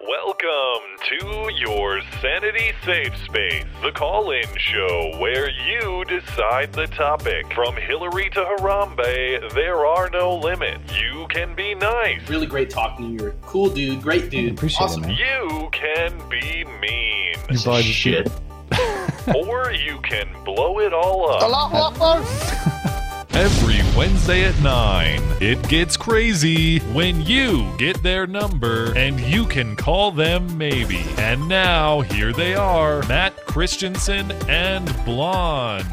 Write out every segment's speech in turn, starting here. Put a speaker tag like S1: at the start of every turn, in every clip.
S1: Welcome to your sanity safe space, the call in show where you decide the topic. From Hillary to Harambe, there are no limits. You can be nice.
S2: Really great talking. You're a cool dude, great dude.
S3: appreciate it,
S2: awesome.
S3: man.
S1: You can be mean.
S3: Your body's
S2: Shit.
S1: or you can blow it all up.
S4: Allahu
S1: Every Wednesday at 9, it gets crazy when you get their number and you can call them maybe. And now, here they are Matt Christensen and Blonde.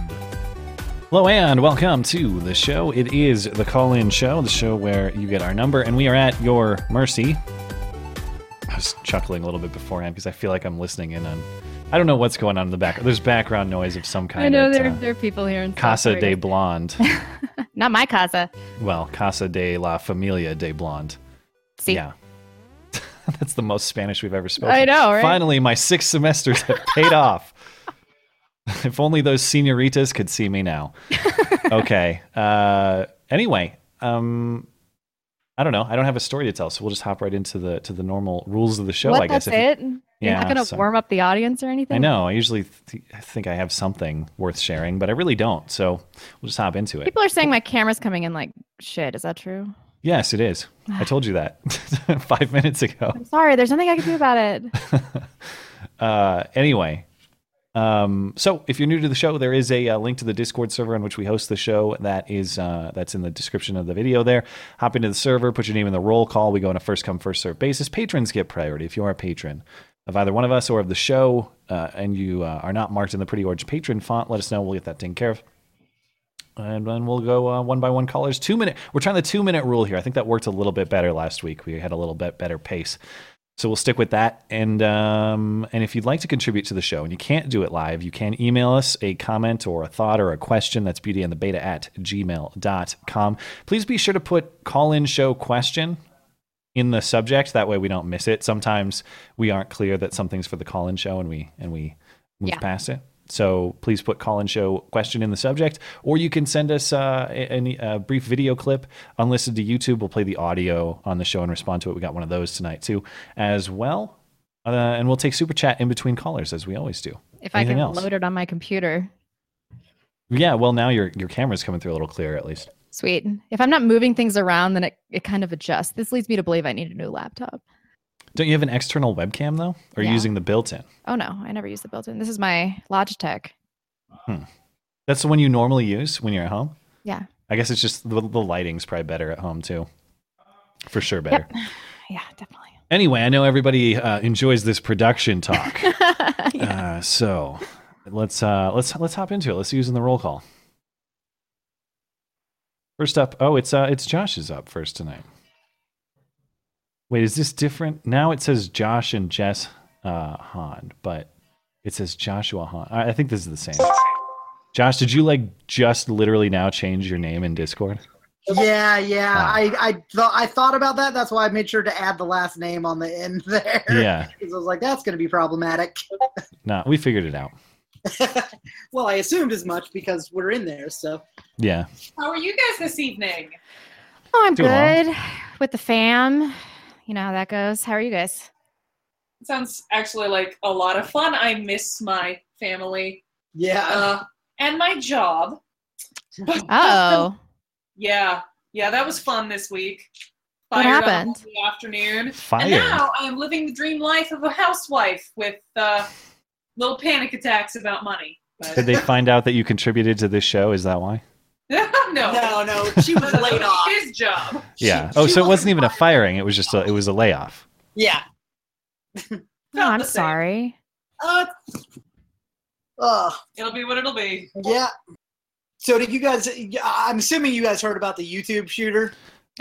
S3: Hello and welcome to the show. It is the call in show, the show where you get our number, and we are at your mercy. I was chuckling a little bit beforehand because I feel like I'm listening in on. I don't know what's going on in the background. There's background noise of some kind.
S5: I know
S3: at,
S5: there,
S3: uh,
S5: there are people here in
S3: Casa
S5: South
S3: de
S5: Korea.
S3: Blonde.
S5: Not my casa.
S3: well, Casa de la Familia de Blonde.
S5: See,
S3: Yeah. That's the most Spanish we've ever spoken.
S5: I know, right?
S3: Finally, my six semesters have paid off. if only those senoritas could see me now. okay. Uh, anyway, um, I don't know. I don't have a story to tell, so we'll just hop right into the to the normal rules of the show.
S5: what?
S3: I guess.
S5: that's
S3: If you-
S5: it. You're
S3: Yeah,
S5: not gonna
S3: so-
S5: warm up the audience or anything.
S3: I know. I usually th- I think I have something worth sharing, but I really don't. So we'll just hop into it.
S5: People are saying my camera's coming in like shit. Is that true?
S3: Yes, it is. I told you that five minutes ago.
S5: I'm sorry. There's nothing I can do about it.
S3: uh, anyway, um, so if you're new to the show, there is a, uh link to the Discord server on which we host the show. That is uh, that's in the description of the video. There, hop into the server, put your name in the roll call. We go on a first come first serve basis. Patrons get priority if you are a patron of either one of us or of the show, uh, and you uh, are not marked in the Pretty Orange patron font. Let us know. We'll get that taken care of. And then we'll go uh, one by one callers. Two minute. We're trying the two minute rule here. I think that worked a little bit better last week. We had a little bit better pace. So we'll stick with that. And um, and if you'd like to contribute to the show and you can't do it live, you can email us a comment or a thought or a question. That's beautyandthebeta at gmail.com. Please be sure to put call in show question in the subject. That way we don't miss it. Sometimes we aren't clear that something's for the call in show and we and we move
S5: Yeah.
S3: past it. So please put call in show question in the subject, or you can send us uh, a, any- a brief video clip unlisted to YouTube. We'll play the audio on the show and respond to it. We got one of those tonight too, as well. Uh, and we'll take super chat in between callers as we always do.
S5: If I
S3: Anything
S5: can
S3: else?
S5: load it on my computer,
S3: Yeah, well now your your camera's coming through a little clearer at least.
S5: sweet. If I'm not moving things around, then it, it kind of adjusts. This leads me to believe I need a new laptop.
S3: Don't you have an external webcam though? Or are you
S5: Yeah.
S3: using the built-in?
S5: Oh no, I never use the built-in. This is my Logitech.
S3: That's the one you normally use when you're at home.
S5: Yeah.
S3: I guess it's just the, the lighting's probably better at home too. For sure, better.
S5: Yeah, definitely.
S3: Anyway, I know everybody uh, enjoys this production talk, uh, so let's uh, let's let's hop into it. Let's use in the roll call. First up, oh, it's uh, it's Josh's up first tonight. Wait, is this different? Now it says Josh and Jess uh, Hahn, but it says Joshua Hahn. I I think this is the same. Josh, did you like just literally now change your name in Discord?
S4: Yeah, yeah.
S3: Wow.
S4: I I thought I thought about that. That's why I made sure to add the last name on the end there.
S3: Yeah,
S4: 'Cause I was like, that's going to be problematic.
S3: no, we figured it out.
S4: well, I assumed as much because we're in there. So
S3: Yeah,
S6: How are you guys this evening?
S5: Oh, I'm
S3: Doing well.
S5: good with the fam. You know how that goes. How are you guys?
S6: It sounds actually like a lot of fun. I miss my family
S4: yeah,
S6: uh, and my job. But-
S5: Oh,
S6: yeah, yeah, that was fun this week.
S5: What
S6: Fired up
S5: happened?
S6: all The afternoon. And
S3: fire.
S6: now I'm living the dream life of a housewife with uh, little panic attacks about money.
S3: Did
S6: But
S3: they find out that you contributed to this show? Is that why?
S6: no,
S4: no, no, she was laid off.
S6: His job.
S3: Yeah.
S4: She-
S3: Oh,
S4: she
S3: so it wasn't
S4: wasn't
S3: even a firing. It was just a. It was a layoff.
S4: Yeah.
S5: no, I'm
S6: the same.
S5: sorry.
S4: Uh, uh,
S6: It'll be what it'll be.
S4: yeah. So did you guys? I'm assuming you guys heard about the YouTube shooter.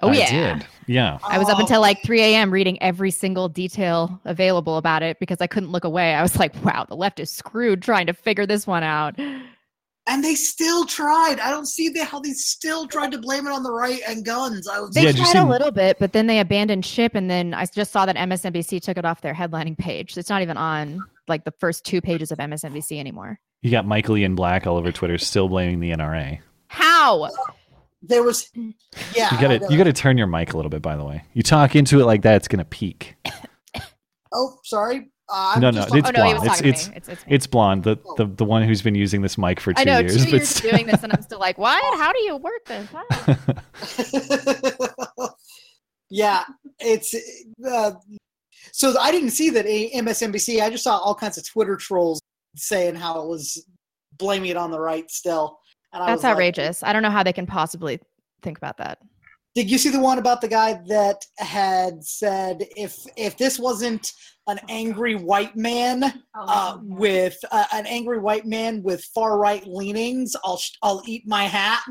S5: Oh
S3: I
S5: yeah.
S3: did. Yeah.
S5: I was up
S4: Oh,
S5: until like 3 a.m. reading every single detail available about it because I couldn't look away. I was like, wow, the left is screwed trying to figure this one out.
S4: and they still tried. I don't see the, how they still tried to blame it on the right and guns. I was
S5: They
S3: Yeah, did you
S5: tried
S3: see-
S5: a little bit, but then they abandoned ship. And then I just saw that MSNBC took it off their headlining page. So it's not even on like the first two pages of MSNBC anymore.
S3: You got Michael Ian Black all over Twitter, still blaming the NRA.
S5: How?
S4: there was yeah.
S3: You gotta, you gotta turn your mic a little bit. By the way, you talk into it like that, it's gonna peak.
S4: oh, sorry. Uh, I'm
S3: No,
S4: just
S3: no,
S4: on-
S3: it's
S5: oh no, he was
S3: blonde.
S5: talking
S3: It's-
S5: to me. It's, it's, me.
S3: It's blonde, the, the the one who's been using this mic for two
S5: I know
S3: years.
S5: two
S3: but
S5: years of
S3: still-
S5: doing this, and I'm still like, what? How do you work this? How?
S4: yeah, it's uh, so I didn't see that a- MSNBC. I just saw all kinds of Twitter trolls saying how it was blaming it on the right still. And I was
S5: That's
S4: like,
S5: outrageous. I don't know how they can possibly think about that.
S4: Did you see the one about the guy that had said if if this wasn't an angry white man
S5: Oh,
S4: uh, with uh, an angry white man with far right leanings, I'll sh- I'll eat my hat.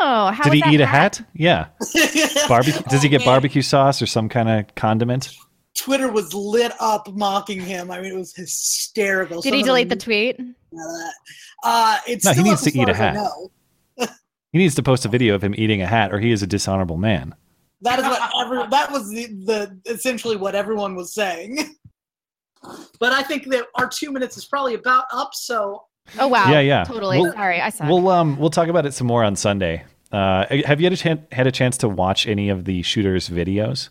S5: Oh, how
S3: Did
S5: is
S3: he
S5: that
S3: eat a
S5: happening?
S3: hat? Yeah. Barbecue. Does he get
S4: Oh, man.
S3: barbecue sauce or some kind of condiment?
S4: Twitter was lit up mocking him. I mean, it was hysterical.
S5: Did he
S4: Some of
S5: delete
S4: the
S5: the tweet?
S4: media- Uh, it's
S3: No, he
S4: still
S3: needs
S4: up
S3: to
S4: as
S3: eat
S4: far
S3: a
S4: as I
S3: hat.
S4: know.
S3: He needs to post a video of him eating a hat, or he is a dishonorable man.
S4: That is what every, that was the, the essentially what everyone was saying. But I think that our two minutes is probably about up. So
S5: Oh wow.
S3: Yeah, yeah.
S5: Totally.
S3: We'll-
S5: Sorry, I saw.
S3: We'll um we'll talk about it some more on Sunday. Uh, have you had a, chan- had a chance to watch any of the shooter's videos?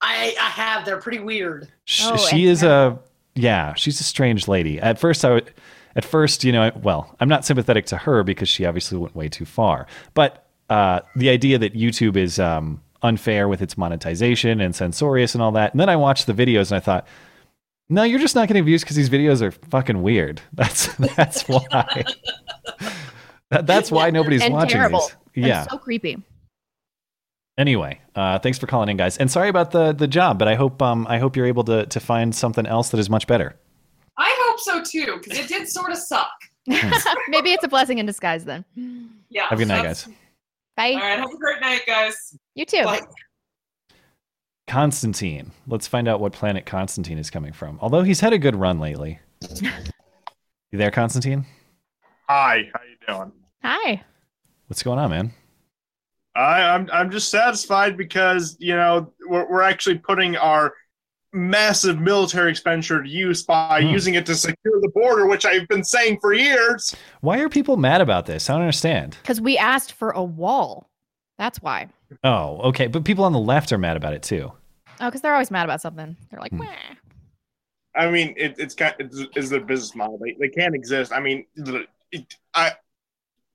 S4: I I have they're pretty weird.
S3: Sh-
S5: Oh,
S3: she
S5: and-
S3: is a yeah, she's a strange lady. At first, I would, at first, you know, I- well, I'm not sympathetic to her because she obviously went way too far. But uh, the idea that YouTube is um, unfair with its monetization and censorious and all that, and then I watched the videos and I thought, no, you're just not getting views because these videos are fucking weird. That's that's why. That- that's why nobody's
S5: And
S3: watching
S5: terrible.
S3: these. Yeah.
S5: so creepy.
S3: Anyway, uh, thanks for calling in, guys, and sorry about the the job, but I hope um I hope you're able to to find something else that is much better.
S6: I hope so too, because it did sort of suck.
S5: Maybe it's a blessing in disguise then.
S6: Yeah.
S3: Have a good night,
S6: that's-
S3: guys.
S5: Bye.
S6: All right. Have a great night, guys.
S5: You too.
S4: Bye.
S3: Constantine. Let's find out what planet Constantine is coming from. Although he's had a good run lately. you there, Constantine?
S7: Hi, how you doing?
S5: Hi.
S3: What's going on, man?
S7: I, I'm I'm just satisfied because you know we're, we're actually putting our massive military expenditure to use by
S3: Hmm.
S7: using it to secure the border, which I've been saying for years.
S3: Why are people mad about this? I don't understand.
S5: Because we asked for a wall. That's why.
S3: Oh, okay. But people on the left are mad about it too.
S5: Oh, because they're always mad about something. They're like,
S3: Hmm.
S5: "Wah."
S7: I mean, it, it's kind it's, it's their business model. They, they can't exist. I mean, the- it, I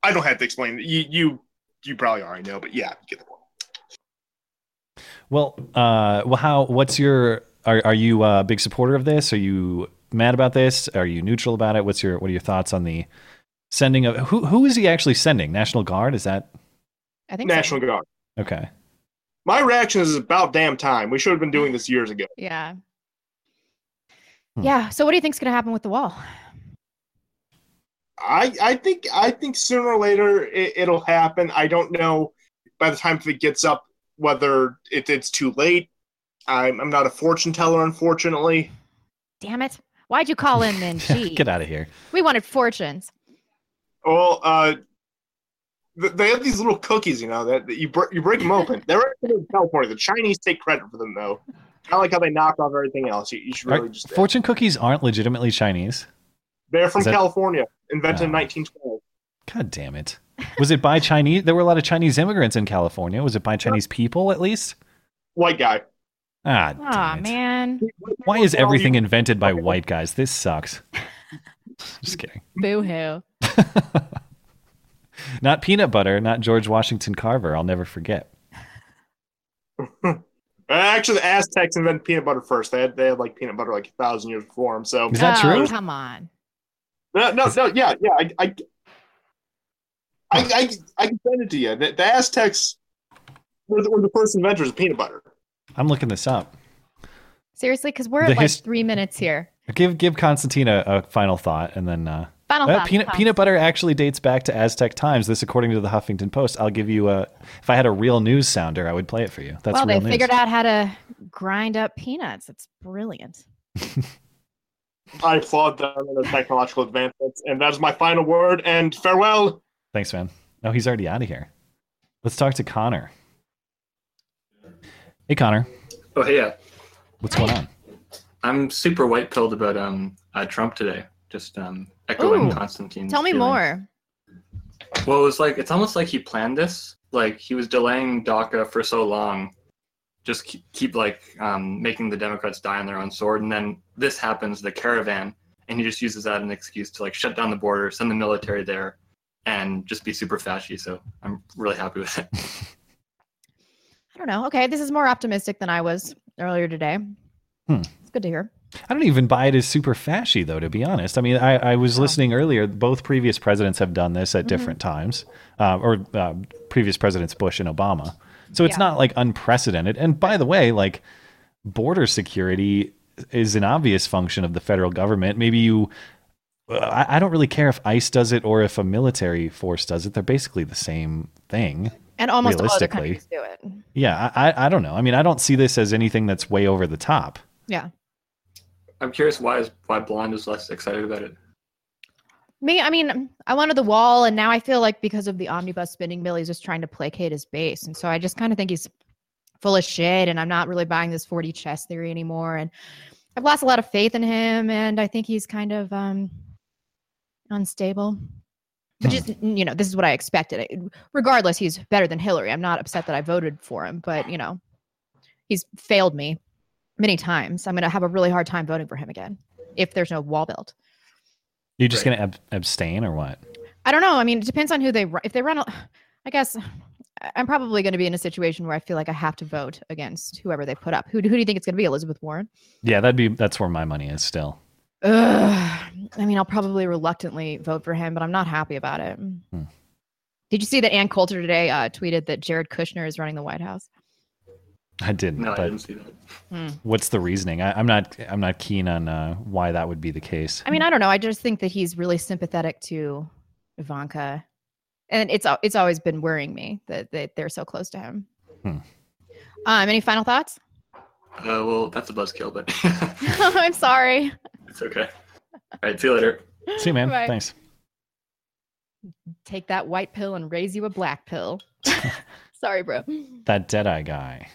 S7: I don't have to explain. You you you probably already know, but yeah, you get the point.
S3: Well, uh well how what's your are are you a big supporter of this? Are you mad about this? Are you neutral about it? What's your what are your thoughts on the sending of who who is he actually sending? National Guard? Is that
S5: I think so.
S7: National Guard.
S3: okay.
S7: My reaction is about damn time. We should have been doing this years ago.
S5: Yeah.
S3: Hmm.
S5: Yeah. So what do you think's gonna happen with the wall?
S7: I I think I think sooner or later it, it'll happen. I don't know by the time it gets up whether it, it's too late. I'm, I'm not a fortune teller, unfortunately.
S5: Damn it. Why'd you call in then? Gee.
S3: Get out of here.
S5: We wanted fortunes.
S7: Well, uh, th- they have these little cookies, you know, that, that you br- you break them open. They're actually in California. The Chinese take credit for them, though. Kind of like how they knock off everything else. You, you should really
S3: Are-
S7: just
S3: fortune cookies aren't legitimately Chinese.
S7: they're from
S3: is that-
S7: California, invented in
S3: Oh.
S7: 1912.
S3: God damn it. Was it by Chinese? There were a lot of Chinese immigrants in California. Was it by Chinese people at least?
S7: White guy.
S3: Ah,
S5: Oh
S3: damn it.
S5: man.
S3: Why is
S7: Well, you-
S3: everything invented by white guys? This sucks. Just kidding.
S5: Boo hoo.
S3: Not peanut butter, not George Washington Carver. I'll never forget.
S7: Actually, the Aztecs invented peanut butter first. They had, they had like peanut butter like a thousand years before them. So
S3: Is that
S5: oh,
S3: true?
S5: Come on.
S7: No, no, no, yeah, yeah. I, I, I, I, I can send it to you. The, the Aztecs were the, were the first inventors of peanut butter.
S3: I'm looking this up.
S5: Seriously, because we're
S3: The
S5: at like
S3: hist-
S5: three minutes here.
S3: Give give Constantine a, a final thought, and then uh,
S5: Final
S3: uh,
S5: thought,
S3: peanut
S5: thoughts.
S3: peanut butter actually dates back to Aztec times. This, according to the Huffington Post, I'll give you a. If I had a real news sounder, I would play it for you. That's
S5: well,
S3: real
S5: they
S3: news.
S5: figured out how to grind up peanuts. It's brilliant.
S7: I applaud them and their technological advancements, and that is my final word. And farewell.
S3: Thanks, man. No, he's already out of here. Let's talk to Connor. Hey, Connor,
S8: Oh hey, yeah,
S3: what's going on?
S8: I'm super white pilled about um uh, Trump today. Just um echoing
S5: Ooh.
S8: Constantine.
S5: Tell me more.
S8: Well, it was like it's almost like he planned this. Like he was delaying DACA for so long,
S9: just keep, keep like um, making the Democrats die on their own sword, and then this happens, the caravan, and he just uses that as an excuse to like shut down the border, send the military there, and just be super fashy. So I'm really happy with it.
S5: I don't know. Okay, this is more optimistic than I was earlier today.
S3: Hmm.
S5: It's good to hear.
S3: I don't even buy it as super fashy, though, to be honest. I mean, I, I was
S5: No.
S3: listening earlier. Both previous presidents have done this at
S5: Mhm.
S3: different times, uh, or uh, previous presidents Bush and Obama. So it's
S5: Yeah.
S3: not like unprecedented. And by the way, like border security is an obvious function of the federal government. Maybe you, uh, I, I don't really care if ICE does it or if a military force does it. They're basically the same thing.
S5: And almost all other
S3: Realistically.
S5: countries do it.
S3: Yeah, I, I, I don't know. I mean, I don't see this as anything that's way over the top.
S5: Yeah.
S9: I'm curious why is why Blonde is less excited about it.
S5: Me, I mean, I wanted the wall, and now I feel like because of the omnibus spending bill, he's just trying to placate his base. And so I just kind of think he's full of shit, and I'm not really buying this 40 chess theory anymore. And I've lost a lot of faith in him, and I think he's kind of um, unstable. But
S3: Hmm.
S5: just, you know, this is what I expected. It- Regardless, he's better than Hillary. I'm not upset that I voted for him, but, you know, he's failed me many times. I'm going to have a really hard time voting for him again if there's no wall built.
S3: You're just
S9: Right.
S3: going to ab- abstain or what?
S5: I don't know. I mean, it depends on who they run. If they run, a- I guess I- I'm probably going to be in a situation where I feel like I have to vote against whoever they put up. Who, do- who do you think it's going to be? Elizabeth Warren?
S3: Yeah, that'd be that's where my money is still.
S5: Ugh. I mean, I'll probably reluctantly vote for him, but I'm not happy about it.
S3: Hmm.
S5: Did you see that Ann Coulter today uh, tweeted that Jared Kushner is running the White House?
S3: I didn't.
S9: No, I
S3: but
S9: didn't see that.
S3: what's the reasoning? I, I'm not. I'm not keen on uh, why that would be the case.
S5: I mean, I don't know. I just think that he's really sympathetic to Ivanka, and it's al- it's always been worrying me that, that they're so close to him.
S3: Hmm.
S5: Um, any final thoughts?
S9: Uh, well, that's a buzzkill, but
S5: I'm sorry.
S9: it's okay. All right, see you later.
S3: See, man.
S5: Right.
S3: Thanks.
S5: Take that white pill and raise you a black pill. sorry, bro.
S3: That Deadeye guy.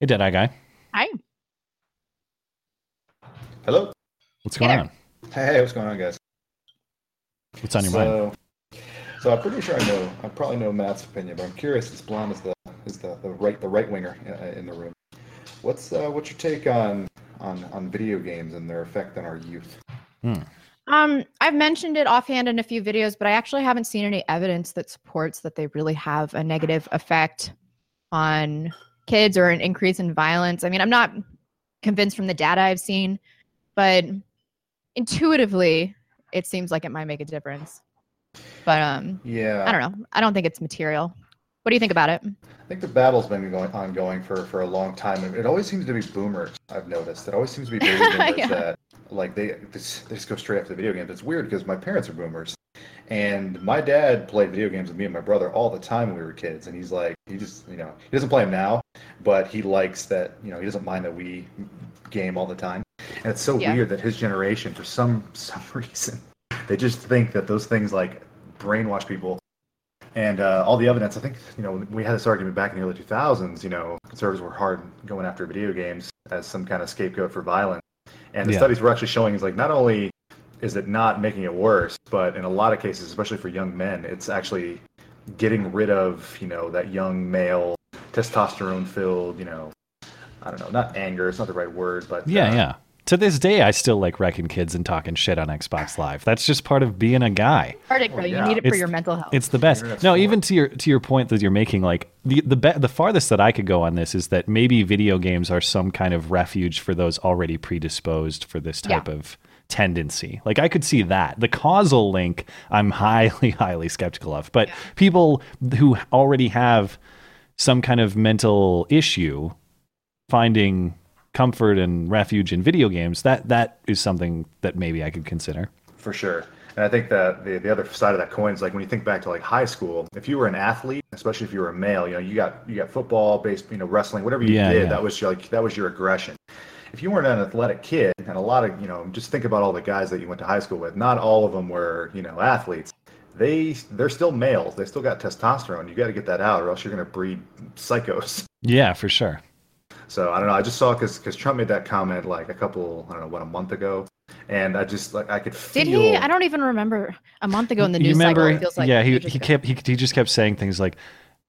S3: Hey, Deadeye guy.
S5: Hi.
S10: Hello.
S3: What's
S5: Hey
S3: going
S5: there.
S3: on?
S10: Hey, what's going on, guys?
S3: What's on your mind?
S10: so, uh, So I'm pretty sure I know. I probably know Matt's opinion, but I'm curious. This blonde is the is the, the right the right winger in the room. What's uh, what's your take on on on video games and their effect on our youth?
S5: Um, I've mentioned it offhand in a few videos, but I actually haven't seen any evidence that supports that they really have a negative effect on kids or an increase in violence. I mean, I'm not convinced from the data I've seen, but intuitively, it seems like it might make a difference. But um,
S10: Yeah,
S5: I don't know. I don't think it's material. What do you think about it?
S10: I think the battle's been going ongoing for for a long time, and it always seems to be boomers. I've noticed it always seems to be baby boomers
S5: Yeah.
S10: that like they they just, they just go straight after the video games. It's weird because my parents are boomers, and my dad played video games with me and my brother all the time when we were kids. And he's like, he just you know he doesn't play them now, but he likes that you know he doesn't mind that we game all the time. And it's so
S5: Yeah.
S10: weird that his generation, for some some reason, they just think that those things like brainwash people and uh, all the evidence. I think you know when we had this argument back in the early 2000s. You know, conservatives were hard going after video games as some kind of scapegoat for violence, and the
S3: Yeah.
S10: studies were actually showing is like not only is it not making it worse, but in a lot of cases, especially for young men, it's actually getting rid of you know that young male testosterone filled you know I don't know not anger. It's not the right word, but
S3: Yeah,
S10: uh,
S3: yeah. To this day, I still like wrecking kids and talking shit on Xbox Live. That's just part of being a guy.
S5: Heartache, bro.
S10: yeah.
S5: You need it for
S3: Oh, It's-
S5: your mental health.
S3: It's the best.
S10: Maybe that's
S3: No,
S10: four.
S3: even to your to your point that you're making, like the the be- the farthest that I could go on this is that maybe video games are some kind of refuge for those already predisposed for this
S5: Yeah.
S3: type of tendency. Like I could see that. The causal link, I'm highly highly skeptical of. But people who already have some kind of mental issue finding comfort and refuge in video games, that that is something that maybe I could consider.
S10: for sure. And I think that the, the other side of that coin is like when you think back to like high school, if you were an athlete, especially if you were a male, you know, you got you got football, base, you know, wrestling, whatever you
S3: Yeah,
S10: did,
S3: yeah.
S10: that was your, like that was your aggression. If you weren't an athletic kid, and a lot of you know, just think about all the guys that you went to high school with. Not all of them were you know athletes. They they're still males. They still got testosterone. You got to get that out, or else you're going to breed psychos.
S3: Yeah, for sure.
S10: So I don't know. I just saw because because Trump made that comment like a couple I don't know what a month ago, and I just like I could feel.
S5: Did he? I don't even remember a month ago in the
S3: You
S5: news
S3: remember-
S5: cycle. It feels like
S3: yeah, he,
S5: ages
S3: he
S5: ago.
S3: kept he, he just kept saying things like,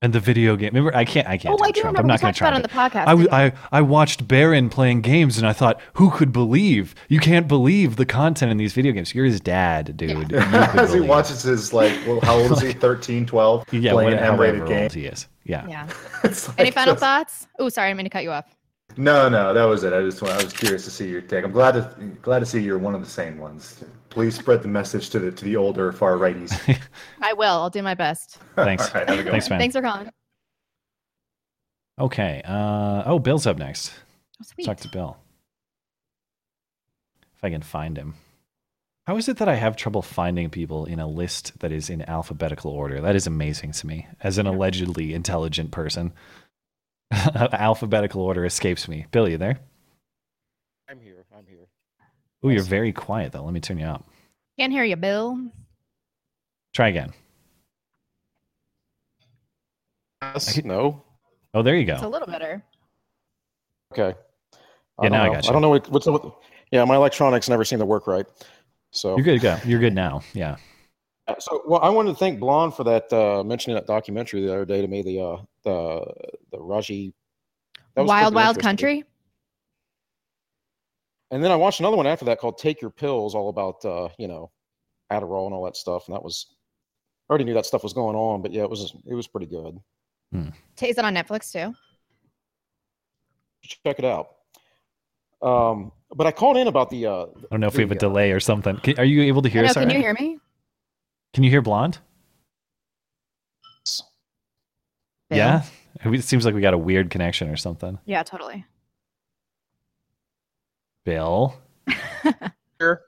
S3: And the video game. Remember, I can't. I can't.
S5: oh,
S3: do
S5: I do
S3: Trump.
S5: remember
S3: I'm
S5: we
S3: not going to
S5: talked about
S3: Trump
S5: it
S3: it.
S5: on the podcast.
S3: I, w-
S5: didn't we?
S3: I, I watched Baron playing games and I thought, who could believe? You can't believe the content in these video games. You're his dad, dude. You could
S10: As he
S3: believe.
S10: watches his, like, well, how old is he? 13, 12?
S3: yeah,
S10: playing
S3: whatever,
S10: an M-rated
S3: however
S10: game.
S3: old he is. Yeah.
S5: yeah.
S10: It's like
S5: Any final
S10: just-
S5: thoughts? Oh, sorry, I'm going to cut you off.
S10: No, no, that was it. I just want, I was curious to see your take. I'm glad to glad to see you're one of the same ones. Please spread the message to the to the older far righties.
S5: I will. I'll do my best.
S3: Thanks.
S10: All right, have a good
S3: Thanks, man.
S5: Thanks for calling.
S3: Okay. Uh, oh, Bill's up next.
S5: Oh, sweet.
S3: Talk to Bill. If I can find him. How is it that I have trouble finding people in a list that is in alphabetical order? That is amazing to me as an allegedly intelligent person. alphabetical order escapes me. Bill, you there?
S11: I'm here. I'm here.
S3: Oh, you're very quiet though. Let me turn you up.
S5: Can't hear you, Bill.
S3: Try again.
S11: Yes,
S3: could-
S11: no.
S3: Oh, there you
S5: It's a
S3: go.
S5: little better.
S11: Okay. I
S3: Yeah,
S11: don't
S3: now I
S11: know.
S3: got
S11: I
S3: you.
S11: don't know what, what's up. With, yeah, my electronics never seem to work right. So,
S3: You're good to go. You're good now. Yeah.
S11: Uh, so well, I wanted to thank Blonde for that uh, mentioning that documentary the other day to me. The uh, the the Raji. that was
S5: Wild,
S11: pretty
S5: wild
S11: interesting.
S5: country.
S11: And then I watched another one after that called "Take Your Pills," all about uh, you know Adderall and all that stuff. And that was I already knew that stuff was going on, but yeah, it was it was pretty good.
S5: Ta- Is it on Netflix too?
S11: Check it out. Um, but I called in about the uh,
S3: I don't know if we have a
S11: There you
S3: delay or something. Can, are you able to
S5: I
S3: hear
S5: know,
S3: us? all
S5: can you
S3: right?
S5: hear me?
S3: Can you hear Blonde?
S5: Bill?
S3: Yeah. It seems like we got a weird connection or something.
S5: Yeah, totally.
S3: Bill,
S11: here.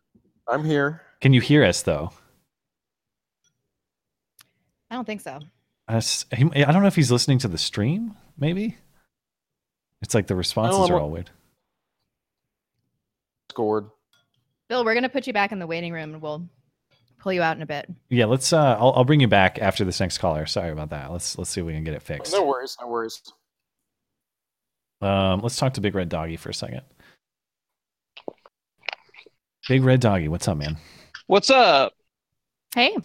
S11: I'm here.
S3: can you hear us though?
S5: I don't think so.
S3: Us- Uh, he- I don't know if he's listening to the stream. Maybe it's like the responses
S11: Oh, I'm-
S3: are all weird.
S11: Scored.
S5: Bill, we're going to put you back in the waiting room and we'll pull you out in a bit.
S3: Yeah, let's. Uh, I'll, I'll bring you back after this next caller. Sorry about that. Let's let's see if we can get it fixed.
S11: Oh, No worries. No worries.
S3: Um, let's talk to Big Red Doggy for a second. Big Red Doggy, what's up, man?
S12: What's up?
S5: Hey,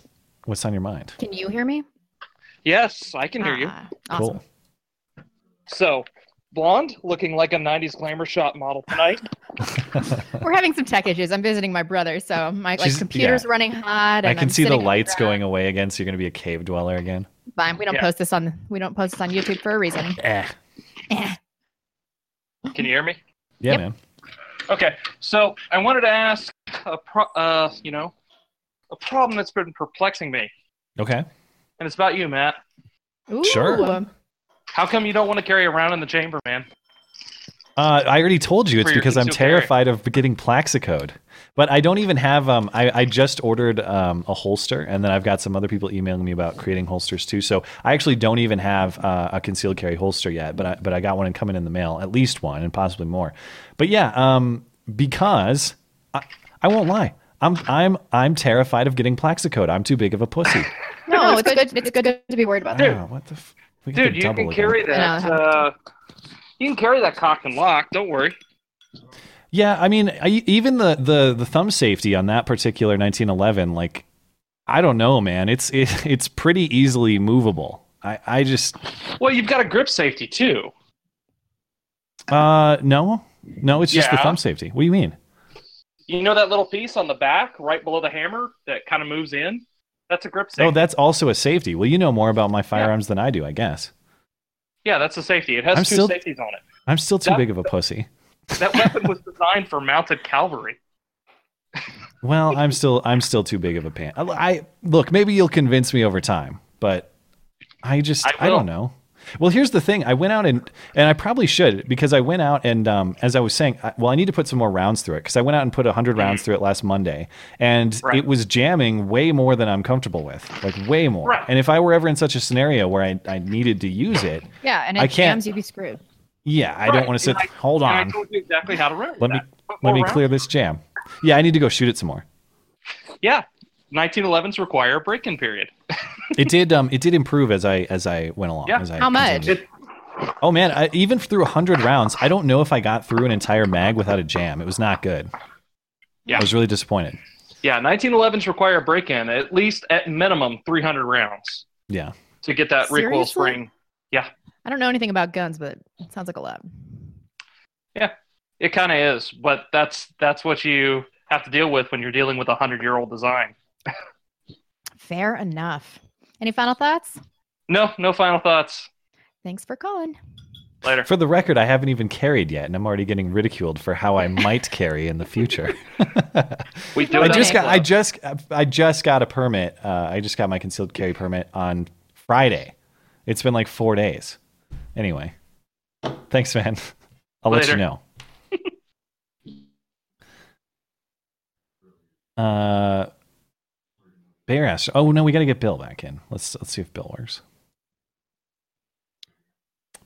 S3: What's on your mind?
S5: can you hear me?
S12: Yes, I can hear you.
S5: Ah, Awesome.
S3: Cool.
S12: So, blonde, looking like a 90s glamour shot model tonight.
S5: We're having some tech issues. I'm visiting my brother, so my like,
S3: She's-
S5: computer's running hot. And
S3: I can
S5: I'm
S3: see the
S5: sitting on
S3: lights
S5: ground.
S3: going away again, so you're gonna be a cave dweller again.
S5: Fine. We don't
S12: Yeah.
S5: post this on we don't post this on YouTube for a reason.
S3: Eh.
S12: can you hear me?
S3: Yeah,
S5: Yep.
S3: man.
S12: Okay, so I wanted to ask a pro- uh, you know, a problem that's been perplexing me,
S3: Okay.
S12: and it's about you, Matt.
S5: Ooh.
S3: Sure.
S12: How come you don't want to carry around in the chamber, man?
S3: Uh, I already told you it's
S12: For your
S3: because I'm
S12: consumer area.
S3: terrified of getting Plaxicode. But I don't even have. Um, I, I just ordered um, a holster, and then I've got some other people emailing me about creating holsters too. So I actually don't even have uh, a concealed carry holster yet. But I, but I got one and coming in the mail, at least one, and possibly more. But yeah, um, because I, I won't lie, I'm I'm I'm terrified of getting Plaxicode. I'm too big of a pussy.
S5: No, it's good. It's good to be worried about.
S12: Dude.
S3: Ah, what the? F- we get
S12: Dude,
S3: the
S12: you
S3: double
S12: can
S3: again.
S12: carry
S5: I
S12: that.
S5: know.
S12: Uh, you can carry that cock and lock. Don't worry.
S3: Yeah, I mean, I, even the, the the thumb safety on that particular 1911, like, I don't know, man. It's it, it's pretty easily movable. I, I just
S12: Well, you've got a grip safety too.
S3: uh no no it's just the
S12: Yeah.
S3: thumb safety. What do you mean?
S12: You know that little piece on the back, right below the hammer, that kind of moves in. That's a grip safety.
S3: Oh, that's also a safety. Well, you know more about my firearms than I do, I guess.
S12: yeah, that's a safety. It has
S3: I'm
S12: two
S3: still-
S12: safeties on it.
S3: I'm still too
S12: That-
S3: big of a pussy.
S12: That weapon was designed for mounted cavalry.
S3: Well, I'm still I'm still too big of a pan. I, I- look, maybe you'll convince me over time, but I just
S12: I
S3: I,
S12: will.
S3: don't know. Well, here's the thing. I went out and and I probably should because I went out and um, as I was saying, I, well, I need to put some more rounds through it because I went out and put 100 rounds through it last Monday, and
S12: Mm-hmm. Right.
S3: it was jamming way more than I'm comfortable with, like way more.
S12: Right.
S3: And if I were ever in such a scenario where I, I needed to use it,
S5: Yeah, and
S3: I
S5: if it
S3: can't-
S5: jams, you'd be screwed.
S3: yeah, I don't
S12: Right.
S3: want to sit.
S12: And I-
S3: hold
S12: And
S3: on,
S12: I told you exactly how to run.
S3: let me let me clear this jam. Yeah, I need to go shoot it some more.
S12: Yeah, 1911s require a break-in period.
S3: it did um it did improve as i as i went along
S12: Yeah.
S3: as I
S5: How much?
S3: continued. oh man I, even through 100 rounds i don't know if i got through an entire mag without a jam it was not good
S12: Yeah.
S3: i was really disappointed
S12: Yeah, 1911s require a break-in at least at minimum 300 rounds
S3: yeah
S12: to get that recoil
S5: Seriously?
S12: spring.
S13: Yeah.
S5: I don't know anything about guns, but it sounds like a lot.
S13: Yeah, it kind of is, but that's that's what you have to deal with when you're dealing with a hundred year old design.
S5: Fair enough. Any final thoughts?
S13: No, no final thoughts.
S5: Thanks for calling.
S13: Later.
S3: For the record, I haven't even carried yet, and I'm already getting ridiculed for how I might carry in the future.
S13: We do
S3: I
S13: it
S3: just
S13: on-
S3: got I just I just got a permit. Uh, I just got my concealed carry permit on Friday. It's been like four days. Anyway, thanks, man. I'll let you
S14: Later.
S3: know. uh, Bear asked. Oh no, we got to get Bill back in. Let's let's see if Bill works.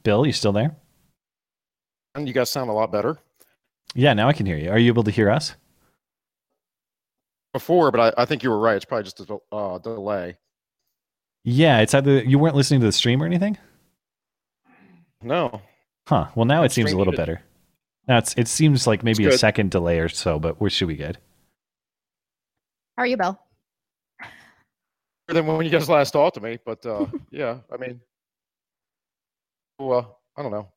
S3: Bill, you still there?
S11: And you guys sound a lot better
S3: Yeah, now I can hear you. Are you able to hear us?
S11: before, but I, I think you were right. It's probably just a del- uh, delay.
S3: Yeah, it's either you weren't listening to the stream or anything.
S11: No,
S3: Huh. Well, now it
S11: That's
S3: seems a
S11: strange.
S3: little better. Now it's, it seems like maybe a
S11: good.
S3: second delay or so, but we should be good.
S5: How are you, Bill?
S11: than when you guys last talked to me. But uh, yeah, I mean, well, I don't know.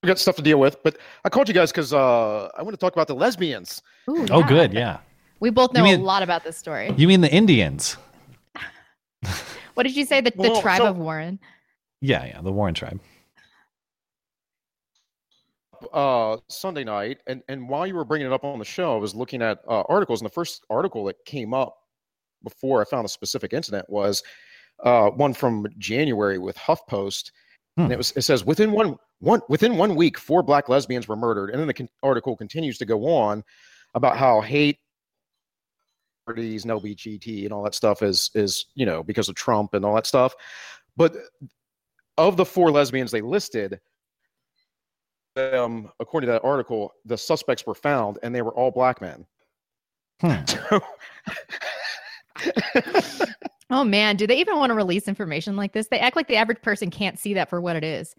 S11: We got stuff to deal with, but I called you guys because uh, I want to talk about the lesbians.
S5: Ooh,
S3: Oh,
S5: yeah.
S3: good. Yeah.
S5: We both
S3: You
S5: know
S3: mean-
S5: a lot about this story.
S3: You mean the Indians?
S5: what did you say? The, the
S11: Well,
S5: tribe
S11: so-
S5: of Warren.
S3: Yeah, yeah, the Warren tribe.
S11: uh, Sunday night, and and while you were bringing it up on the show, I was looking at uh, articles, and the first article that came up before I found a specific incident was uh, one from January with HuffPost, and it was it says within one one within one week, four black lesbians were murdered, and then the con- article continues to go on about how hate parties and LGBT and all that stuff is is you know because of Trump and all that stuff, but of the four lesbians they listed them, according to that article, the suspects were found and they were all black men.
S3: Hmm.
S5: Oh man, do they even want to release information like this? They act like the average person can't see that for what it is.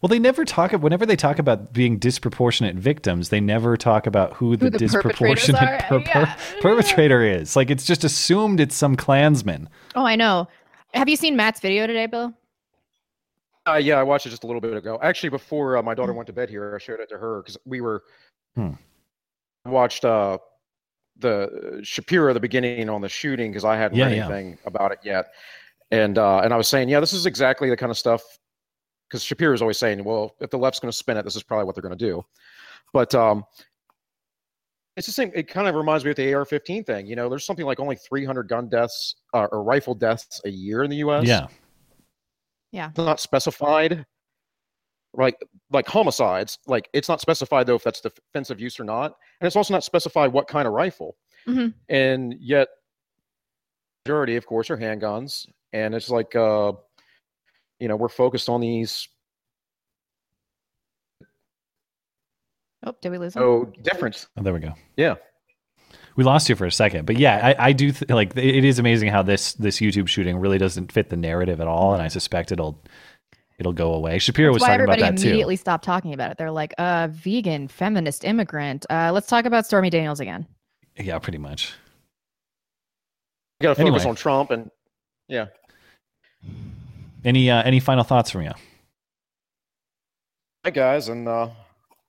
S3: Well, they never talk. Whenever they talk about being disproportionate victims, they never talk about who the,
S5: the perpetrators
S3: disproportionate
S5: are,
S3: per- per- perpetrator is. Like it's just assumed it's some Klansman.
S5: Oh, I know. Have you seen Matt's video today, Bill?
S11: Uh, yeah, I watched it just a little bit ago. Actually, before uh, my daughter went to bed here, I showed it to her because we were
S3: Hmm.
S11: watched uh, the Shapiro the beginning on the shooting because I hadn't
S3: Yeah,
S11: heard
S3: yeah.
S11: anything about it yet, and uh, and I was saying, yeah, this is exactly the kind of stuff because Shapiro is always saying, well, if the left's going to spin it, this is probably what they're going to do, but um, it's the same. It kind of reminds me of the AR-15 thing. You know, there's something like only 300 gun deaths uh, or rifle deaths a year in the U.S.
S3: Yeah.
S5: Yeah.
S11: It's not specified. Like like homicides, like it's not specified though if that's defensive use or not, and it's also not specified what kind of rifle.
S5: Mhm.
S11: And yet, majority, of course, are handguns, and it's like uh, you know we're focused on these
S5: Oh, did we lose him?
S11: no difference.
S3: Oh, there we go.
S11: Yeah.
S3: We lost you for a second, but yeah, I, I do th- like it it is amazing how this this YouTube shooting really doesn't fit the narrative at all, and I suspect it'll it'll go away. Shapiro was
S5: That's why
S3: talking about
S5: everybody
S3: that too.
S5: immediately stopped talking about it. They're like, uh, vegan, feminist, immigrant. Uh, let's talk about Stormy Daniels again.
S3: Yeah, pretty much.
S11: You got to focus
S3: Anyway.
S11: on Trump, and yeah,
S3: Any uh, any final thoughts from you?
S11: hi guys, and uh,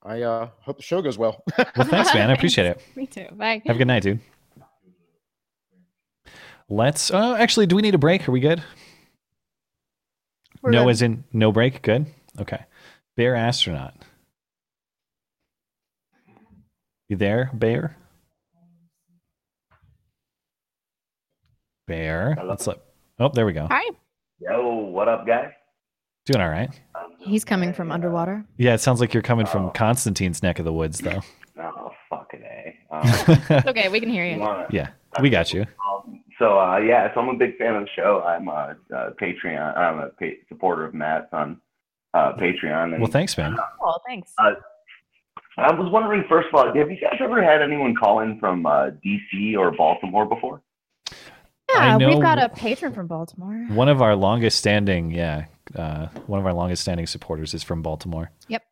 S11: I uh, hope the show goes well.
S3: Well, thanks, man. I appreciate it.
S5: Me too. Bye.
S3: Have a good night, dude. Let's. Uh, actually, do we need a break? Are we good?
S5: We're
S3: no,
S5: good.
S3: as in no break. Good. Okay. Bear astronaut. You there, Bear? Bear.
S15: Hello?
S3: Let's let. Oh, there we go.
S5: Hi.
S15: Yo, what up, guys?
S3: Doing all right.
S5: He's coming from underwater.
S3: Yeah, it sounds like you're coming from Constantine's neck of the woods, though.
S15: Oh, fucking a.
S5: It's okay. We can hear you.
S15: Um,
S3: Yeah, we got you.
S15: so uh, yeah, so I'm a big fan of the show. I'm a, uh Patreon. I'm a pa- supporter of Matt's on uh, Patreon. And
S3: Well, thanks, man.
S5: Cool. Thanks.
S15: Uh, I was wondering, first of all, have you guys ever had anyone call in from uh, DC or Baltimore before?
S5: Yeah,
S3: I know-
S5: we've got a patron from Baltimore.
S3: One of our longest standing, yeah, uh, one of our longest standing supporters is from Baltimore.
S5: Yep.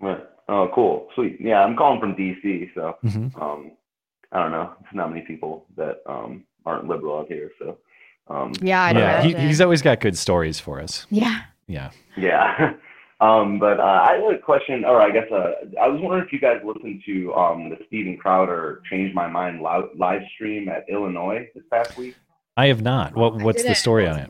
S15: Right. Oh, cool, sweet. Yeah, I'm calling from DC, so
S3: Mhm.
S15: um, I don't know. There's not many people that um, aren't liberal out here, so um,
S5: Yeah, I
S3: he,
S5: imagine.
S3: he's always got good stories for us.
S5: Yeah.
S3: Yeah.
S15: Yeah. Um, but uh, I had a question, or I guess uh, I was wondering if you guys listened to um, the Steven Crowder Change My Mind lou- live stream at Illinois this past week.
S3: I have not. What What's the
S15: didn't.
S3: story on it?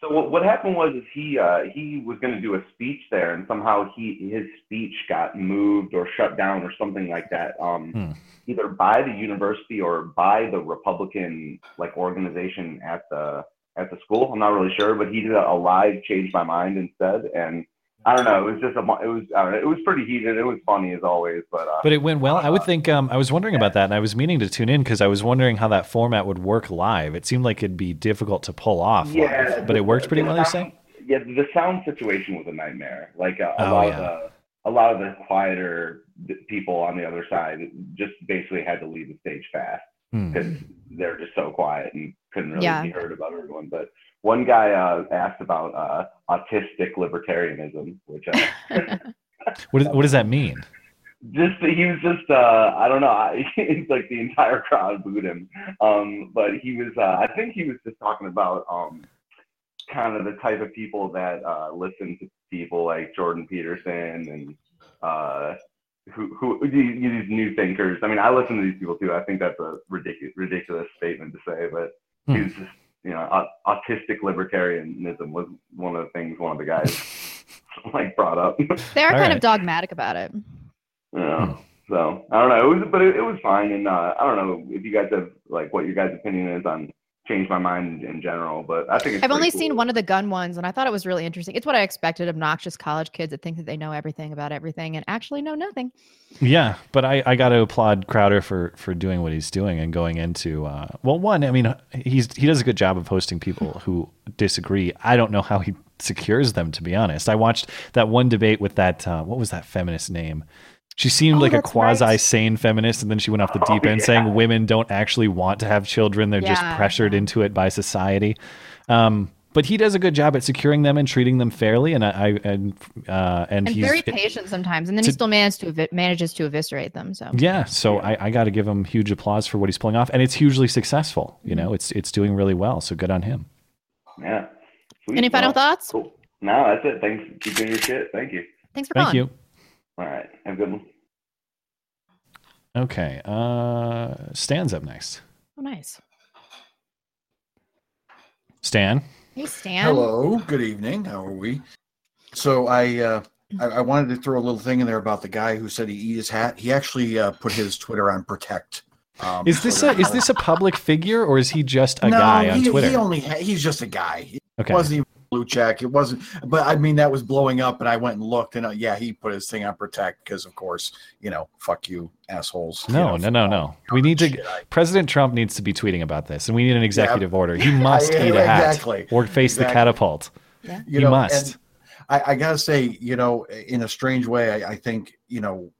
S15: So what, what happened was is he uh, he was going to do a speech there, and somehow he his speech got moved or shut down or something like that, um,
S3: Hmm.
S15: either by the university or by the Republican like organization at the at the school. I'm not really sure, but he did a live change my mind instead, and I don't know. It was just a mo- it was I don't know, it was pretty heated. It was funny as always, but uh,
S3: But it went well. I would think. Um, I was wondering about that, and I was meaning to tune in because I was wondering how that format would work live. It seemed like it'd be difficult to pull off. live,
S15: Yeah,
S3: but it worked pretty
S15: the
S3: well. You're
S15: sound-
S3: saying?
S15: Yeah, the sound situation was a nightmare. Like uh, a
S3: Oh,
S15: lot of
S3: yeah.
S15: the a lot of the quieter d- people on the other side just basically had to leave the stage fast
S3: Hmm.
S15: because they're just so quiet and couldn't really
S5: Yeah.
S15: be heard above everyone. But one guy uh, asked about uh, autistic libertarianism, which uh,
S3: What, is- what does that mean?
S15: just he was just uh, I don't know. I, it's like the entire crowd booed him. Um, but he was uh, I think he was just talking about um, kind of the type of people that uh, listen to people like Jordan Peterson and uh, who who these, these new thinkers. I mean, I listen to these people too. I think that's a ridiculous ridiculous statement to say, but he was just you know au- autistic libertarianism was one of the things one of the guys like brought up.
S5: They are kind of dogmatic about it.
S3: Hmm.
S15: Yeah. So I don't know. It was, but it, it was fine. And uh, I don't know if you guys have like what your guys' opinion is on change my mind in general. But I think it's
S5: I've only
S15: pretty cool.
S5: seen one of the gun ones, and I thought it was really interesting. It's what I expected: obnoxious college kids that think that they know everything about everything and actually know nothing.
S3: Yeah, but I, I got to applaud Crowder for for doing what he's doing and going into uh, well, one, I mean, he's he does a good job of hosting people who disagree. I don't know how he secures them, to be honest. I watched that one debate with that uh, what was that feminist name? She seemed
S14: Oh,
S3: like a
S14: that's right. Oh,
S3: quasi sane feminist, and then she went off the deep end saying women don't actually want to have children; they're just
S14: Yeah.
S3: pressured into it by society. Um, but he does a good job at securing them and treating them fairly, and I, I and uh, and,
S5: And,
S3: he's
S5: very patient sometimes, and then he
S3: to-
S5: still manages to evi- manages to eviscerate them. So
S3: yeah, so I, I got to give him huge applause for what he's pulling off, and it's hugely successful. You
S14: Mm-hmm.
S3: know, it's it's doing really well, so good on him.
S15: Yeah.
S3: Mm.
S15: Sweet.
S5: Any final
S15: Well,
S5: thoughts?
S15: No, that's it. Thanks. Keep doing your shit. Thank you.
S5: Thanks for
S3: Thank
S5: calling.
S3: you.
S15: All right. Have a good one.
S3: Okay, uh, Stan's up next.
S5: Oh, nice.
S3: Stan,
S5: Hey, Stan.
S14: Hello. Good evening. How are we? So I, uh, I I wanted to throw a little thing in there about the guy who said he eat his hat. He actually uh, put his Twitter on protect. Um,
S3: is this a is this a public figure or is he just a
S14: no,
S3: guy on
S14: he,
S3: Twitter?
S14: He only ha- he's just a guy. It
S3: Okay.
S14: wasn't even a blue check. It wasn't. But I mean, that was blowing up, and I went and looked, and uh, yeah, he put his thing on protect because, of course, you know, fuck you, assholes. you
S3: no,
S14: know,
S3: no, no, no. We need to. President Trump needs to be tweeting about this, and we need an executive order. He must
S14: Yeah,
S3: eat a hat
S14: exactly.
S3: or face the
S14: Exactly.
S3: catapult.
S14: you
S3: He
S14: know,
S3: must.
S14: and I, I gotta say, you know, in a strange way, I, I think, you know,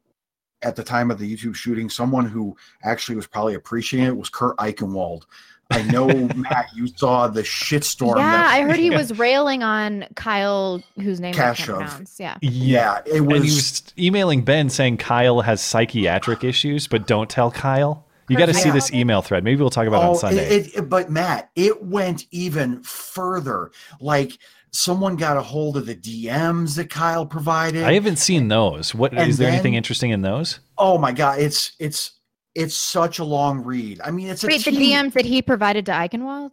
S14: at the time of the YouTube shooting, someone who actually was probably appreciating it was Kurt Eichenwald. I know, Matt, you saw the shitstorm.
S5: Yeah,
S14: that-
S5: I heard he was railing on Kyle, whose name I can't
S14: Kashov.
S5: pronounce. Yeah.
S3: Yeah,
S14: it was.
S3: And he was emailing Ben saying Kyle has psychiatric issues, but don't tell Kyle. You got to see
S14: Yeah.
S3: this email thread. Maybe we'll talk about it on
S14: Oh, it-
S3: Sunday.
S14: It, it- but Matt, it went even further. Like someone got a hold of the DMs that Kyle provided.
S3: I haven't seen those. What is
S14: And
S3: there anything
S14: then-
S3: interesting in those?
S14: oh my god, it's it's it's such a long read. I mean, it's a
S5: Wait, the
S14: teeny-
S5: DMs that he provided to Eichenwald?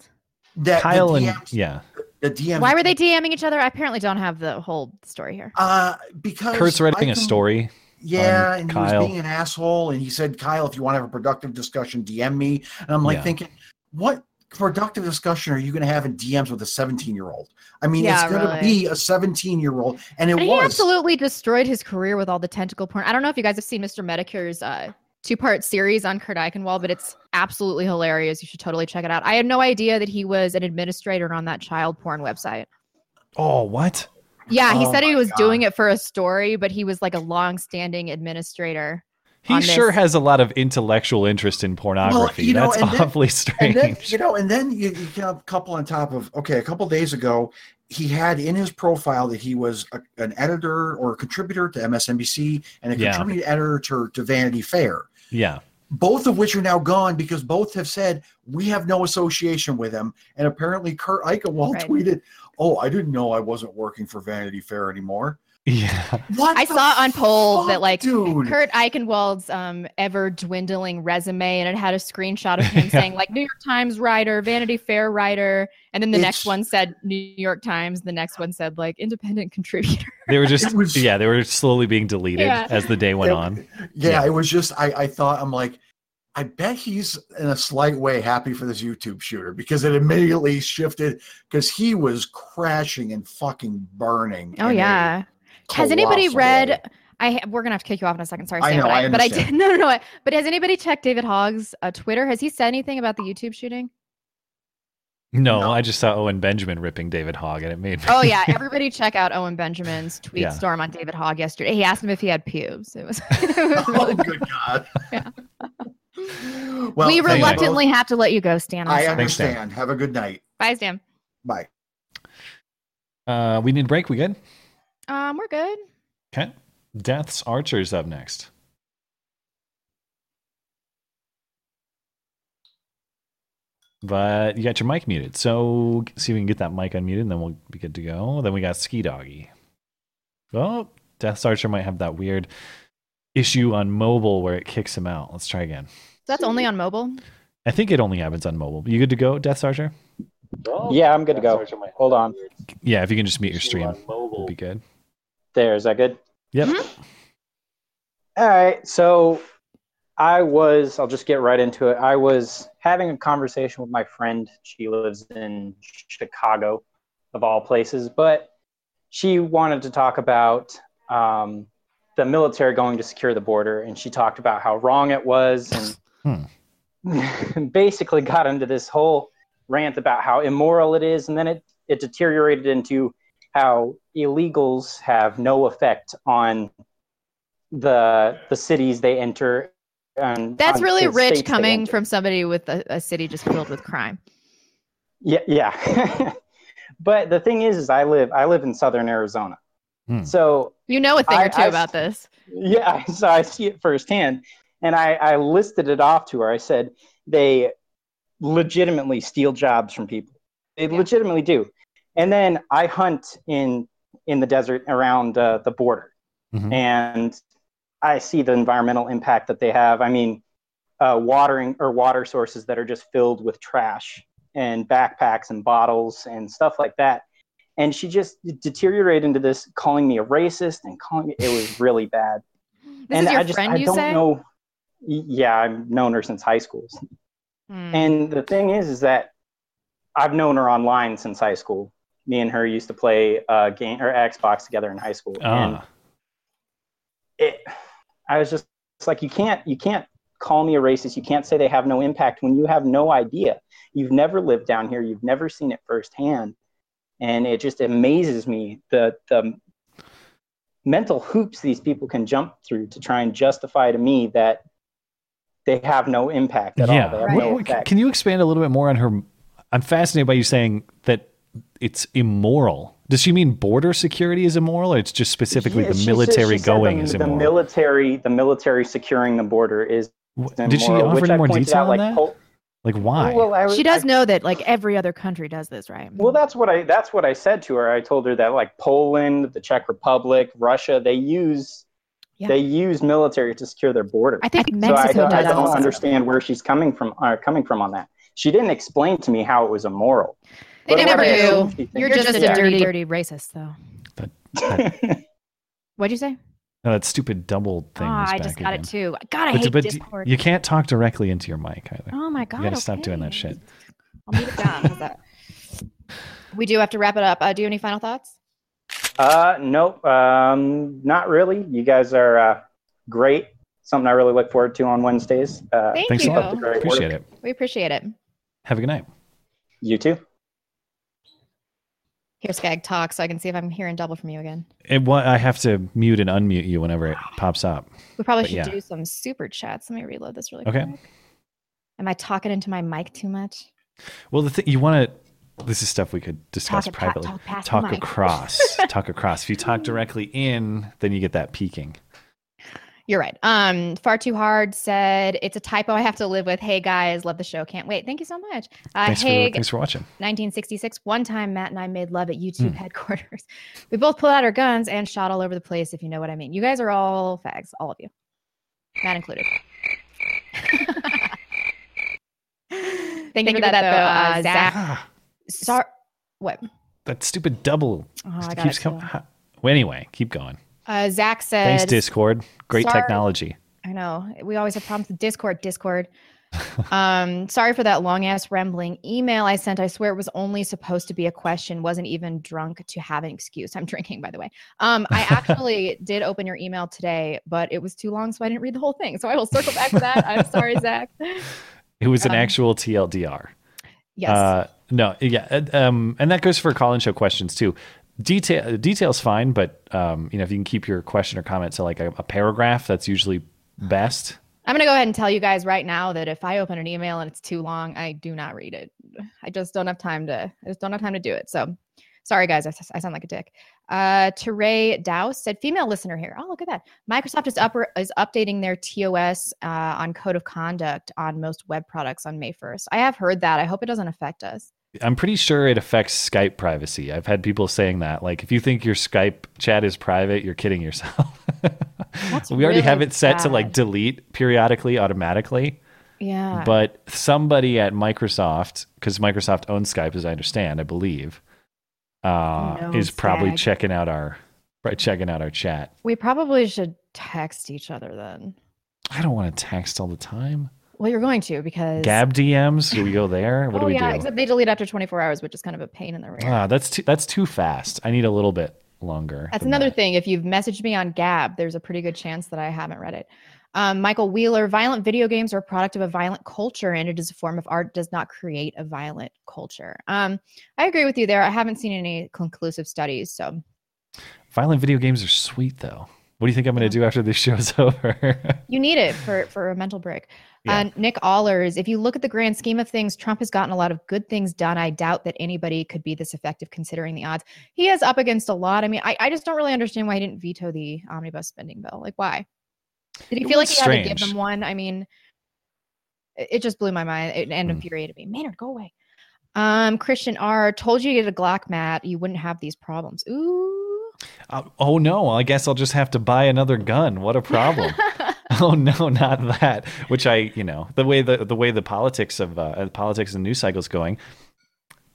S14: that
S3: Kyle and
S14: the DMs,
S3: yeah,
S14: the DMs.
S5: Why were they DMing each other? I apparently don't have the whole story here.
S14: Uh, because
S3: Kurt's writing
S14: I
S3: a
S14: can-
S3: story.
S14: Yeah,
S3: on
S14: and he
S3: Kyle.
S14: was being an asshole. And he said, Kyle, if you want to have a productive discussion, DM me. And I'm like
S3: Yeah.
S14: thinking, what productive discussion are you going to have in DMs with a 17 year old? I mean,
S5: Yeah,
S14: it's going to
S5: really.
S14: be a 17 year old, and it
S5: And he
S14: was.
S5: absolutely destroyed his career with all the tentacle porn. I don't know if you guys have seen Mr. Medicure's uh, two part series on Kurt Eichenwald, but it's absolutely hilarious. You should totally check it out. I had no idea that he was an administrator on that child porn website.
S3: Oh, what?
S5: Yeah, he
S3: Oh
S5: said he
S3: my
S5: was doing it for a story, but he was like a long standing administrator.
S3: He
S5: on
S3: sure
S5: this.
S3: has a lot of intellectual interest in pornography.
S14: you know,
S3: That's
S14: and then-
S3: awfully
S14: and
S3: strange.
S14: then you know, and then you, you get a couple on top of okay, a couple days ago, he had in his profile that he was a, an editor or a contributor to MSNBC and a
S3: Yeah.
S14: contributing editor to, to Vanity Fair.
S3: yeah.
S14: both of which are now gone because both have said we have no association with him. And apparently, Kurt Eichenwald tweeted, "Oh, I didn't know I wasn't working for Vanity Fair anymore."
S3: Yeah.
S5: I saw on polls that like
S14: dude?
S5: Kurt Eichenwald's um ever dwindling resume, and it had a screenshot of him
S3: Yeah.
S5: saying like New York Times writer, Vanity Fair writer, and then the next
S3: It's-
S5: one said New York Times, the next one said like independent contributor.
S3: They were just yeah, they were slowly being deleted
S5: Yeah.
S3: as the day went
S14: It-
S3: on.
S5: Mm-hmm.
S14: Yeah, it was just I, I thought I'm like, I bet he's in a slight way happy for this YouTube shooter because it immediately shifted because he was crashing and fucking burning.
S5: Oh
S14: in a
S5: yeah. Has anybody
S14: colossal way.
S5: read? I ha- we're gonna have to kick you off in a second. Sorry,
S14: I
S5: Sam,
S14: know,
S5: but
S14: I
S5: I, but I
S14: understand.
S5: did no, no, no. I- But has anybody checked David Hogg's uh, Twitter? Has he said anything about the YouTube shooting?
S3: No, I just saw Owen Benjamin ripping David Hogg, and it made me.
S5: Oh yeah, everybody check out Owen Benjamin's tweet
S3: Yeah.
S5: storm on David Hogg yesterday. He asked him if he had pubes. It was.
S14: Well,
S5: we
S14: thank you.
S5: reluctantly have to let you go, Stan. I'm
S14: I
S5: sorry.
S14: understand. Have a good night.
S5: Bye, Stan.
S14: Bye.
S3: Uh, we need a break. We good?
S5: Um, we're good.
S3: Okay. Death's Archer's up next. But you got your mic muted. So see if we can get that mic unmuted and then we'll be good to go. Then we got Ski Doggy. Oh, Death's Archer might have that weird issue on mobile where it kicks him out. Let's try again.
S5: So that's only on mobile.
S3: I think it only happens on mobile. You good to go, Death's Archer?
S16: Yeah, I'm good to go. Hold on.
S3: Yeah, if you can just mute your stream, it'd be good.
S16: There, is that good?
S3: Yep.
S16: All right. So I was, I'll just get right into it. I was having a conversation with my friend. She lives in Chicago, of all places, but she wanted to talk about um, the military going to secure the border. And she talked about how wrong it was and
S3: Hmm.
S16: basically got into this whole rant about how immoral it is, and then it, it deteriorated into how illegals have no effect on the the cities they enter. And
S5: That's
S16: on
S5: really
S16: the
S5: rich
S16: states they
S5: coming
S16: enter.
S5: from somebody with a, a city just filled with crime.
S16: Yeah, yeah. but the thing is, is I live I live in Southern Arizona, so
S5: You know a thing
S16: I-
S5: or two
S16: I-
S5: about this.
S16: yeah, so I see it firsthand. And I, I listed it off to her. I said, they legitimately steal jobs from people. They legitimately do. And then I hunt in in the desert around uh, the border, and I see the environmental impact that they have. I mean, uh, watering or water sources that are just filled with trash and backpacks and bottles and stuff like that. And she just deteriorated into this, calling me a racist and calling me. It was really bad.
S5: This
S16: and
S5: is your
S16: I just
S5: friend,
S16: I
S5: you
S16: don't
S5: say?
S16: know. Y- Yeah, I've known her since high school.
S5: Hmm.
S16: And the thing is, is that I've known her online since high school. Me and her used to play uh, game or Xbox together in high school. And
S3: Ah,
S16: it i was just it's like you can't you can't call me a racist you can't say they have no impact when you have no idea you've never lived down here you've never seen it firsthand and it just amazes me the the mental hoops these people can jump through to try and justify to me that they have no impact at all
S3: yeah.
S16: they have
S3: What-
S16: no
S3: what-
S16: effect
S3: can you expand a little bit more on her? I'm fascinated by you saying that it's immoral. Does she mean border security is immoral, or it's just specifically
S16: Yeah,
S3: the
S16: she said-
S3: military
S16: she said the-
S3: going is
S16: the,
S3: immoral?
S16: military the military securing the border is
S3: did she
S16: immoral,
S3: offer
S16: which
S3: any
S16: I
S3: more
S16: pointed
S3: detail
S16: out,
S3: on
S16: like,
S3: that?
S16: Pol-
S3: like why?
S16: Well, I was-
S5: She does know that like every other country does this, right?
S16: Well, that's what I that's what I said to her. I told her that like Poland, the Czech Republic, Russia, they use
S5: Yeah.
S16: they use military to secure their border.
S5: I think
S16: so I
S5: Mexico
S16: don't, I
S5: does
S16: don't
S5: also.
S16: understand where she's coming from uh, coming from on that. She didn't explain to me how it was immoral. But
S5: They never
S16: what I assume
S5: do.
S16: she thinks
S5: You're
S16: is
S5: just, a
S16: that-
S5: dirty, dirty racist, though. What'd you say?
S3: No, that stupid double thing.
S5: Ah,
S3: is
S5: I
S3: back
S5: just got it
S3: again.
S5: too. God, I
S3: But-
S5: hate
S3: but
S5: Discord.
S3: You can't talk directly into your mic either.
S5: Oh my
S3: you
S5: god!
S3: gotta stop doing that shit.
S5: I'll mute it down. How's Um, that? We do have to wrap it up. Uh, do you have any final thoughts?
S16: Uh, nope, um, not really. You guys are uh, great. Something I really look forward to on Wednesdays. Uh,
S5: Thank Thanks a
S16: keep
S5: lot.
S16: up the great work.
S3: Appreciate it.
S5: We appreciate it.
S3: Have a good night.
S16: You too.
S5: Here's Skag talk, so I can see if I'm hearing double from you again.
S3: It, wa- I have to mute and unmute you whenever it pops up.
S5: We probably
S3: But
S5: should
S3: yeah.
S5: do some super chats. Let me reload this really
S3: Okay.
S5: quick. Am I talking into my mic too much?
S3: Well, the thing you want to this is stuff we could discuss
S5: Talk- talk-
S3: privately.
S5: talk past the mic.
S3: across, talk across. If you talk directly in, then you get that peaking.
S5: You're right. Um, far too hard said it's a typo I have to live with. Hey guys, love the show. Can't wait. Thank you so much. Uh,
S3: Thanks for-
S5: Haig,
S3: thanks for watching.
S5: 1966. One time, Matt and I made love at YouTube
S3: Hmm.
S5: headquarters. We both pulled out our guns and shot all over the place. If you know what I mean. You guys are all fags, all of you, Matt included. Thank, you for that, though, uh, Zach.
S3: Ah.
S5: Sorry. What?
S3: That stupid double
S5: Oh, I
S3: it
S5: got
S3: keeps
S5: it
S3: coming. Well, anyway, keep going.
S5: Uh, Zach said.
S3: Thanks, Discord. Great
S5: Sorry.
S3: technology.
S5: I know. We always have problems with Discord. Discord. um, sorry for that long ass rambling email I sent. I swear it was only supposed to be a question. Wasn't even drunk to have an excuse. I'm drinking, by the way. Um, I actually did open your email today, but it was too long, so I didn't read the whole thing. So I will circle back to that. I'm sorry, Zach.
S3: It was an
S5: Um,
S3: actual TLDR.
S5: Yes.
S3: Uh, no, yeah, and, um, and that goes for Colin show questions too. Detail details fine, but um, you know if you can keep your question or comment to like a, a paragraph, that's usually best.
S5: I'm going to go ahead and tell you guys right now that if I open an email and it's too long, I do not read it. I just don't have time to. I just don't have time to do it. So, sorry guys, I, s- I sound like a dick. Uh, Teray Douse said, "Female listener here. Oh, look at that. Microsoft is upper, is updating their TOS uh, on code of conduct on most web products on May 1st. I have heard that. I hope it doesn't affect us.
S3: I'm pretty sure it affects Skype privacy. I've had people saying that. Like, if you think your Skype chat is private, you're kidding yourself. we already
S5: really
S3: have it set to like
S5: bad.
S3: delete periodically automatically.
S5: Yeah.
S3: But somebody at Microsoft, because Microsoft owns Skype, as I understand, I believe, uh,
S5: No,
S3: is probably
S5: Zach.
S3: checking out our probably checking out our chat.
S5: we probably should text each other then.
S3: I don't want to text all the time.
S5: Well, you're going to because
S3: Gab DMs? Do we go there? What
S5: oh
S3: do we
S5: yeah,
S3: do?
S5: except they delete after 24 hours, which is kind of a pain in the rear.
S3: Ah, that's too that's too fast. I need a little bit longer.
S5: That's
S3: than
S5: another thing. If you've messaged me on Gab, there's a pretty good chance that I haven't read it. Um, Michael Wheeler, violent video games are a product of a violent culture, and it is a form of art, does not create a violent culture. Um, I agree with you there. I haven't seen any conclusive studies. So,
S3: Violent video games are sweet, though. What do you think I'm going to do after this show's over?
S5: You need it for for a mental break.
S3: Yeah.
S5: And Nick Allers, if you look at the grand scheme of things, Trump has gotten a lot of good things done. I doubt that anybody could be this effective considering the odds. He is up against a lot. I mean, I, I just don't really understand why he didn't veto the omnibus spending bill. Like, why? Did he
S3: It
S5: feel like
S3: was
S5: he had to give
S3: strange.
S5: them one? I mean, it, it just blew my mind it,
S3: Hmm.
S5: and infuriated me. Maynard, go away. Um, Christian R. told you to get a Glock, Matt. You wouldn't have these problems. Ooh.
S3: Uh, oh no, I guess I'll just have to buy another gun. What a problem. oh no, not that. Which I, you know, the way the the way the politics of uh, uh, politics and news cycles going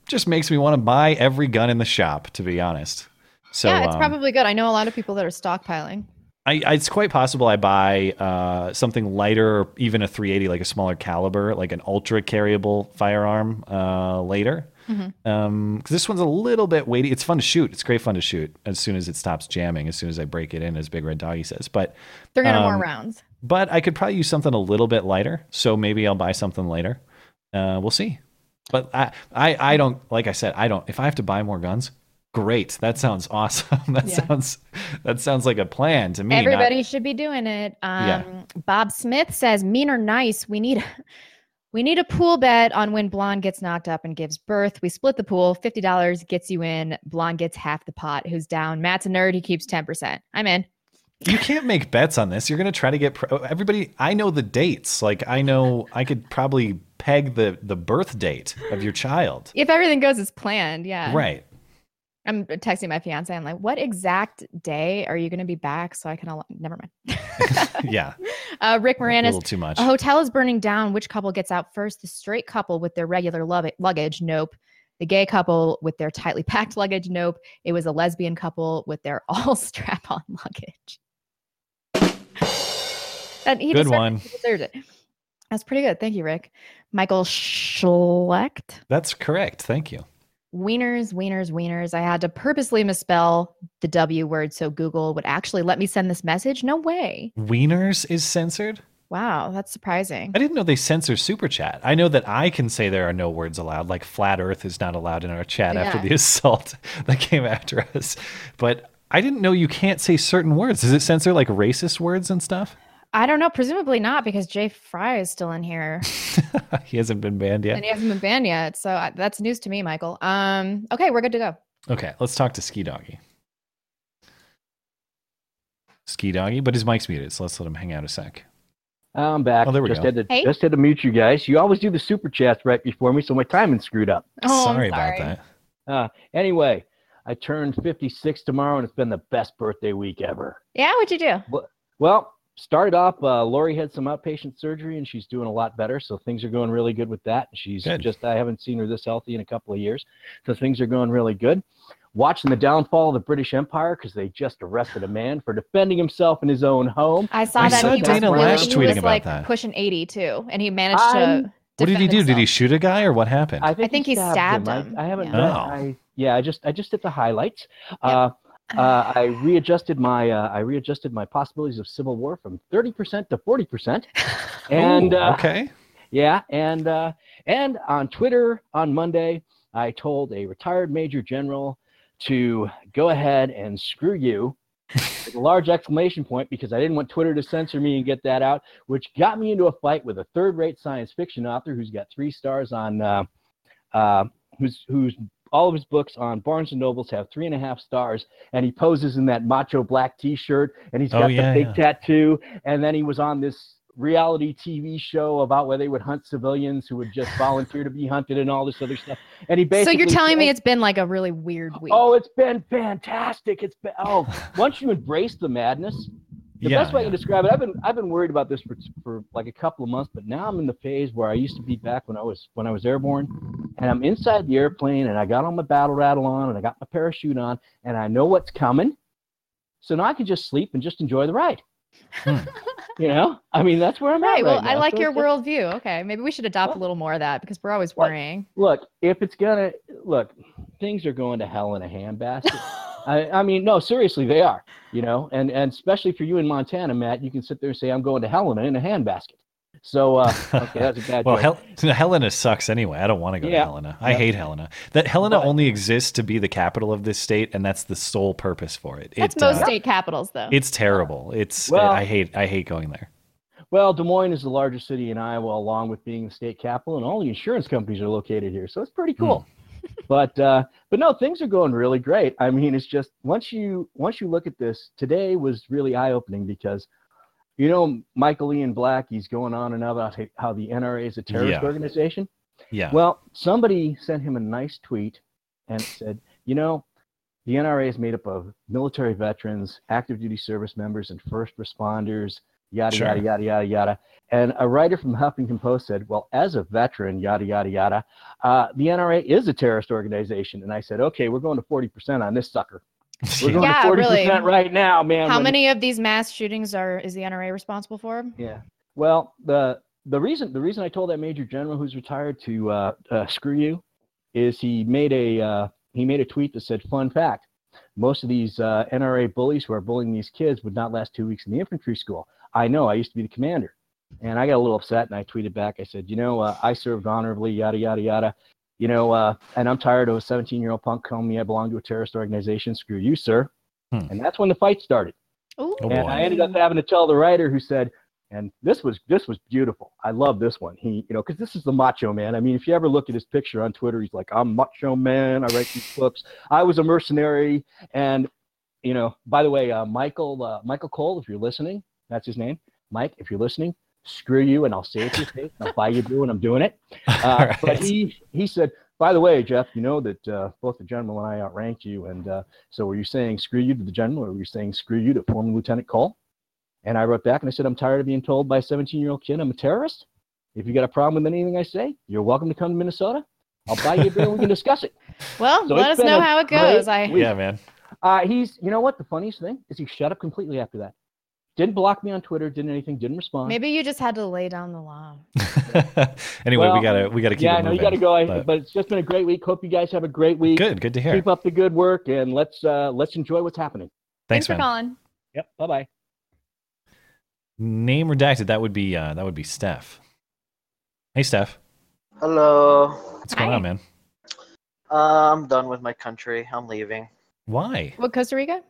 S3: just makes me want to buy every gun in the shop to be honest. So
S5: yeah, it's
S3: um,
S5: probably good. I know a lot of people that are stockpiling.
S3: I, I- it's quite possible I buy uh, something lighter, or even a 380, like a smaller caliber, like an ultra carryable firearm uh, later.
S5: Mhm.
S3: Um, 'cause this one's a little bit weighty. It's fun to shoot. It's great fun to shoot as soon as it stops jamming, as soon as I break it in, as Big Red Doggy says. But
S5: They're gonna more
S3: um,
S5: rounds.
S3: But I could probably use something a little bit lighter. So maybe I'll buy something later. Uh, we'll see. But I, I, I don't like I said. I don't. If I have to buy more guns, great. That sounds awesome. that sounds that sounds like a plan to me. not-
S5: Everybody should be doing it. Um,
S3: Yeah.
S5: Bob Smith says, "Mean or nice, we need we need a pool bet on when Blonde gets knocked up and gives birth. We split the pool. Fifty dollars gets you in. Blonde gets half the pot. Who's down? Matt's a nerd. He keeps ten percent. I'm in.
S3: you can't make bets on this. You're going to try to get pro- everybody. I know the dates. Like I know I could probably peg the the birth date of your child.
S5: If everything goes as planned, yeah.
S3: Right.
S5: I'm texting my fiance. I'm like, what exact day are you going to be back so I can? Al- Never mind.
S3: Yeah.
S5: Uh, Rick Moranis.
S3: little too much.
S5: A hotel is burning down. Which couple gets out first? The straight couple with their regular lug- luggage. Nope. The gay couple with their tightly packed luggage. Nope. It was a lesbian couple with their all strap on luggage. That he
S3: Good
S5: deserved it.
S3: one.
S5: He deserved it. That's pretty good. Thank you, Rick. Michael Schlecht.
S3: That's correct. Thank you.
S5: Wieners, wieners, wieners. I had to purposely misspell the W word so Google would actually let me send this message. No way.
S3: Wieners is censored.
S5: Wow, that's surprising.
S3: I didn't know they censor super chat. I know that I can say there are no words allowed. Like flat Earth is not allowed in our chat after
S5: Yeah.
S3: the assault that came after us. But I didn't know you can't say certain words. Does it censor like racist words and stuff?
S5: I don't know. Presumably not because Jay Fry is still in here
S3: he hasn't been banned
S5: and
S3: yet.
S5: he hasn't been banned yet. So I, that's news to me, Michael. Um, okay, we're good to go.
S3: Okay, let's talk to Ski Doggy. Ski Doggy, but his mic's muted, so let's let him hang out a sec.
S17: I'm back.
S3: Oh, there we
S17: just
S3: go.
S17: Had to,
S3: Hey.
S17: Just had to mute you guys. You always do the super chats right before me, so my timing screwed up.
S3: Oh, I'm Sorry about sorry. that.
S17: Uh, anyway, I turned 56 tomorrow, and it's been the best birthday week ever.
S5: Yeah, what'd you do?
S17: Well, well started off, uh, Lori had some outpatient surgery, and she's doing a lot better. So things are going really good with that. She's just, I haven't seen her this healthy in a couple of years. So things are going really good. Watching the downfall of the British Empire because they just arrested a man for defending himself in his own home.
S5: I saw that he was really, he was like pushing 80 too, and he managed to.
S3: What did he
S5: defend
S3: do? Did
S5: himself.
S3: he shoot a guy or what happened?
S17: I
S5: I think he stabbed him.
S17: I, I haven't.
S3: Yeah.
S17: Yeah.
S3: Oh.
S17: I, yeah, I just I just hit the highlights. Uh, uh, I readjusted my uh, I readjusted my possibilities of civil war from thirty percent to forty percent, and
S3: Ooh,
S17: uh,
S3: okay.
S17: yeah, and uh, and on Twitter on Monday, I told a retired major general to go ahead and screw you. with a large exclamation point because I didn't want Twitter to censor me and get that out, which got me into a fight with a third-rate science fiction author who's got three stars on uh, uh, who's who's all of his books on Barnes and Nobles have three and a half stars, and he poses in that macho black T-shirt, and he's
S3: Oh,
S17: got
S3: yeah,
S17: the big
S3: yeah.
S17: tattoo, and then he was on this reality TV show about where they would hunt civilians who would just volunteer to be hunted and all this other stuff, and he
S5: So
S17: basically
S5: you're telling me
S17: said-
S5: it's been like a really weird week.
S17: Oh, it's been fantastic. It's been oh, once you embrace the madness, the
S5: Yeah,
S17: best way I can describe it. I've been I've been worried about this for, for like a couple of months, but now I'm in the phase where I used to be back when I was when I was airborne, and I'm inside the airplane, and I got on my battle rattle on, and I got my parachute on, and I know what's coming, so now I can just sleep and just enjoy the ride. you know, I mean that's where I'm at.
S5: Hmm. Right. Well,
S17: right
S5: I
S17: now.
S5: like
S17: So
S5: your
S17: it's just-
S5: worldview. Okay. Maybe we should adopt a little more of that because we're always worrying.
S17: Look, if it's gonna look, things are going to hell in a handbasket. I, I mean, no, seriously, they are. You know, and and especially for you in Montana, Matt, you can sit there and say, "I'm going to hell in a, in a handbasket." So, uh, okay, that's a bad.
S3: Well,
S17: joke.
S3: Hel- Helena sucks anyway. I don't want to go
S17: Yeah.
S3: to Helena. I
S17: Yeah.
S3: hate Helena. That Helena only exists to be the capital of this state, and that's the sole purpose for it.
S5: That's
S3: it,
S5: most
S3: uh,
S5: state capitals, though.
S3: It's terrible. It's
S17: Well-
S3: I hate I hate going there.
S17: Well, Des Moines is the largest city in Iowa, along with being the state capital, and all the insurance companies are located here. So it's pretty cool. but uh, but no, things are going really great. I mean, it's just once you once you look at this, today was really eye opening because, you know, Michael Ian Black, he's going on and on about how the NRA is a terrorist
S3: Yeah.
S17: organization.
S3: Yeah.
S17: Well, somebody sent him a nice tweet and said, you know, the NRA is made up of military veterans, active duty service members, and first responders, yada,
S3: Sure.
S17: yada, yada, yada, yada. And a writer from Huffington Post said, well, as a veteran, yada, yada, yada, uh, the NRA is a terrorist organization. And I said, okay, we're going to 40% on this sucker. We're going
S5: Yeah,
S17: to 40%
S5: really.
S17: right now, man.
S5: How
S17: when-
S5: many of these mass shootings are is the NRA responsible for?
S17: yeah. Well, the the reason the reason I told that major general who's retired to uh, uh, screw you is he made a uh, he made a tweet that said, "Fun fact: most of these uh, NRA bullies who are bullying these kids would not last two weeks in the infantry school." I know. I used to be the commander, and I got a little upset, and I tweeted back. I said, "You know, uh, I served honorably. Yada yada yada." You know, uh, and I'm tired of a 17 year old punk telling me I belong to a terrorist organization. Screw you, sir. And that's when the fight started and I ended up having to tell the writer who said, and this was this was beautiful. I love this one. He, you know, because this is the macho man. I mean, if you ever look at his picture on Twitter, he's like, "I'm macho man. I write these books. I was a mercenary." And you know, by the way, uh, Michael uh, Michael Cole, if you're listening, that's his name. Mike, if you're listening, screw you, and I'll say it to your face. and I'll buy you brew, and I'm doing it. Uh, But he he said, by the way, Jeff, you know that uh, both the general and I outranked you, and uh, so were you saying screw you to the general, or were you saying screw you to former Lieutenant Cole? And I wrote back and I said, I'm tired of being told by a 17 year old kid I'm a terrorist. If you got a problem with anything I say, you're welcome to come to Minnesota. I'll buy you a beer and we can discuss it.
S5: Well,
S17: So
S5: Oh, let us
S17: it's been
S5: know
S17: a
S5: how it
S17: great
S5: goes. I
S17: week.
S3: Yeah, man.
S17: Uh, he's, you know what? The funniest thing is he shut up completely after that. Didn't block me on Twitter, didn't anything, didn't respond.
S5: maybe you just had to lay down the law.
S3: Anyway, we
S17: Well,
S3: gotta we gotta keep
S17: yeah,
S3: it
S17: no,
S3: moving.
S17: you gotta go. I, but,
S3: but-
S17: it's just been a great week. Hope you guys have a great week.
S3: Good, good to hear.
S17: Keep up the good work, and let's uh, let's enjoy what's happening.
S3: Thanks, Thanks for man.
S5: calling.
S17: Yep. Bye bye.
S3: Name redacted. That would be uh, that would be Steph. Hey, Steph.
S18: Hello.
S3: What's going on, man?
S18: Uh, I'm done with my country. I'm leaving.
S3: Why?
S5: What Costa Rica?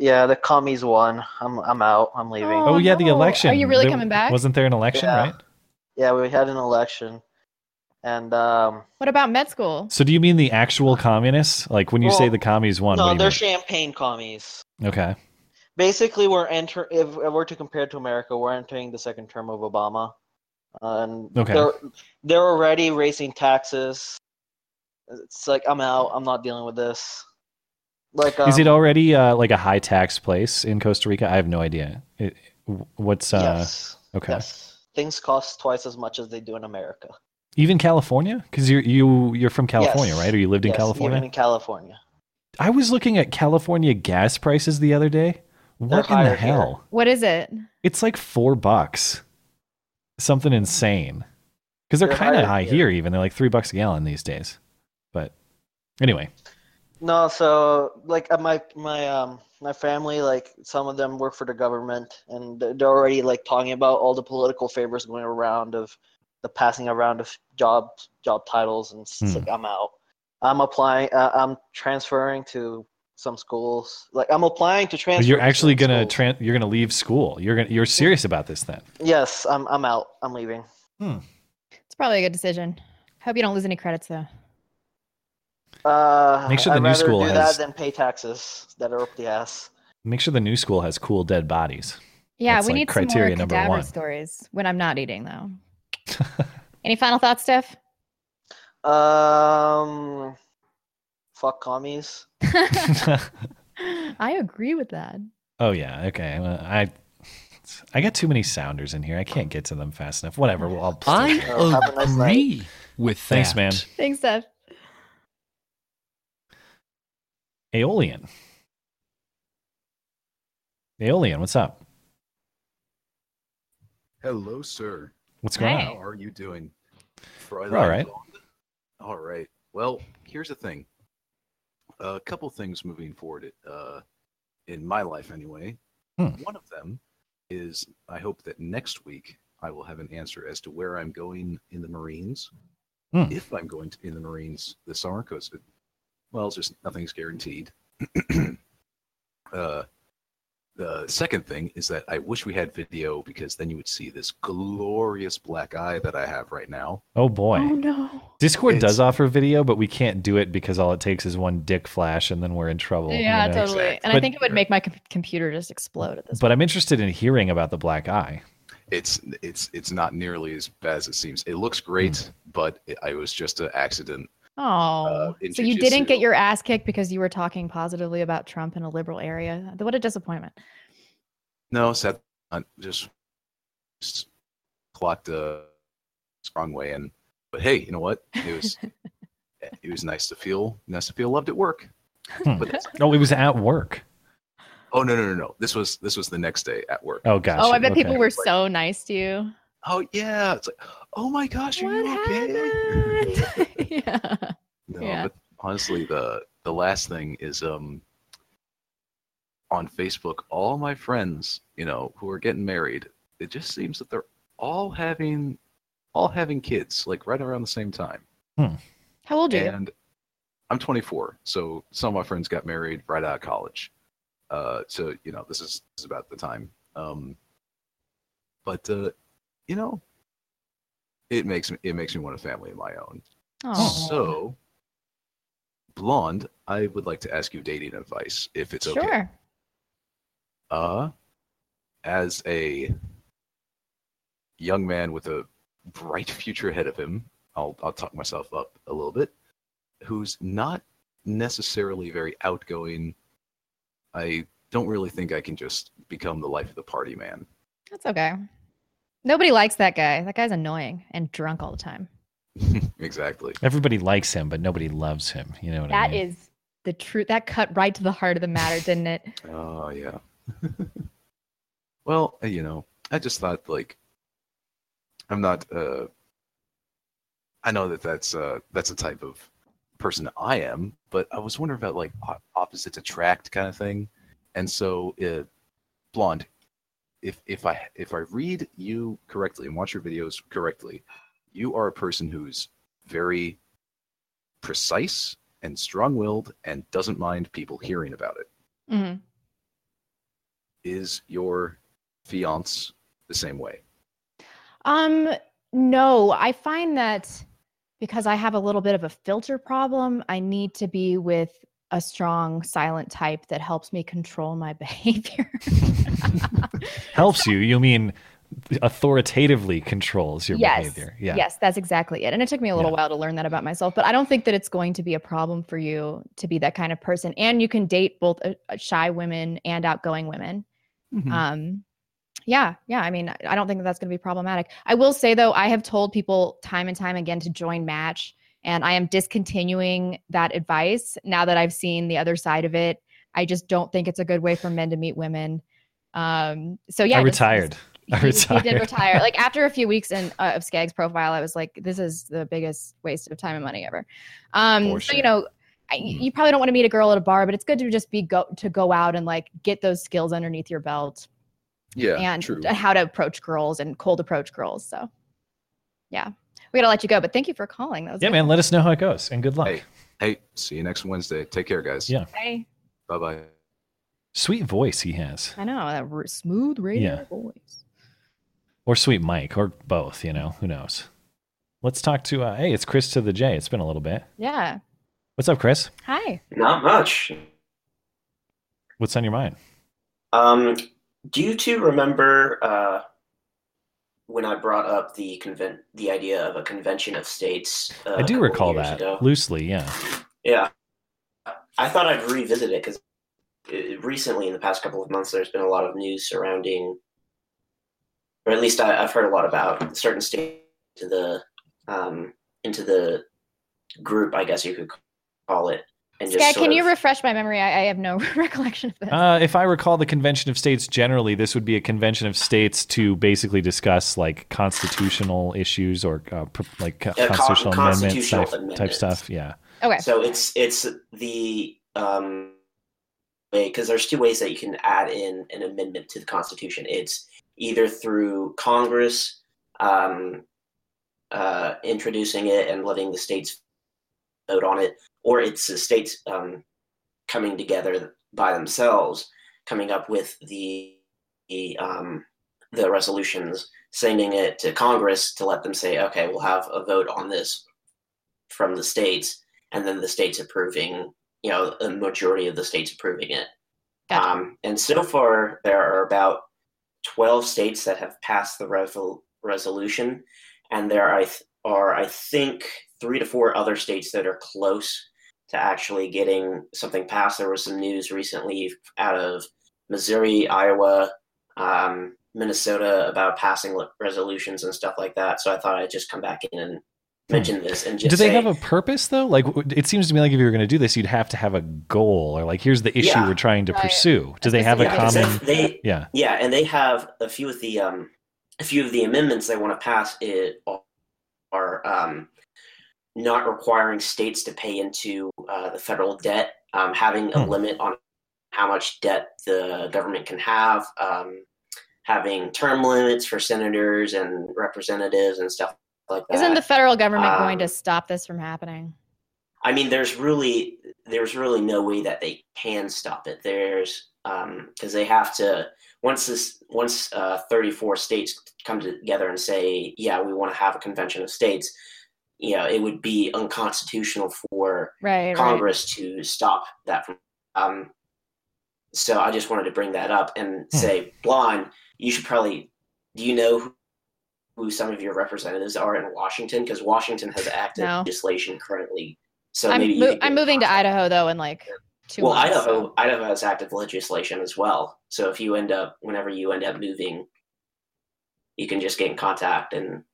S18: Yeah, the commies won. I'm I'm out. I'm leaving.
S3: Oh, yeah, the election.
S5: Are you really
S3: There-
S5: coming back?
S3: Wasn't there an election,
S18: Yeah.
S3: right?
S18: Yeah, we had an election, and um.
S5: What about med school?
S3: So do you mean the actual communists? Like when you say
S18: Uh, Well,
S3: the commies won?
S18: no,
S3: what do
S18: they're
S3: you
S18: champagne commies.
S3: mean? Okay.
S18: basically we're enter if we're to compare it to America, we're entering the second term of Obama, Uh, and
S3: Okay.
S18: they're they're already raising taxes. It's like I'm out. I'm not dealing with this. Like um,
S3: Is it already uh, like a high tax place in Costa Rica? I have no idea. It, what's uh,
S18: Yes.
S3: okay?
S18: things cost twice as much as they do in America?
S3: Even California? Because you you you're from California,
S18: Yes.
S3: right? Or you lived in
S18: Yes,
S3: California?
S18: Even in California,
S3: I was looking at California gas prices the other day.
S18: They're
S3: What in the
S18: higher here.
S3: hell?
S5: What is it?
S3: It's like four bucks. Something insane. Because they're,
S18: They're
S3: kind of high
S18: higher
S3: here, even. They're like three bucks a gallon these days. But anyway,
S18: no. So like uh, my my um my family, like some of them work for the government, and they're they're already like talking about all the political favors going around of the passing around of job job titles, and it's
S3: Hmm.
S18: like I'm out. I'm applying. Uh, I'm transferring to some schools. Like I'm applying to transfer.
S3: you're
S18: to some
S3: actually gonna
S18: schools.
S3: tran you're gonna leave school. You're gonna you're serious about this then.
S18: Yes, I'm. I'm out. I'm leaving.
S5: It's probably a good decision. Hope you don't lose any credits though.
S18: Uh,
S3: Make sure the
S18: I'd
S3: new
S18: rather
S3: school
S18: do
S3: has-
S18: that than pay taxes that are up the ass.
S3: Make sure the new school has cool dead bodies.
S5: Yeah,
S3: That's
S5: we
S3: like
S5: need some more
S3: criteria number
S5: cadaver
S3: one.
S5: stories when I'm not eating though. any final thoughts, Steph?
S18: Um, fuck commies.
S5: I agree with that.
S3: Oh yeah, okay. Well, I I got too many sounders in here. I can't get to them fast enough. Whatever. Well, I'll
S19: I agree with that.
S3: Thanks, man.
S5: Thanks, Steph.
S3: Aeolian. Aeolian, what's up?
S20: Hello, sir.
S3: What's going on?
S20: How are you doing? Friday
S3: We're all right.
S20: Dawn. All right. Well, here's the thing. A couple things moving forward uh, in my life, anyway.
S3: Hmm.
S20: One of them is I hope that next week I will have an answer as to where I'm going in the Marines,
S3: Hmm.
S20: if I'm going to, in the Marines this summer, because well, it's just nothing's guaranteed. uh, the second thing is that I wish we had video because then you would see this glorious black eye that I have right now.
S3: Oh boy.
S5: no.
S3: Discord
S20: It's-
S3: does offer video, but we can't do it because all it takes is one dick flash and then we're in trouble. you
S5: yeah,
S3: know?
S5: totally. And I
S3: But-
S5: think it would make my com- computer just explode at this.
S3: But I'm interested in hearing about the black eye.
S20: It's it's it's not nearly as bad as it seems. It looks great, but it, I was just an accident.
S5: Oh,
S20: in
S5: so you didn't
S20: jujitsu.
S5: get your ass kicked because you were talking positively about Trump in a liberal area. What a disappointment.
S20: No, Seth uh, just, just clocked a strong way in. But hey, you know what? It was it was nice to feel nice to feel loved at work.
S3: Hmm. No, it was at work.
S20: Oh no no no no! This was this was the next day at work.
S3: Oh, gotcha.
S5: oh, I bet
S3: Okay.
S5: people were so nice to you.
S20: Oh yeah, it's like, oh my gosh,
S5: are you okay? yeah.
S20: No,
S5: Yeah.
S20: but honestly, the the last thing is um on Facebook, all my friends, you know, who are getting married, it just seems that they're all having all having kids like right around the same time.
S3: Hmm.
S5: How old are you?
S20: And I'm 24, so some of my friends got married right out of college. Uh, so you know, this is, this is about the time. Um, but uh, you know, it makes me it makes me want a family of my own.
S5: Oh.
S20: So, blonde, I would like to ask you dating advice, if it's okay.
S5: Sure.
S20: Uh, as a young man with a bright future ahead of him, I'll I'll talk myself up a little bit. Who's not necessarily very outgoing. I don't really think I can just become the life of the party man.
S5: That's okay. Nobody likes that guy. That guy's annoying and drunk all the time.
S20: Exactly.
S3: Everybody likes him, but nobody loves him. You know what I
S5: That
S3: mean?
S5: is the truth. That cut right to the heart of the matter, didn't it?
S20: Oh yeah. well, uh, you know, I just thought like I'm not uh I know that that's uh that's a type of person I am, but I was wondering about like o- opposites attract kind of thing. And so uh blonde if if I if I read you correctly and watch your videos correctly, you are a person who's very precise and strong-willed and doesn't mind people hearing about it
S5: hmm
S20: is your fiance the same way?
S5: Um, no, I find that because I have a little bit of a filter problem, I need to be with a strong silent type that helps me control my behavior.
S3: Helps you. You mean authoritatively controls your
S5: yes.
S3: behavior. Yeah.
S5: Yes, that's exactly it. And it took me a little while to learn that about myself, but I don't think that it's going to be a problem for you to be that kind of person. And you can date both uh, uh, shy women and outgoing women.
S3: Mm-hmm.
S2: Mhm.
S5: Um, yeah, yeah. I mean, I- I don't think that that's going to be problematic. I will say though, I have told people time and time again to join Match, and I am discontinuing that advice now that I've seen the other side of it. I just don't think it's a good way for men to meet women. Um, so yeah,
S3: I
S5: just-
S3: retired. I
S5: he-
S3: retired.
S5: He did retire. Like after a few weeks in, uh, of Skag's profile, I was like, "This is the biggest waste of time and money ever." Um,
S2: For
S5: So you know, I, you probably don't want to meet a girl at a bar, but it's good to just be go to go out and like get those skills underneath your belt
S2: Yeah.
S5: and how to approach girls and cold approach girls. So, yeah, we gotta let you go, but thank you for calling. That was
S3: yeah,
S5: good.
S3: man. Let us know how it goes and good luck.
S20: Hey, see you next Wednesday. Take care, guys.
S3: Yeah.
S5: Hey,
S20: Bye bye.
S3: Sweet voice he has,
S5: I know that r- smooth radio
S3: Yeah.
S5: voice.
S3: or sweet Mike, or both. You know, who knows? Let's talk to. Uh, hey, it's Chris to the J. It's been a little bit.
S5: Yeah.
S3: What's up, Chris?
S5: Hi.
S21: Not much.
S3: What's on your mind?
S21: Um, do you two remember uh, when I brought up the convent, the idea of a convention of states? Uh,
S3: I do
S21: a couple
S3: recall
S21: years
S3: that
S21: ago?
S3: loosely. Yeah.
S21: Yeah, I thought I'd revisit it because recently, in the past couple of months, there's been a lot of news surrounding, or at least I, I've heard a lot about certain states into the um, into the group, I guess you could call it. And just
S5: Skag,
S21: sort
S5: can
S21: of-
S5: you refresh my memory? I, I have no recollection of this.
S3: Uh, if I recall the Convention of States generally, this would be a convention of states to basically discuss like constitutional issues or uh, pr- like co-
S21: Yeah, con-
S3: constitutional, amendments,
S21: constitutional
S3: type, type
S21: amendments.
S3: stuff. Yeah.
S5: Okay.
S21: So it's it's the um way because there's two ways that you can add in an amendment to the Constitution. It's either through Congress um, uh, introducing it and letting the states vote on it, or it's the states um, coming together by themselves, coming up with the the, um, the resolutions, sending it to Congress to let them say, okay, we'll have a vote on this from the states, and then the states approving, you know, a majority of the states approving it. Um, and so far, there are about 12 states that have passed the resol- resolution, and there are, I th- are, I think, three to four other states that are close to actually getting something passed. There was some news recently out of Missouri, Iowa, um, Minnesota about passing le- resolutions and stuff like that. So I thought I'd just come back in and mention this and just
S3: Hmm. do they
S21: say,
S3: have a purpose though? Like w- it seems to me like if you were going to do this, you'd have to have a goal or like here's the issue
S21: Yeah.
S3: we're trying to
S21: Right.
S3: pursue. Do they have a
S21: Yeah, 'cause
S3: common?
S21: if they-
S3: yeah.
S21: yeah, and they have a few of the um, a few of the amendments they want to pass it are um, not requiring states to pay into uh, the federal debt, um, having a
S2: Hmm.
S21: limit on how much debt the government can have, um, having term limits for senators and representatives and stuff like that.
S5: Isn't the federal government going to
S21: Um,
S5: stop this from happening?
S21: I mean, there's really there's really no way that they can stop it. There's because they have to once this once uh, 34 states come together and say, yeah, we want to have a convention of states. You know, it would be unconstitutional for
S5: Right, right.
S21: Congress to stop that from. Um, so I just wanted to bring that up and say, Blonde, you should probably do you know who, who some of your representatives are in Washington? Because Washington has active
S5: No.
S21: legislation currently. So maybe
S5: I'm,
S21: you
S5: mo-
S21: could-
S5: I'm moving to Idaho though in like two
S21: well,
S5: months.
S21: Idaho, Idaho has active legislation as well. So if you end up, whenever you end up moving, you can just get in contact and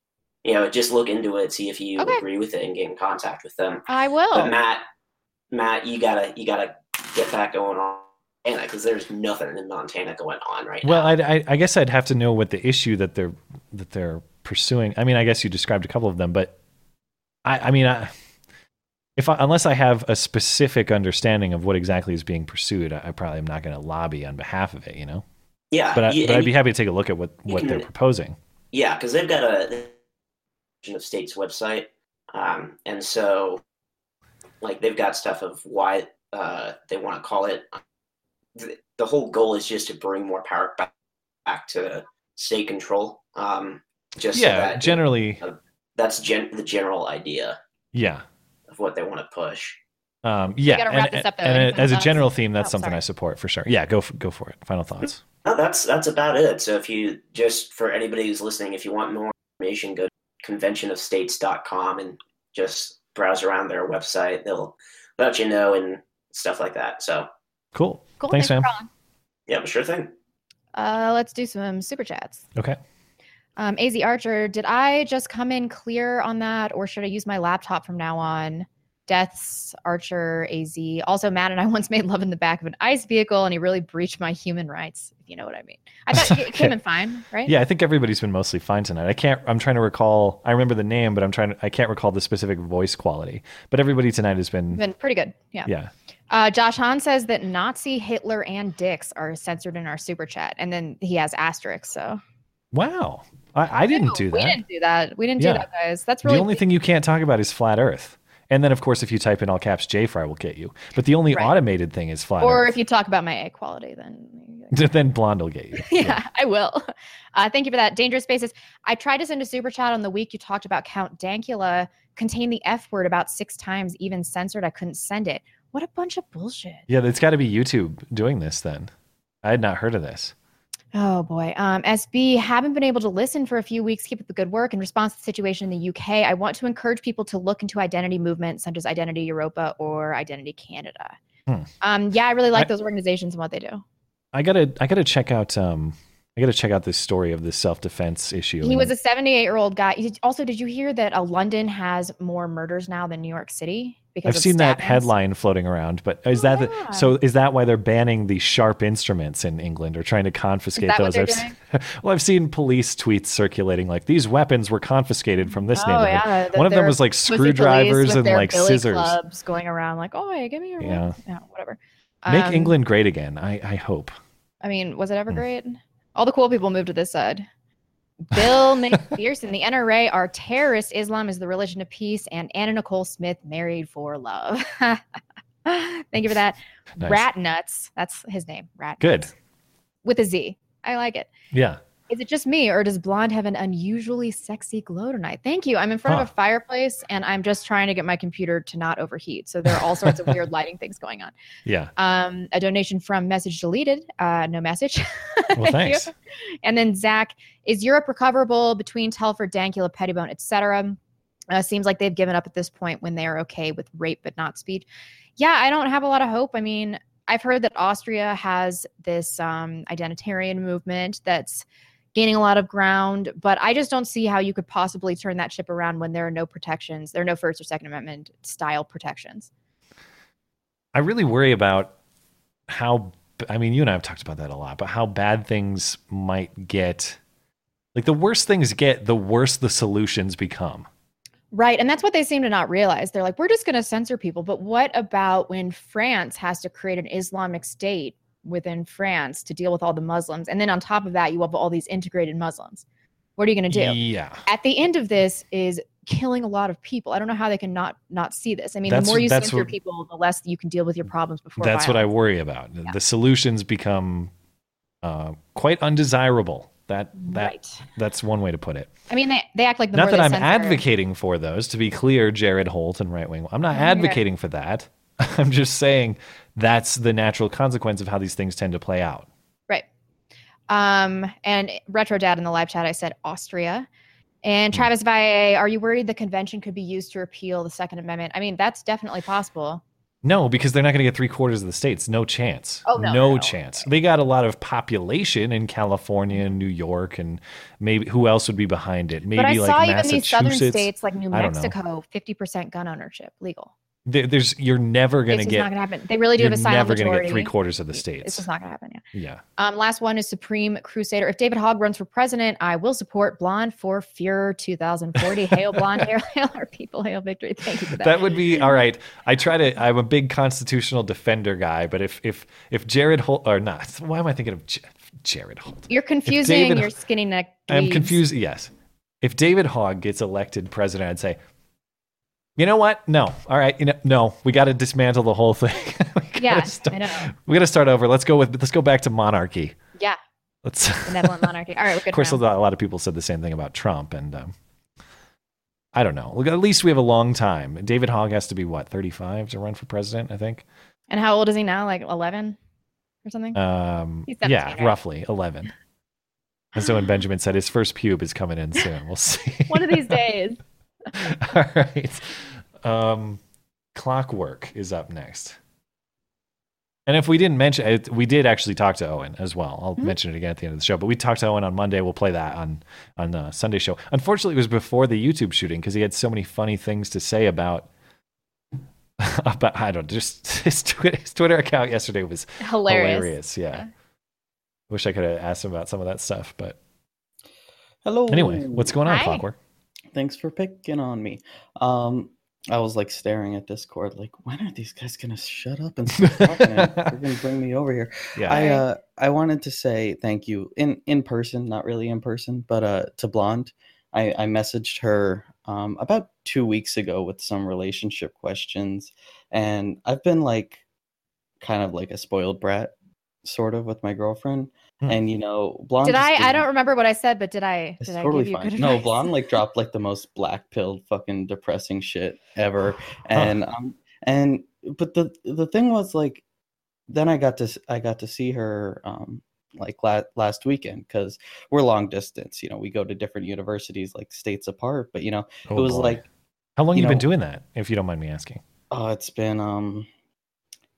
S21: you know just look into it, see if you
S5: Okay.
S21: agree with it, and get in contact with them.
S5: I will.
S3: Oh.
S21: But Matt, Matt, you gotta you gotta get that going on, because there's nothing in Montana going on right
S3: Well, I'd, I, I guess I'd have to know what the issue that they're that they're pursuing. I mean, I guess you described a couple of them, but I, I mean, I, if I, unless I have a specific understanding of what exactly is being pursued, I, I probably am not going to lobby on behalf of it. You know?
S21: Yeah,
S3: But, I,
S21: you-
S3: but
S21: and
S3: I'd be
S21: you-
S3: happy to take a look at what
S21: you
S3: what they're
S21: can-
S3: proposing.
S21: Yeah, because they've got a of states website, um, and so like they've got stuff of why uh, they want to call it. The, the whole goal is just to bring more power back, back to state control. Um, just so
S3: yeah.
S21: that-
S3: generally,
S21: that's gen- the general idea
S3: yeah.
S21: of what they want to push.
S3: Um, yeah,
S5: gotta
S3: and,
S5: wrap this up, though.
S3: and
S5: Any
S3: a-
S5: final
S3: as a
S5: thoughts?
S3: general theme, that's
S5: Oh,
S3: something
S5: sorry.
S3: I support for sure. Yeah, go for, go for it. Final thoughts.
S21: No, that's that's about it. So if you just for anybody who's listening, if you want more information, go to conventionofstates.com and just browse around their website. They'll let you know and stuff like that. So
S3: Cool.
S5: Cool.
S3: Thanks,
S5: thanks
S3: man.
S5: Ron.
S21: yeah, sure thing.
S5: Uh, let's do some super chats.
S3: Okay.
S5: Um, AZ Archer, did I just come in clear on that, or should I use my laptop from now on? Deaths, Archer, AZ. Also, Matt and I once made love in the back of an ICE vehicle, and he really breached my human rights, if you know what I mean. I thought it came
S3: Okay.
S5: in fine, right?
S3: Yeah, I think everybody's been mostly fine tonight. I can't. I'm trying to recall. I remember the name, but I'm trying. I can't recall the specific voice quality. But everybody tonight has been.
S5: Been pretty good. Yeah.
S3: yeah.
S5: Uh, Josh Hahn says that Nazi, Hitler, and dicks are censored in our super chat, and then he has asterisks. So
S3: Wow. I, I didn't do
S5: we
S3: that.
S5: didn't do that. We didn't
S3: Yeah.
S5: do that, guys. That's really
S3: the only thing you can't talk about is flat Earth. And then, of course, if you type in all caps, JFry will get you. But the only automated thing is flat
S5: or if you talk about my egg quality, then
S3: Earth. then Blonde will get you.
S5: yeah, I will. Uh, thank you for that. Dangerous Spaces. I tried to send a super chat on the week you talked about Count Dankula contained the F word about six times, even censored. I couldn't send it. What a bunch of bullshit.
S3: Yeah, it's got to be YouTube doing this then. I had not heard of this.
S5: Oh boy. Um, SB, haven't been able to listen for a few weeks. Keep up the good work. In response to the situation in the UK, I want to encourage people to look into identity movements such as Identity Europa or Identity Canada.
S3: Hmm.
S5: Um, yeah, I really like
S3: I-
S5: those organizations and what they do.
S3: I gotta, I gotta check out. Um, I gotta check out this story of this self defense issue.
S5: He was a 78 year old guy. Did- Also, did you hear that uh, London has more murders now than New York City?
S3: I've
S5: of
S3: seen that
S5: stabbings?
S3: headline floating around, but is that the, so? Is that why they're banning the sharp instruments in England or trying to confiscate
S5: that
S3: those?
S5: what they're
S3: I've seen, well, I've seen police tweets circulating like these weapons were confiscated from this
S5: Oh,
S3: neighborhood.
S5: yeah, that
S3: One of them
S5: they're
S3: was like
S5: pussy police
S3: screwdrivers
S5: with
S3: and
S5: their
S3: like
S5: billy
S3: scissors.
S5: Clubs going around like, oh, hey, give me your
S3: Yeah.
S5: yeah, yeah whatever.
S3: Make
S5: Um,
S3: England great again. I, I hope.
S5: I mean, was it
S3: Mm.
S5: ever great? All the cool people moved to this side. Bill McPherson, the NRA are terrorist. Islam is the religion of peace, and Anna Nicole Smith married for love. Thank you for that.
S3: Nice.
S5: Rat nuts. That's his name. Rat
S3: Good.
S5: with a Z. I like it.
S3: Yeah.
S5: Is it just me, or does blonde have an unusually sexy glow tonight? Thank you. I'm in front of a
S3: Huh.
S5: fireplace, and I'm just trying to get my computer to not overheat. So there are all sorts of weird lighting things going on.
S3: Yeah.
S5: Um, a donation from Message Deleted. Uh, no message.
S3: Well,
S5: Thank you.
S3: thanks.
S5: And then Zach, is Europe recoverable between Telford, Dankula, Pettibone, etc.? Uh, seems like they've given up at this point when they are okay with rape but not speech. Yeah, I don't have a lot of hope. I mean, I've heard that Austria has this um, identitarian movement that's gaining a lot of ground, but I just don't see how you could possibly turn that ship around when there are no protections. There are no First or Second Amendment style protections.
S3: I really worry about how I mean, you and I have talked about that a lot, but how bad things might get. Like the worse things get, the worse the solutions become.
S5: Right. And that's what they seem to not realize. They're like, we're just going to censor people. But what about when France has to create an Islamic state within France to deal with all the Muslims? And then on top of that, you have all these integrated Muslims. What are you going to do?
S3: Yeah.
S5: At the end of this is killing a lot of people. I don't know how they can not not see this. I mean,
S3: That's-
S5: the more you
S3: that's
S5: censor
S3: what-
S5: people, the less you can deal with your problems before.
S3: That's what I
S5: violence.
S3: worry about. The solutions become uh, quite undesirable. That that that's one way to put it.
S5: I mean, they, they act like the
S3: not
S5: more
S3: that
S5: they
S3: I'm
S5: censor-
S3: advocating for those. To be clear, Jared Holt and right wing. I'm not
S5: Yeah.
S3: advocating for that. I'm just saying that's the natural consequence of how these things tend to play out.
S5: Right. Um, and retro dad in the live chat, I said Austria.
S3: Hmm.
S5: And Travis Valle, are you worried the convention could be used to repeal the Second Amendment? I mean, that's definitely possible.
S3: No, because they're not going to get three quarters of the states. No chance.
S5: Oh, no,
S3: no chance. They got a lot of population in California and New York, and maybe who else would be behind it? Maybe
S5: but I
S3: like
S5: saw even these
S3: Massachusetts.
S5: southern states like New
S3: I don't know.
S5: Mexico, 50% gun ownership legal.
S3: There- there's you're never going to
S5: It's just
S3: get.
S5: not gonna happen. They really do
S3: you're
S5: have a silent
S3: never gonna
S5: majority.
S3: get three quarters of the states.
S5: It's just not going to happen. Yeah.
S3: yeah.
S5: Um, last one is Supreme Crusader. If David Hogg runs for president, I will support Blonde for Fuhrer 2040. Hail Blonde, hail, hail our people, hail victory. Thank you for that.
S3: That would be all right. I try to. I'm a big constitutional defender guy, but if if if Jared Holt or not, why am I thinking of J- Jared Holt?
S5: You're confusing
S3: David-
S5: your skinny neck.
S3: I'm
S5: weaves.
S3: confused. Yes. If David Hogg gets elected president, I'd say, you know what? No. All right. You know, no. We got to dismantle the whole thing.
S5: Yeah, I know.
S3: we got to start over. Let's go with. Let's go back to monarchy.
S5: Yeah,
S3: Let's.
S5: benevolent monarchy. All right, we're good.
S3: of course,
S5: for
S3: a
S5: now.
S3: lot a lot of people said the same thing about Trump, and um, I don't know. Look, At least we have a long time. David Hogg has to be what, 35 to run for president, I think.
S5: And how old is he now? Like 11 or something?
S3: Um,
S5: He's 17,
S3: yeah,
S5: right?
S3: roughly 11. And so when Benjamin said his first pube is coming in soon, we'll see.
S5: One of these days.
S3: All right. Um, Clockwork is up next. And if we didn't mention it, we did actually talk to Owen as well. I'll
S5: Hmm.
S3: mention it again at the end of the show. But we talked to Owen on Monday. We'll play that on on the Sunday show. Unfortunately, it was before the YouTube shooting because he had so many funny things to say about about I don't just his Twitter, his Twitter account yesterday was
S5: Hilarious.
S3: yeah. Wish I could have asked him about some of that stuff, but
S2: Hello.
S5: Oh,
S3: Anyway, what's going on, Hi. Clockwork?
S2: Thanks for picking on me. Um, I was like staring at Discord, like, when are these guys gonna shut up and stop talking? They're gonna bring me over here.
S3: Yeah.
S2: I uh, I wanted to say thank you in in person, not really in person, but uh, to Blonde. I, I messaged her um, about two weeks ago with some relationship questions, and I've been like kind of like a spoiled brat, sort of, with my girlfriend.
S3: Hmm.
S2: And you know, blonde.
S5: Did
S2: just
S5: I? I
S2: didn't-
S5: don't remember what I said, but did I? Did I
S2: totally
S5: give you
S2: fine.
S5: good
S2: no,
S5: advice?
S2: blonde like dropped like the most black pilled fucking depressing shit ever, and um and but the the thing was like, then I got to s- I got to see her um like last last weekend because we're long distance, you know, we go to different universities like states apart, but you know,
S3: Oh,
S2: it was
S3: boy.
S2: like
S3: How long
S2: you
S3: you, been
S2: know-
S3: doing that, if you don't mind me asking?
S2: Oh, it's been um,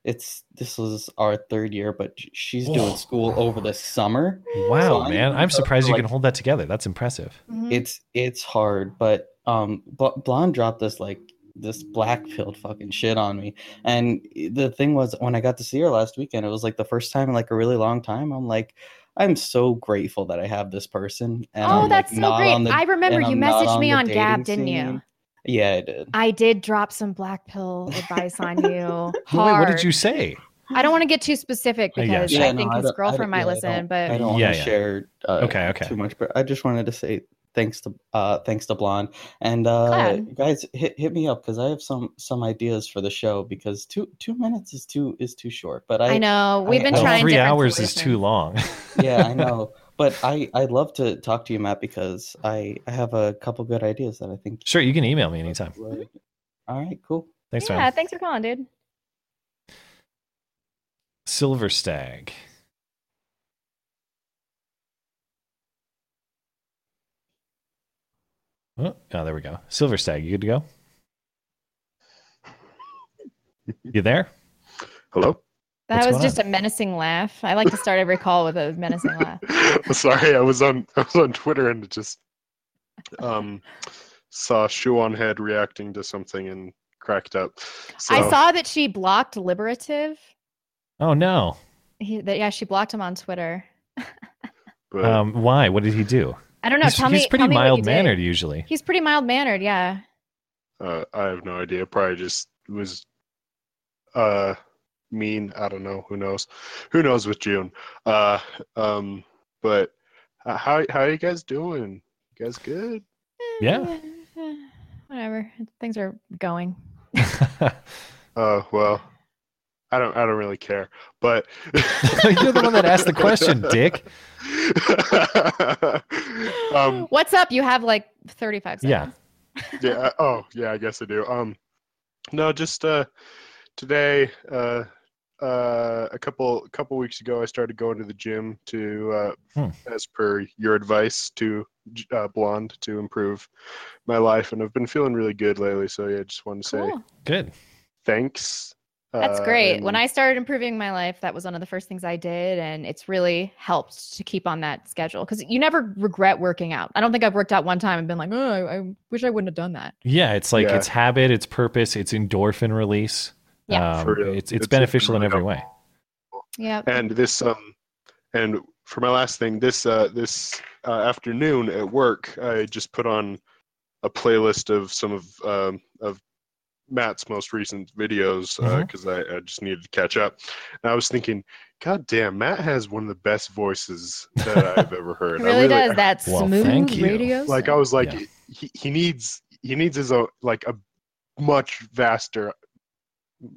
S2: it's this was our third year, but sh- she's doing
S3: Whoa.
S2: school over the summer.
S3: Oh. Wow,
S2: So
S3: man. I'm
S2: uh,
S3: surprised you
S2: like,
S3: can hold that together. That's impressive.
S5: Mm-hmm.
S2: It's it's hard, but um, Bl- blonde dropped this like this black pilled fucking shit on me, and the thing was when I got to see her last weekend, it was like the first time in like a really long time. I'm like. I'm so grateful that I have this person. And
S5: Oh,
S2: I'm,
S5: that's
S2: like,
S5: so
S2: not
S5: great.
S2: on the-
S5: I remember
S2: and
S5: you
S2: I'm not
S5: messaged me
S2: the
S5: on Gab,
S2: dating
S5: didn't you?
S2: scene. Yeah, I did.
S5: I did drop some black pill advice on you.
S3: No, wait, what
S5: Hard.
S3: did you say?
S5: I don't want to get too specific
S3: I guess.
S5: because
S3: Yeah,
S5: I
S3: no,
S5: think
S3: I
S5: his
S3: don't- I
S5: girlfriend
S3: don't-
S5: might
S3: yeah, I
S5: listen, but
S2: I don't
S3: Yeah,
S2: want
S3: yeah.
S2: to share uh,
S3: Okay, okay.
S2: too much, but I just wanted to say thanks to uh, thanks to Blonde and uh,
S5: Glad.
S2: guys hit, hit me up because I have some some ideas for the show because two two minutes is too is too short. But I,
S5: I know. We've been
S3: Well,
S5: trying
S3: three
S5: different
S3: hours is
S5: solutions.
S3: too long.
S2: yeah, I know. But I I'd love to talk to you, Matt, because I I have a couple good ideas that I think.
S3: Sure, you can email me anytime.
S2: All right, cool.
S3: Thanks,
S5: yeah,
S3: man.
S5: thanks for calling, dude.
S3: Silver Stag. Oh, oh, there we go. Silver Stag, you good to go? You there?
S22: Hello.
S5: That
S22: What's
S5: was
S22: going
S5: just a menacing laugh. I like to start every call with a menacing laugh.
S22: Sorry, I was on I was on Twitter and just um saw shoe on head reacting to something and cracked up. So,
S5: I saw that she blocked Liberative.
S3: Oh no.
S5: He, that, yeah, she blocked him on Twitter.
S3: Um, why? What did he do?
S5: I don't know.
S3: He's,
S5: tell
S3: he's
S5: me.
S3: pretty
S5: tell me what you
S3: mild mannered
S5: did.
S3: usually.
S5: He's pretty mild mannered. Yeah.
S22: Uh, I have no idea. Probably just was uh mean. I don't know. Who knows? Who knows with June? Uh, um, but uh, how how you guys doing? You guys good?
S3: Yeah.
S5: Whatever. Things are going.
S22: Uh, well, I don't I don't really care. But
S3: you're the one that asked the question, Dick.
S22: um,
S5: What's up? You have like 35 seconds.
S22: yeah. yeah. Oh, yeah. I guess I do. Um, no, just uh, today, uh, uh, a couple couple weeks ago, I started going to the gym to, uh,
S3: Hmm.
S22: as per your advice to uh, blonde to improve my life, and I've been feeling really good lately. So yeah, just wanted to say
S5: Cool.
S3: good.
S22: Thanks.
S5: That's
S22: uh,
S5: great.
S22: and-
S5: when I started improving my life, that was one of the first things I did. And it's really helped to keep on that schedule because you never regret working out. I don't think I've worked out one time and been like, oh, I, I wish I wouldn't have done that.
S3: Yeah, it's like
S22: Yeah.
S3: it's habit, it's purpose, it's endorphin release.
S5: Yeah.
S3: Um,
S22: For real.
S3: it's, it's
S22: It's-
S3: beneficial in every way.
S5: Yeah.
S22: And this um, and for my last thing, this uh, this uh, afternoon at work, I just put on a playlist of some of um, of Matt's most recent videos
S5: Mm-hmm.
S23: Mhm.
S22: because I, I just needed to catch up. And I was thinking, God damn, Matt has one of the best voices that I've ever heard.
S5: Really
S22: I
S5: does, that Well, smooth thank you. radio
S22: Like I
S5: sound.
S22: was like,
S5: Yeah.
S22: he, he needs he needs his own like a much vaster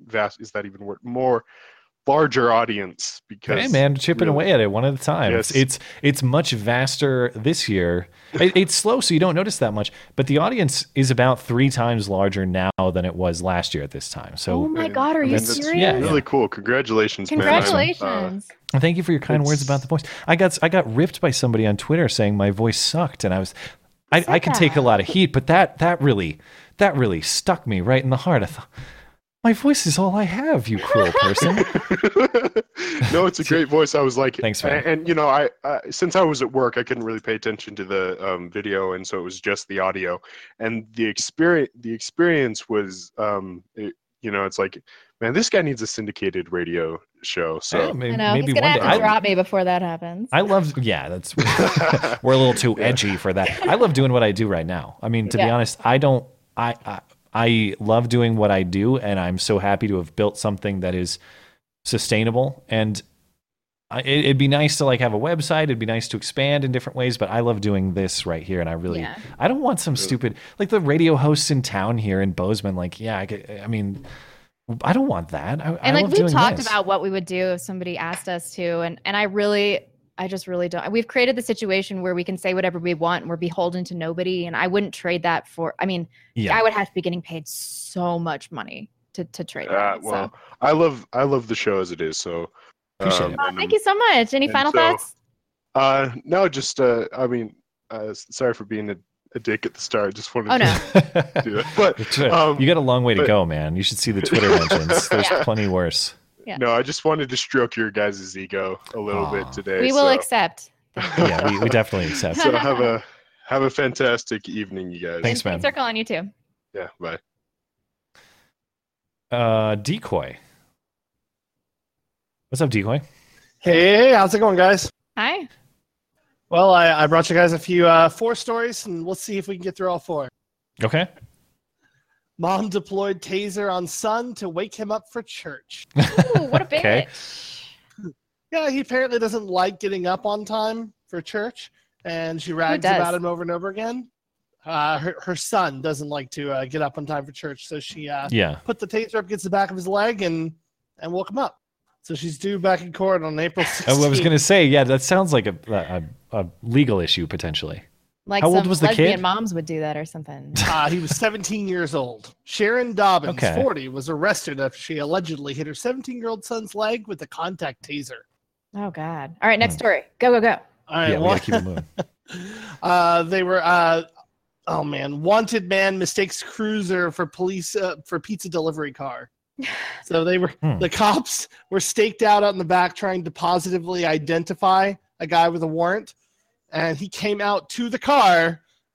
S22: vast is that even word more larger audience because
S3: Hey man, chipping
S22: really-
S3: away at it one at a time.
S22: Yes.
S3: It's, it's it's much vaster this year. It- it's slow, so you don't notice that much. But the audience is about three times larger now than it was last year at this time. So,
S5: Oh my God, are you
S3: That's-
S5: serious?
S3: Yeah,
S22: really cool. Congratulations, man. I'm, uh,
S5: Congratulations.
S3: And Thank you for your kind words about the voice. I got I got ripped by somebody on Twitter saying my voice sucked, and I was, I, I can take a lot of heat, but that that really that really stuck me right in the heart. I thought my voice is all I have, you cruel person.
S22: Uh, no, it's a great voice. I was like,
S3: Thanks, man.
S22: and, and, you know, I, I since I was at work, I couldn't really pay attention to the um, video, and so it was just the audio. And the experience, the experience was, um, it, you know, it's like, man, this guy needs a syndicated radio show. So
S3: Yeah, may-
S5: I know. He's
S3: maybe
S5: going
S3: one
S5: to have
S3: day.
S5: to
S3: I-
S5: drop me before that happens.
S3: I love, yeah, that's we're a little too edgy for that. I love doing what I do right now. I mean, to be
S5: Yeah.
S3: honest, I don't, I, I, I love doing what I do, and I'm so happy to have built something that is sustainable. And I, it, it'd be nice to like have a website. It'd be nice to expand in different ways, but I love doing this right here, and I really,
S5: Yeah.
S3: I don't want some stupid like the radio hosts in town here in Bozeman. Like, yeah, I, could, I mean, I don't want that. I, I
S5: and like
S3: love
S5: we've
S3: doing
S5: talked
S3: this.
S5: about what we would do if somebody asked us to and and i really i just really don't we've created the situation where we can say whatever we want and we're beholden to nobody and i wouldn't trade that for i mean
S22: Yeah.
S5: i would have to be getting paid so much money to to trade
S22: uh,
S5: that,
S22: well,
S5: so.
S22: I love, I love the show as it is. So
S3: Appreciate
S22: um,
S3: it.
S5: Oh, thank you so much any
S22: and
S5: final
S22: so-
S5: thoughts
S22: Uh, no, just uh, I mean, uh, s- sorry for being a, a dick at the start. Just wanted
S5: Oh,
S22: to do it, but um,
S3: you got a long way to
S22: but-
S3: go, man. You should see the Twitter mentions. There's
S5: Yeah.
S3: plenty worse.
S5: Yeah.
S22: no, I just wanted to stroke your guys' ego a little bit today.
S5: we will
S22: so-
S5: accept
S3: Yeah, we, we definitely accept.
S22: So have a have a fantastic evening, you guys.
S5: And thanks for calling you too
S22: Yeah, bye.
S3: Uh, decoy. What's up, decoy?
S24: Hey, how's it going, guys?
S5: hi
S24: Well, I, I brought you guys a few uh, four stories, and we'll see if we can get through all four.
S3: Okay. Uh,
S24: Mom deployed taser on son to wake him up for church.
S5: what a
S3: Okay.
S24: Yeah, he apparently doesn't like getting up on time for church, and she rags
S5: does?
S24: about him over and over again. Uh, her, her son doesn't like to uh, get up on time for church, so she uh,
S3: Yeah.
S24: put the taser up against the back of his leg and and woke him up. So she's due back in court on April 16th.
S3: Oh, I was gonna say, yeah, that sounds like a a, a legal issue potentially.
S5: like
S3: How old
S5: some
S3: was the
S5: lesbian
S3: kid?
S5: moms would do that or something
S24: Uh, he was 17 years old. Sharon Dobbins,
S3: Okay.
S24: 40, was arrested after she allegedly hit her 17 year old son's leg with a contact taser.
S5: oh god all right next
S3: Mm.
S5: story go go go
S24: All right, well, uh, they were, uh, oh man, wanted man mistakes cruiser for police uh, for pizza delivery car. So they were
S23: Hmm.
S24: the cops were staked out out in the back trying to positively identify a guy with a warrant, and he came out to the car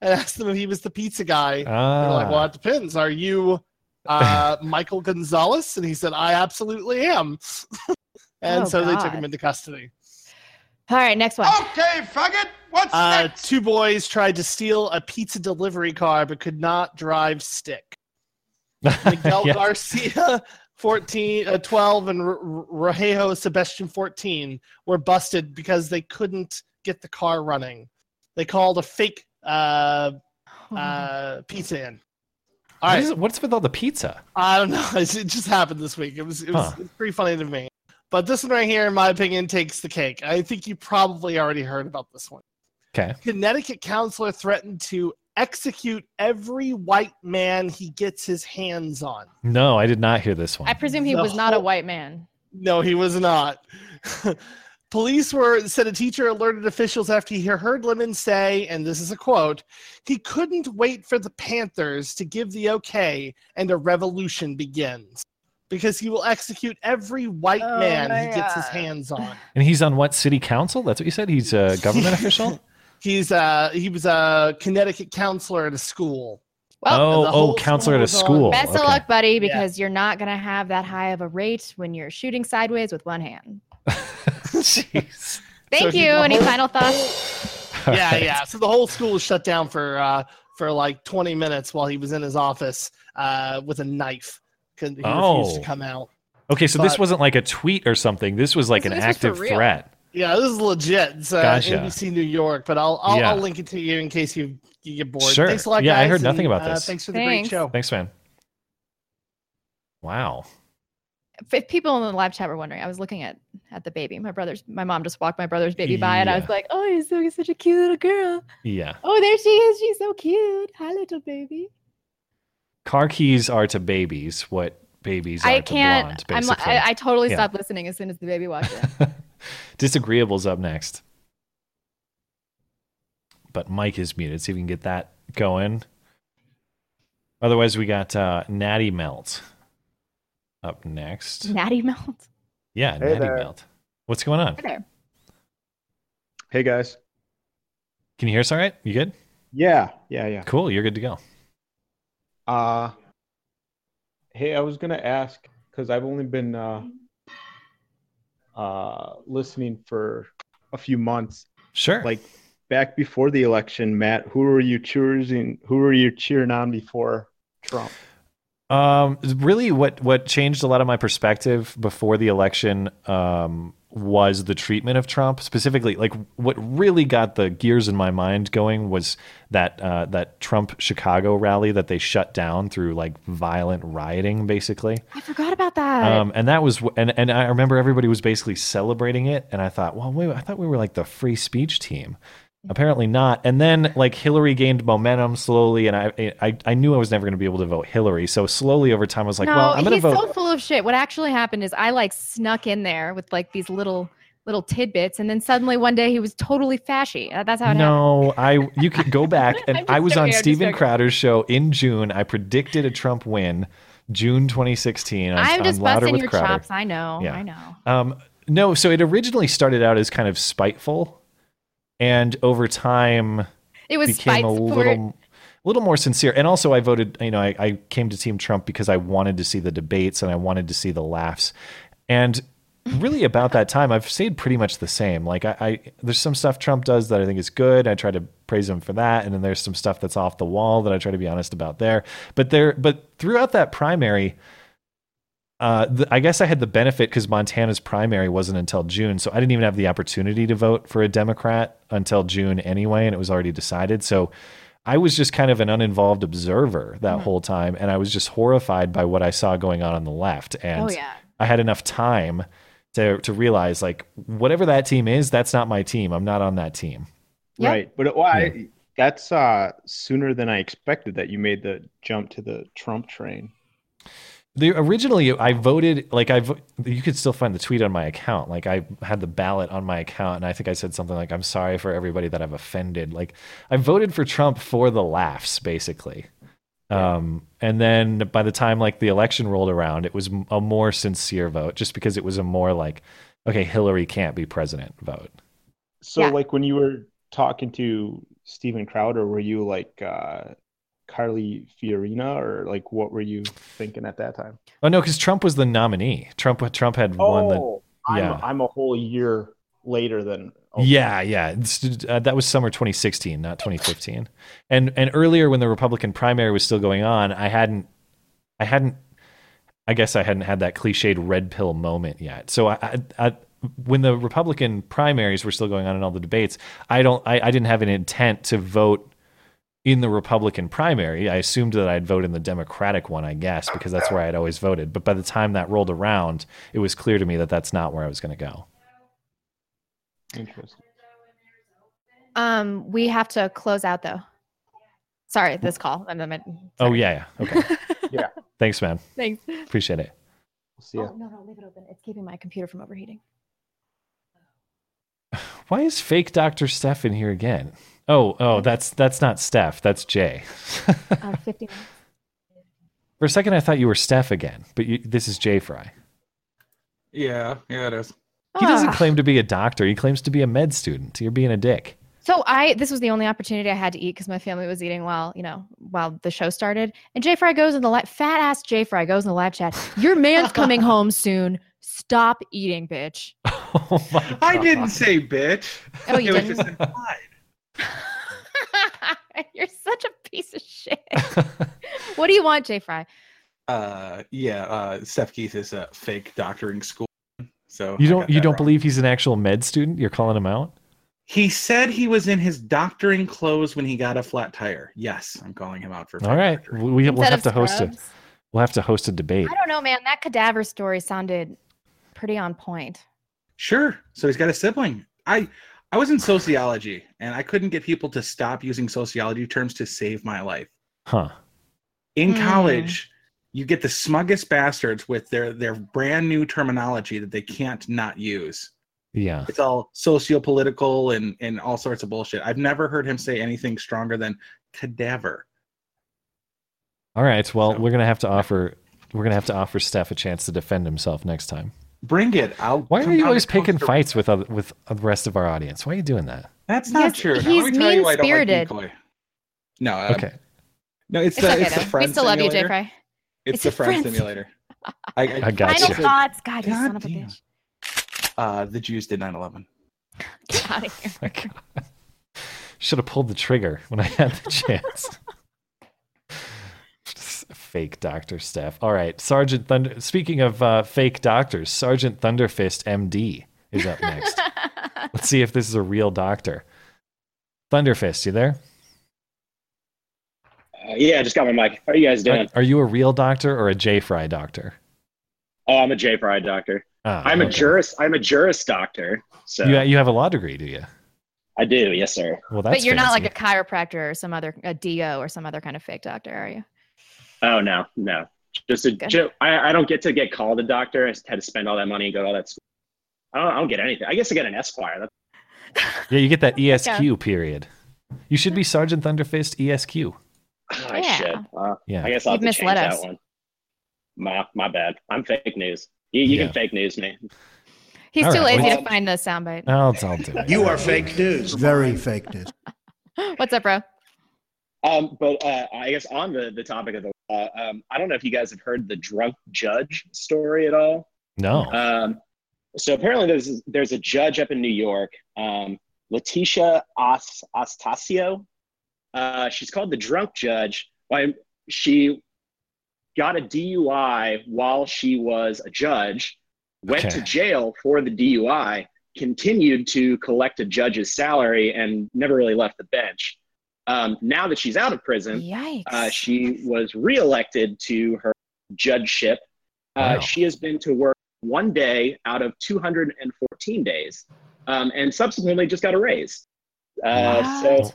S24: and asked them if he was the pizza guy. They're like,
S3: Ah.
S24: "Well, it depends. Are you uh, Michael Gonzalez?" And he said, "I absolutely am." and
S5: Oh,
S24: so they took
S5: God.
S24: him into custody.
S5: all right next one
S24: Okay, faggot. What's uh, Two boys tried to steal a pizza delivery car but could not drive stick. Miguel
S23: Yeah.
S24: Garcia, 14, uh, 12, and R- R- Rojejo Sebastian, 14, were busted because they couldn't get the car running. They called a fake uh, uh, pizza in. All
S3: What
S24: right.
S3: is- what's with all the pizza?
S24: I don't know. It just happened this week. It was it was
S3: Huh.
S24: it's pretty funny to me. But this one right here, in my opinion, takes the cake. I think you probably already heard about this one.
S3: Okay.
S24: Connecticut counselor threatened to execute every white man he gets his hands on.
S3: No, I did not hear this one.
S5: i presume he
S24: The
S5: was not a
S24: whole-
S5: white man
S24: No, he was not. Police were said a teacher alerted officials after he heard Lemon say, and this is a quote, he couldn't wait for the Panthers to give the okay and a revolution begins. Because he will execute every white
S5: Oh
S24: man
S5: my
S24: he gets his
S5: God.
S24: hands on.
S3: And he's on what city council? That's what you said. He's a government official.
S24: He's uh he was a Connecticut counselor at a school.
S3: Well-
S24: And the
S3: Oh,
S24: whole
S3: oh, counselor at a
S24: was on-
S3: school.
S5: Best of
S3: okay.
S5: luck, buddy,
S24: Yeah.
S5: because you're not going to have that high of a rate when you're shooting sideways with one hand.
S3: Jeez.
S5: Thank
S24: So
S5: you.
S24: he- the
S5: Any
S24: whole-
S5: final thoughts?
S24: yeah, yeah. So the whole school was shut down for uh, for like 20 minutes while he was in his office uh, with a knife. 'cause He refused
S3: Oh.
S24: to come out.
S3: Okay, so this
S24: But-
S3: wasn't like a tweet or something. This was like an
S24: This was for
S3: active
S24: real.
S3: threat.
S24: Yeah, this is legit. It's uh,
S3: Gotcha.
S24: NBC New York, but I'll I'll,
S3: Yeah.
S24: I'll link it to you in case you, you get bored.
S3: Sure.
S24: Thanks a lot,
S3: yeah, I
S24: guys,
S3: heard nothing
S24: and,
S3: about
S24: uh,
S3: this.
S24: thanks for the great show.
S3: Thanks, man. Wow.
S5: if- if people in the live chat were wondering, I was looking at at the baby. My brother's, my mom just walked my brother's baby by, and I was
S3: Yeah.
S5: like, "Oh, he's so he's such a cute little girl.
S3: Yeah.
S5: Oh, there she is. She's so cute. Hi, little baby."
S3: Car keys are to babies what babies are
S5: I
S3: to
S5: can't.
S3: blonde,
S5: I'm.
S3: basically.
S5: I, I totally
S3: Yeah.
S5: stopped listening as soon as the baby walked in.
S3: Disagreeables up next. But Mike is muted, so if we can get that going. Otherwise, we got uh, Natty Melt up next.
S5: Natty melt.
S3: Yeah,
S5: Hey
S3: Natty
S5: there.
S3: Melt. What's going on?
S5: Hi there.
S7: Hey guys.
S3: Can you hear us all right? You good?
S7: Yeah, yeah, yeah.
S3: Cool, you're good to go.
S7: Uh Hey, I was gonna ask because I've only been uh, uh, listening for a few months.
S3: Sure.
S7: Like back before the election, Matt, who were you choosing? Who were you cheering on before Trump?
S3: Um, really, what what changed a lot of my perspective before the election um, was the treatment of Trump specifically. Like, what really got the gears in my mind going was that uh, that Trump Chicago rally that they shut down through like violent rioting, basically.
S5: I forgot about that.
S3: Um, and that was, and, and I remember everybody was basically celebrating it. And I thought, well, wait, I thought we were like the free speech team. Apparently not. And then like Hillary gained momentum slowly. And I, I, I knew I was never going to be able to vote Hillary. So slowly over time, I was like,
S5: no,
S3: well, I'm going to
S5: he's
S3: vote.
S5: so full of shit. What actually happened is I like snuck in there with like these little little tidbits, and then suddenly one day he was totally fashy. Uh, That's how it happened.
S3: no, I you could go back and I was
S5: joking, I'm
S3: on
S5: just
S3: Steven
S5: joking.
S3: Crowder's show in June. I predicted a Trump win, June 2016. I was
S5: I'm
S3: on
S5: just
S3: Louder
S5: busting
S3: with
S5: your
S3: Crowder.
S5: chops. I know. I know.
S3: Um, no, so it originally started out as kind of spiteful, and over time,
S5: It was
S3: became a
S5: spiteful.
S3: little, little more sincere. And also, I voted. You know, I, I came to Team Trump because I wanted to see the debates and I wanted to see the laughs. And really, about that time, I've stayed pretty much the same. Like, I, I there's some stuff Trump does that I think is good. I try to praise him for that, and then there's some stuff that's off the wall that I try to be honest about there. But there, but throughout that primary uh, th- I guess I had the benefit because Montana's primary wasn't until June, so I didn't even have the opportunity to vote for a Democrat until June anyway, and it was already decided. So I was just kind of an uninvolved observer that
S5: Mhm.
S3: whole time, and I was just horrified by what I saw going on on the left. And
S5: Oh, yeah.
S3: I had enough time to to realize like whatever that team is, that's not my team. I'm not on that team. Yep.
S7: Right. But why? That's uh, sooner than I expected that you made the jump to the Trump train.
S3: The originally I voted like I vo- you could still find the tweet on my account. Like I had the ballot on my account and I think I said something like I'm sorry for everybody that I've offended. Like I voted for Trump for the laughs basically. Um and then by the time like the election rolled around, it was m- a more sincere vote just because it was a more like okay, Hillary can't be president vote.
S7: So, like when you were talking to Steven Crowder, were you like uh, Carly Fiorina, or like what were you thinking at that time?
S3: Oh no, cuz Trump was the nominee. Trump Trump had won the
S7: Oh, I'm,
S3: yeah.
S7: I'm a whole year later than.
S3: Yeah, yeah. It's- uh, that was summer 2016, not 2015. And and earlier when the Republican primary was still going on, I hadn't I hadn't I guess I hadn't had that cliched red pill moment yet. So I, I, I when the Republican primaries were still going on in all the debates, I don't I, I didn't have an intent to vote in the Republican primary. I assumed that I'd vote in the Democratic one, I guess, because that's where I'd always voted. But by the time that rolled around, it was clear to me that that's not where I was going to go.
S7: Interesting.
S5: Um, we have to close out though. Sorry, this call. I'm, i
S3: Oh yeah, yeah. Okay.
S7: yeah.
S3: Thanks, man.
S5: Thanks.
S3: Appreciate it.
S7: See ya.
S5: Oh, no, no, leave it open. It's keeping my computer from overheating.
S3: Why is fake Dr. Steph in here again? Oh, oh, that's that's not Steph. That's Jay.
S5: Uh, 50 minutes.
S3: For a second, I thought you were Steph again, but you, this is Jay Fry.
S23: Yeah, yeah, it is.
S3: He doesn't
S5: Ah.
S3: claim to be a doctor. He claims to be a med student. You're being a dick.
S5: So I this was the only opportunity I had to eat because my family was eating while you know while the show started. And Jay Fry goes in the live fat ass Jay Fry goes in the live chat. Your man's coming home soon. Stop eating, bitch.
S3: Oh
S23: I didn't say bitch.
S5: Oh, you
S23: It was
S5: didn't?
S23: just implied.
S5: You're such a piece of shit. what do you want, Jay Fry?
S23: uh, yeah, uh, Steph Keith is a fake doctoring school. So
S3: You
S23: Oh, I
S3: don't
S23: got
S3: you
S23: that
S3: don't
S23: wrong.
S3: believe he's an actual med student? You're calling him out?
S23: He said he was in his doctoring clothes when he got a flat tire. Yes, I'm calling him out for.
S3: All right, we, we will
S23: Instead
S3: have
S23: of
S3: to host a
S23: scrubs?
S3: We'll have to host a debate.
S5: I don't know, man. That cadaver story sounded pretty on point.
S23: Sure. So he's got a sibling. I I was in sociology and I couldn't get people to stop using sociology terms to save my life.
S3: Huh.
S23: In
S3: Hmm.
S23: college, you get the smuggest bastards with their their brand new terminology that they can't not use.
S3: Yeah.
S23: It's all socio-political and and all sorts of bullshit. I've never heard him say anything stronger than cadaver.
S3: All right. Well, we're gonna have to offer we're gonna have to offer Steph a chance to defend himself next time.
S23: Bring it. I'll
S3: Why are
S23: come
S3: you
S23: down
S3: always
S23: to Costa
S3: picking fights with other, with the rest of our audience? Why are you doing that?
S23: That's not
S5: Yes,
S23: true. Now,
S5: he's
S23: let me tell you why I don't like
S5: mean-spirited.
S23: Decoy. No. um,
S3: Okay.
S23: No, it's,
S5: It's
S23: the,
S5: okay,
S23: it's the
S5: though.
S23: friend
S5: We still love you, Jay
S23: simulator.
S5: Fry.
S23: It's,
S5: It's
S23: the
S5: a
S23: friend,
S5: friend
S23: simulator. I,
S3: I gotcha.
S5: Final thoughts. God, you son of a bitch.
S23: Uh, the Jews did 9/11.
S5: Get out of here.
S3: Should have pulled the trigger when I had the chance. fake doctor Steph. All right, Sergeant Thunder. Speaking of uh, fake doctors, Sergeant Thunderfist, MD, is up next. Let's see if this is a real doctor. Thunderfist, you there?
S25: Uh, yeah, I just got my mic. How are you guys doing?
S3: Are, are you a real doctor or a J Fry doctor?
S25: Oh, I'm a J Pride doctor.
S3: Ah,
S25: I'm a
S3: okay.
S25: jurist. I'm a jurist doctor. So
S3: You, you have a law degree, do you?
S25: I do. Yes, sir.
S3: Well,
S5: but you're not like a chiropractor or some other a DO or some other kind of fake doctor, are you?
S25: Oh no, no. Just a ju- I, I don't get to get called a doctor. I just had to spend all that money and go to all that school. I don't, I don't get anything. I guess I get an Esquire. That's,
S3: Yeah, you get that ESQ
S25: Yeah.
S3: period. You should be Sergeant Thunderfist E ESQ.
S25: oh, I should. Uh,
S3: Yeah.
S25: I guess I'll have
S5: You've
S25: to change
S5: misled
S25: that
S5: us.
S25: one. My my bad. I'm fake news. You, you
S3: Yeah.
S25: can fake news me.
S5: He's
S25: All
S5: too
S25: right,
S5: lazy
S25: well-
S5: to find the soundbite.
S3: I'll, I'll do it.
S6: You are fake news. Very fake news.
S5: What's up, bro?
S25: Um, but uh, I guess on the, the topic of the law, um, I don't know if you guys have heard the drunk judge story at all.
S3: No.
S25: Um, so apparently there's there's a judge up in New York, um, Letitia As- Astacio. Uh, she's called the drunk judge. Why she got a DUI while she was a judge, went
S26: Okay.
S25: to jail for the DUI, continued to collect a judge's salary, and never really left the bench. Um, now that she's out of prison, uh, she was reelected to her judgeship. Uh,
S26: Wow.
S25: She has been to work one day out of 214 days, um, and subsequently just got a raise. Uh, So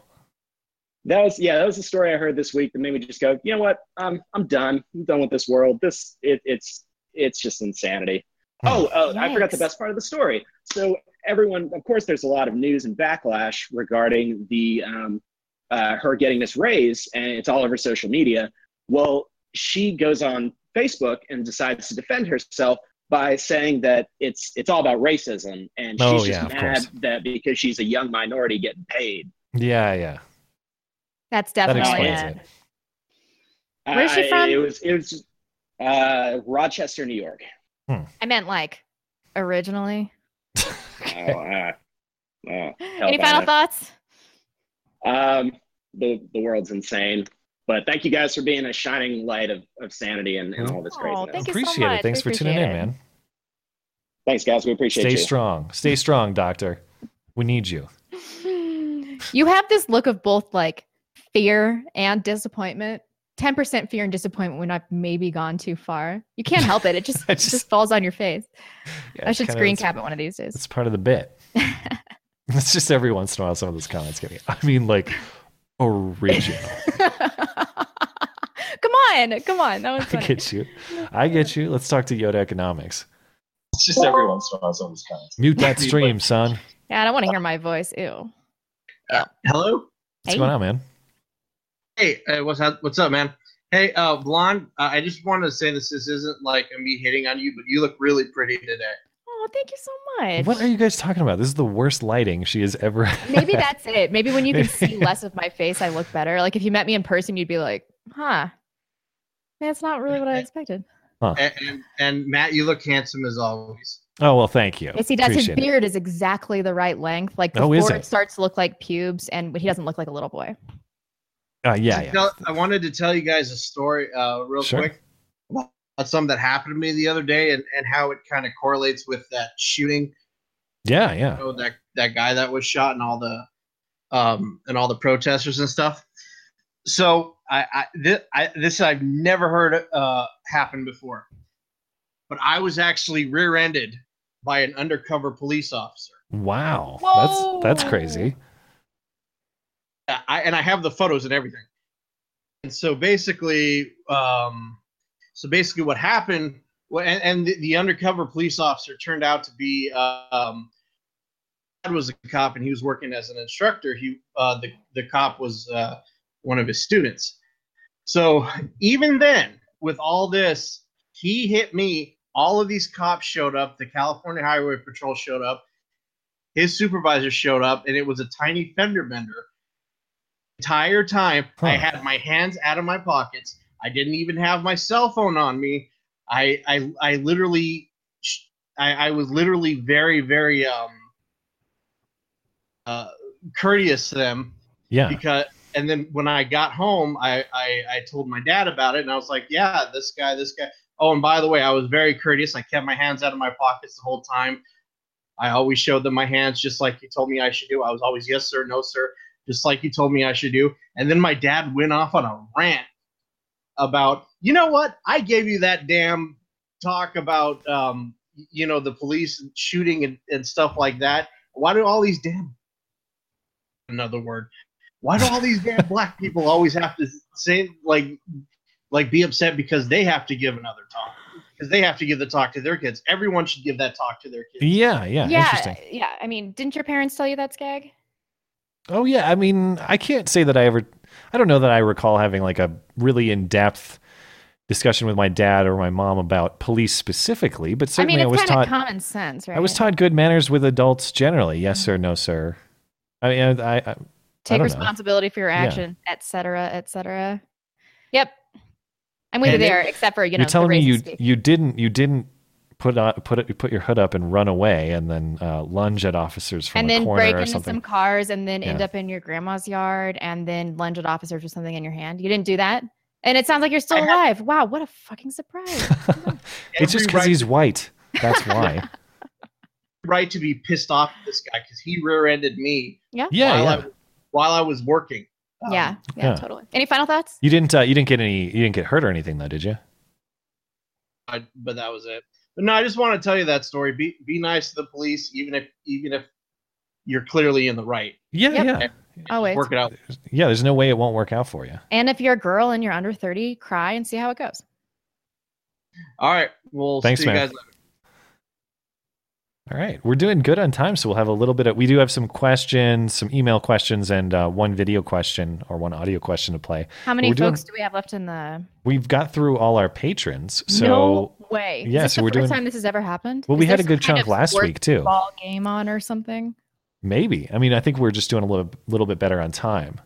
S25: that was yeah, that was the story I heard this week that made me just go, you know what, um, I'm done. I'm done with this world. This it, it's it's just insanity. Oh, oh I forgot the best part of the story. So everyone, of course, there's a lot of news and backlash regarding the um, uh, her getting this raise, and it's all over social media. Well, she goes on Facebook and decides to defend herself by saying that it's it's all about racism, and she's
S3: Oh,
S25: just
S3: yeah, of
S25: mad
S3: course.
S25: that because she's a young minority getting paid.
S3: Yeah, yeah.
S5: That's definitely
S25: explains
S5: it.
S25: Uh,
S5: Where's she from?
S25: It was it was uh, Rochester, New York.
S5: I meant like originally.
S25: Oh, uh, oh, hell
S5: Any
S25: if I
S5: final
S25: know.
S5: thoughts?
S25: Um, the the world's insane. But thank you guys for being a shining light of, of sanity and, and all this craziness.
S5: oh, thank you so
S3: Appreciate it.
S5: much.
S3: Thanks
S5: We
S3: for tuning in,
S5: appreciate it.
S3: man.
S25: Thanks, guys. We appreciate
S3: Stay
S25: you.
S3: strong. Stay strong, doctor. We need you.
S5: You have this look of both like fear and disappointment. 10% fear and disappointment when I've maybe gone too far. You can't help it. It just, it just falls on your face.
S3: Yeah,
S5: I
S3: it's
S5: should
S3: kinda-
S5: screen
S3: it's-
S5: cap it one of these days.
S3: It's part of the bit. it's just every once in a while some of those comments get me. I mean, like original.
S5: Come on. Come on. That was
S3: I
S5: funny.
S3: get you. I get you. Let's talk to Yoda Economics.
S27: It's just every once in a while someone's coming.
S3: Mute that stream, son.
S5: Yeah, I don't want to hear my voice. Ew.
S27: Uh, Hello.
S3: What's
S27: Hey.
S3: going on, man?
S27: Hey, uh, what's up? What's up, man? Hey, uh, blonde. Uh, I just wanted to say this. This isn't like me hitting on you, but you look really pretty today.
S5: Oh, thank you so much.
S3: What are you guys talking about? This is the worst lighting she has ever.
S5: Maybe that's it. Maybe when you can see
S3: Maybe-
S5: less of my face, I look better. Like if you met me in person, you'd be like, huh, that's not really what I expected.
S3: Huh.
S27: And, and, and Matt, you look handsome as always.
S3: Oh well, thank you.
S5: Yes, he does.
S3: Appreciate
S5: His
S3: it.
S5: beard is exactly the right length. Like
S3: Oh,
S5: before
S3: is
S5: it?
S3: it?
S5: starts to look like pubes, and he doesn't look like a little boy.
S3: Uh, yeah, yeah.
S27: Tell- I wanted to tell you guys a story uh, real
S3: Sure.
S27: quick about something that happened to me the other day and, and how it kind of correlates with that shooting.
S3: Yeah, yeah.
S27: Oh, that that guy that was shot and all the um and all the protesters and stuff. So I, I, this, I this I've never heard uh, happen before, but I was actually rear-ended by an undercover police officer.
S3: Wow, that's that's crazy.
S27: I, and I have the photos and everything. And so basically, um, so basically, what happened? well, And, and the, the undercover police officer turned out to be um, dad was a cop, and he was working as an instructor. He uh, the the cop was uh, one of his students. So even then, with all this, he hit me. All of these cops showed up. The California Highway Patrol showed up. His supervisor showed up, and it was a tiny fender bender entire time i had my hands out of my pockets i didn't even have my cell phone on me i i, I literally I, I was literally very very um uh courteous to them
S3: Yeah.
S27: because and then when i got home I, I i told my dad about it and i was like yeah this guy this guy oh and by the way i was very courteous i kept my hands out of my pockets the whole time i always showed them my hands just like you told me i should do i was always yes sir no sir just like you told me i should do and then my dad went off on a rant about you know what i gave you that damn talk about um, you know the police shooting and, and stuff like that why do all these damn another word why do all these damn black people always have to say like like be upset because they have to give another talk because they have to give the talk to their kids everyone should give that talk to their kids
S3: Yeah, yeah,
S5: yeah,
S3: interesting.
S5: yeah. I mean, didn't your parents tell you that skag?
S3: Oh yeah, I mean, I can't say that I ever. I don't know that I recall having like a really in depth discussion with my dad or my mom about police specifically, but
S5: I
S3: certainly I,
S5: mean, it's
S3: was
S5: kind
S3: taught
S5: of common sense, right?
S3: I was taught good manners with adults generally. Yes sir, no sir. I mean, I, I, I
S5: Mm-hmm.
S3: don't
S5: Take
S3: know.
S5: responsibility for your
S3: Yeah.
S5: action, et cetera, et cetera. Yep, I'm with
S3: And
S5: you there,
S3: it-
S5: except for you know.
S3: You're telling
S5: the
S3: me you
S5: racist speak.
S3: you didn't you didn't put on, put it, put your hood up and run away and then uh, lunge at officers from
S5: and
S3: a
S5: then
S3: corner
S5: break
S3: or
S5: into
S3: something.
S5: some cars and then end
S3: Yeah.
S5: up in your grandma's yard and then lunge at officers with something in your hand. You didn't do that, and it sounds like you're still alive. wow, what a fucking surprise!
S3: it's just because
S27: right-
S3: he's white. That's why.
S27: right to be pissed off at this guy because he rear-ended me
S5: Yeah.
S3: Yeah,
S27: while,
S3: yeah.
S27: I, while I was working.
S5: yeah, Um, yeah,
S3: Yeah.
S5: totally. Any final thoughts?
S3: you didn't uh, you didn't get any you didn't get hurt or anything though, did you?
S27: I, but that was it. But no, I just want to tell you that story. Be be nice to the police, even if even if you're clearly in the right.
S3: Yeah, Yep. yeah.
S5: Always.
S27: Work it out.
S3: Yeah, there's no way it won't work out for you.
S5: And if you're a girl and you're under 30, cry and see how it goes.
S27: All right. We'll
S3: Thanks,
S27: see you
S3: man.
S27: guys later.
S3: All right, we're doing good on time, so we'll have a little bit of. We do have some questions, some email questions, and uh, one video question or one audio question to play.
S5: How many
S3: We're doing-
S5: folks do we have left in the?
S3: we've got through all our patrons, so
S5: no way.
S3: yeah,
S5: Is this
S3: so
S5: the
S3: we're
S5: first
S3: doing-
S5: time this has ever happened.
S3: Well, we
S5: Is
S3: had
S5: there
S3: a good
S5: some
S3: chunk
S5: kind of
S3: last week, too.
S5: Ball game on or something.
S3: maybe. I mean, I think we're just doing a little little bit better on time.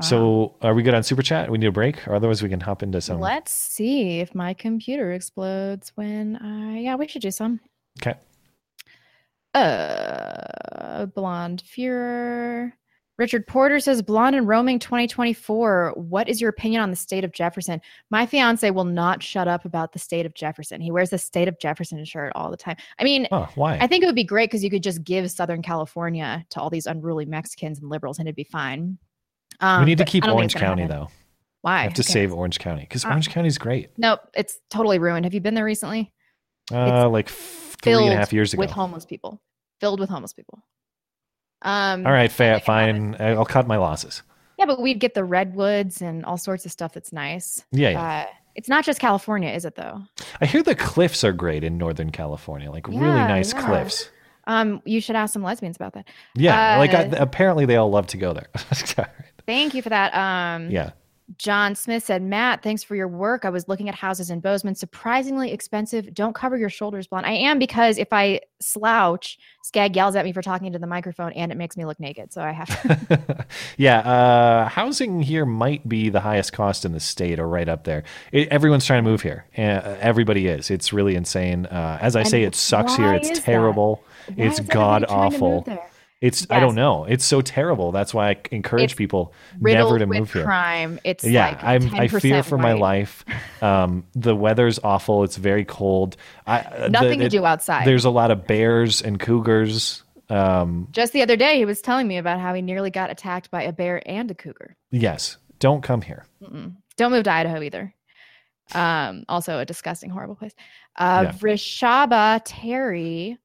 S3: So, are we good on super chat? We need a break, or otherwise we can hop into some.
S5: Let's see if my computer explodes when I. Yeah, we should do some.
S3: Okay.
S5: Uh, blonde Fuhrer. Richard Porter says, "Blonde and roaming 2024. What is your opinion on the state of Jefferson? My fiance will not shut up about the state of Jefferson. He wears the state of Jefferson shirt all the time. I mean,
S3: Oh, why?
S5: I think it would be great because you could just give Southern California to all these unruly Mexicans and liberals, and it'd be fine. Um,
S3: we need to
S5: but I
S3: keep
S5: don't think
S3: Orange
S5: it's gonna
S3: County
S5: happen.
S3: though.
S5: Why?
S3: I have to
S5: Okay.
S3: save Orange County because
S5: Uh,
S3: Orange County's great.
S5: Nope, it's totally ruined. Have you been there recently?
S3: Uh, like f- three and a
S5: Filled
S3: half years ago.
S5: with homeless people, filled with homeless people. Um,
S3: all right, fa- fine. I'll cut my losses.
S5: Yeah, but we'd get the redwoods and all sorts of stuff that's nice.
S3: Yeah, yeah.
S5: Uh, it's not just California, is it though?
S3: I hear the cliffs are great in Northern California, like really
S5: Yeah,
S3: nice
S5: yeah.
S3: cliffs.
S5: Um, you should ask some lesbians about that.
S3: Yeah, like I,
S5: Uh,
S3: apparently they all love to go there.
S5: Thank you for that. Um,
S3: yeah,
S5: John Smith said, Matt, thanks for your work. I was looking at houses in Bozeman, surprisingly expensive. Don't cover your shoulders, blonde. I am because if I slouch, Skag yells at me for talking to the microphone and it makes me look naked. So I have to.
S3: yeah. Uh, housing here might be the highest cost in the state, or right up there. It, everyone's trying to move here. Uh, everybody is. It's really insane. Uh, as I
S5: And
S3: say, it sucks here.
S5: why
S3: It's
S5: is that?
S3: terrible.
S5: Why
S3: It's
S5: is everybody
S3: god
S5: trying to move
S3: awful.
S5: there?
S3: It's I
S5: Yes.
S3: don't know. It's so terrible. That's why I encourage
S5: It's
S3: people
S5: riddled
S3: never to
S5: with
S3: move here.
S5: crime. It's
S3: yeah,
S5: like
S3: I'm. I fear
S5: 10%
S3: for my
S5: white.
S3: life. Um, the weather's awful. It's very cold. I, uh, the-
S5: Nothing to
S3: it-
S5: do outside.
S3: There's a lot of bears and cougars. Um,
S5: Just the other day, he was telling me about how he nearly got attacked by a bear and a cougar.
S3: yes, Don't come here.
S5: Mm-mm. Don't move to Idaho either. Um, also a disgusting, horrible place. Uh,
S3: Yeah.
S5: Rishaba Terry,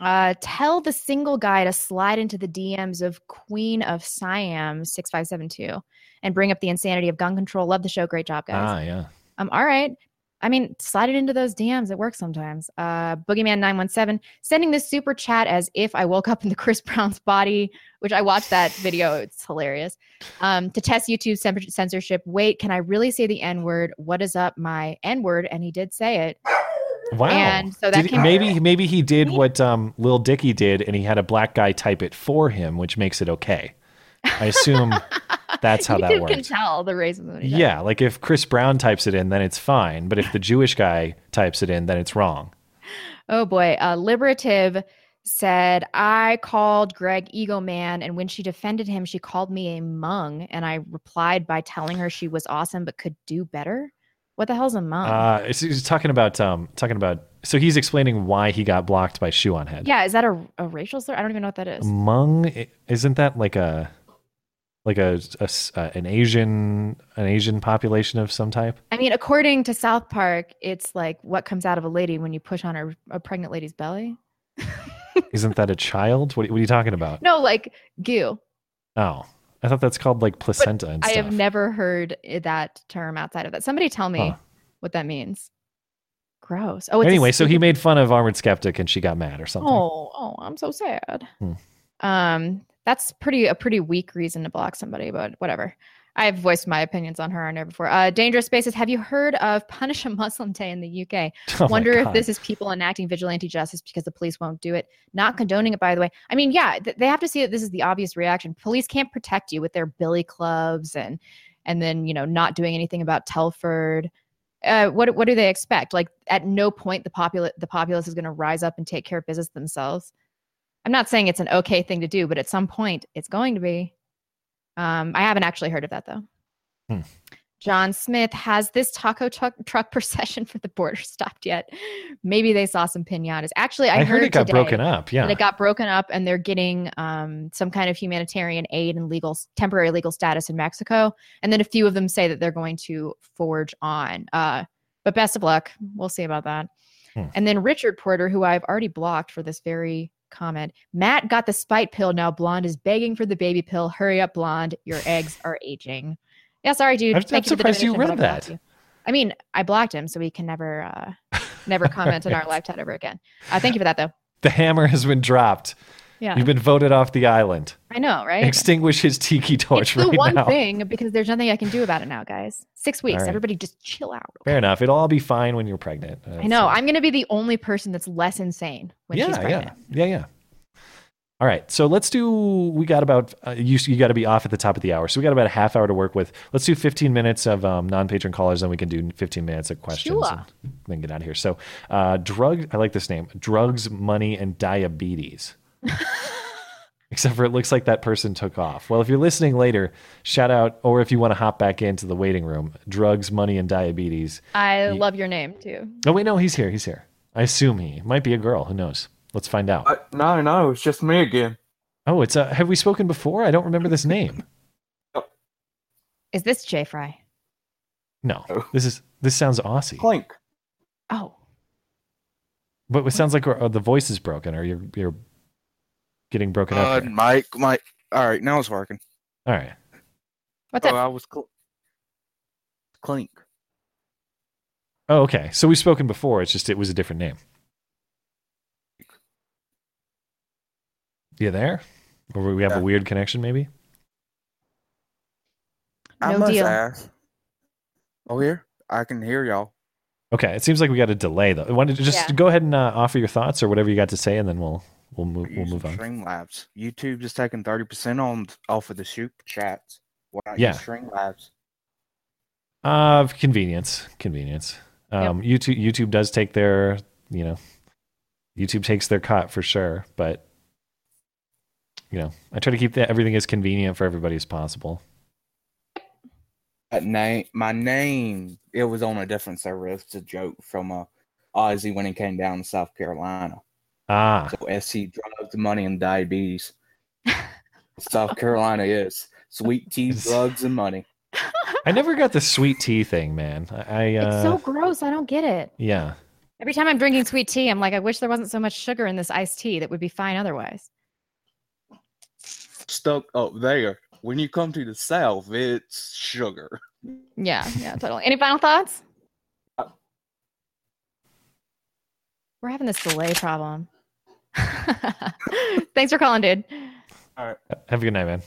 S5: uh, tell the single guy to slide into the DMs of Queen of Siam six five seven two, and bring up the insanity of gun control. Love the show. Great job, guys.
S3: Ah, yeah.
S5: Um, all right. I mean, slide it into those DMs. It works sometimes. Uh, Boogeyman917 sending this super chat as if I woke up in the Chris Brown's body, which I watched that video. It's hilarious. Um, to test YouTube cen- censorship. Wait, can I really say the N word? What is up, my N word? And he did say it.
S3: Wow.
S5: And so that
S3: Did he-
S5: came-
S3: maybe maybe he did what um, Lil Dicky did, and he had a black guy type it for him, which makes it okay. I assume that's how that
S5: YouTube
S3: works.
S5: can tell the racism. that he does.
S3: Yeah, like if Chris Brown types it in, then it's fine. But if the Jewish guy types it in, then it's wrong.
S5: Oh boy. Uh, Liberative said, I called Greg Eagleman, and when she defended him, she called me a mung, and I replied by telling her she was awesome but could do better. What the hell's a mung?
S3: Uh, so he's talking about um, talking about. So he's explaining why he got blocked by Shoe on Head.
S5: yeah, is that a, a racial slur? I don't even know what that is.
S3: Hmong i- isn't that like a like a, a s- uh, an Asian an Asian population of some type?
S5: I mean, according to South Park, it's like what comes out of a lady when you push on her, a pregnant lady's belly.
S3: Isn't that a child? What, what are you talking about?
S5: No, like goo.
S3: Oh, I thought that's called like
S5: But
S3: placenta and
S5: I
S3: stuff.
S5: have never heard i- that term outside of that. Somebody tell me
S3: Huh.
S5: what that means. Gross. Oh, it's a
S3: anyway, so he
S5: stupid-
S3: made fun of Armored Skeptic and she got mad or something.
S5: Oh, oh, I'm so sad.
S3: Hmm.
S5: Um, that's pretty a pretty weak reason to block somebody, but whatever. I've voiced my opinions on her on air before. Uh, Dangerous Spaces. Have you heard of Punish a Muslim Day in the UK?
S28: Oh my
S5: Wonder if
S28: God.
S5: this is people enacting vigilante justice because the police won't do it. Not condoning it, by the way. I mean, yeah, th- they have to see that this is the obvious reaction. Police can't protect you with their billy clubs and and then you know not doing anything about Telford uh, what what do they expect? Like at no point the popul the populace is going to rise up and take care of business themselves. I'm not saying it's an okay thing to do, but at some point it's going to be. Um, I haven't actually heard of that though.
S3: Hmm.
S5: John Smith has this taco truck, truck procession for the border stopped yet. Maybe they saw some pinatas. Actually, I,
S3: I heard it got
S5: today
S3: broken up,
S5: that
S3: yeah.
S5: it got broken up, and they're getting um, some kind of humanitarian aid and legal temporary legal status in Mexico. And then a few of them say that they're going to forge on. Uh, but best of luck. We'll see about that.
S28: Hmm.
S5: And then Richard Porter, who I've already blocked for this very comment. Matt got the spite pill. Now Blonde is begging for the baby pill. Hurry up, Blonde. Your eggs are aging. Yeah, sorry, dude.
S3: I'm- I'm
S5: Thank you for the
S3: surprised you
S5: donation,
S3: read
S5: but I blocked
S3: that.
S5: you. I mean, I blocked him, so he can never, uh, never comment in our
S3: Right.
S5: live chat ever again. Uh, thank you for that, though.
S3: The hammer has been dropped.
S5: Yeah.
S3: You've been voted off the island.
S5: I know, right?
S3: Extinguish his tiki torch
S5: it's the
S3: right
S5: one
S3: now.
S5: thing because there's nothing I can do about it now, guys. Six weeks.
S3: right.
S5: Everybody just chill out.
S3: Fair enough. It'll all be fine when you're pregnant. Uh,
S5: I know. I'm going to be the only person that's less insane when
S3: yeah,
S5: she's pregnant.
S3: yeah, yeah, yeah. All right, so let's do. We got about uh, you. You got to be off at the top of the hour, so we got about a half hour to work with. Let's do 15 minutes of um, non-patron callers, then we can do 15 minutes of questions,
S5: Sure.
S3: and then get out of here. So, uh, drug. I like this name: drugs, money, and diabetes. Except for it looks like that person took off. Well, if you're listening later, shout out, or if you want to hop back into the waiting room, drugs, money, and diabetes.
S5: I
S3: Ye-
S5: love your name too.
S3: Oh wait, no, he's here. He's here. I assume he might be a girl. Who knows? Let's find out.
S9: No, no, it's just me again.
S3: Oh, it's uh, have we spoken before? I don't remember this name.
S5: Is this Jay Fry?
S3: No, this is this sounds Aussie.
S9: Clink.
S5: Oh.
S3: But it sounds like uh, the voice is broken, or you're you're getting broken
S9: Uh,
S3: up. Here.
S9: Mike, Mike. All right, now it's working.
S3: All right,
S5: What's
S9: oh, I was cl- clink.
S3: Oh, okay. So we've spoken before. It's just it was a different name. You there? Or we have a weird connection, maybe?
S9: I
S5: No
S9: must
S5: deal.
S9: ask. Oh, here I can hear y'all.
S3: Okay. It seems like we got a delay though. Why don't you just
S9: Yeah.
S3: go ahead and uh, offer your thoughts or whatever you got to say, and then we'll we'll move we'll
S9: Using
S3: move on.
S9: Streamlabs. YouTube is taking thirty percent on off of the super chats. Why not
S3: Yeah.
S9: use Streamlabs?
S3: Uh, convenience, convenience. Um, YouTube YouTube does take their, you know, YouTube takes their cut for sure, but you know, I try to keep that everything as convenient for everybody as possible.
S9: That name, my name, it was on a different server. It's a joke from uh, Ozzy when he came down to South Carolina.
S3: Ah,
S9: So SC drugs, money, and diabetes. South Carolina is sweet tea, drugs, and money.
S3: I never got the sweet tea thing, man. I I, uh,
S5: it's so gross. I don't get it.
S3: yeah.
S5: Every time I'm drinking sweet tea, I'm like, I wish there wasn't so much sugar in this iced tea. That would be fine otherwise.
S9: Stuck up there. When you come to the South, it's sugar.
S5: Yeah, yeah, totally. Any final thoughts? We're having this delay problem. Thanks for calling, dude.
S9: All right.
S3: Have a good night, man.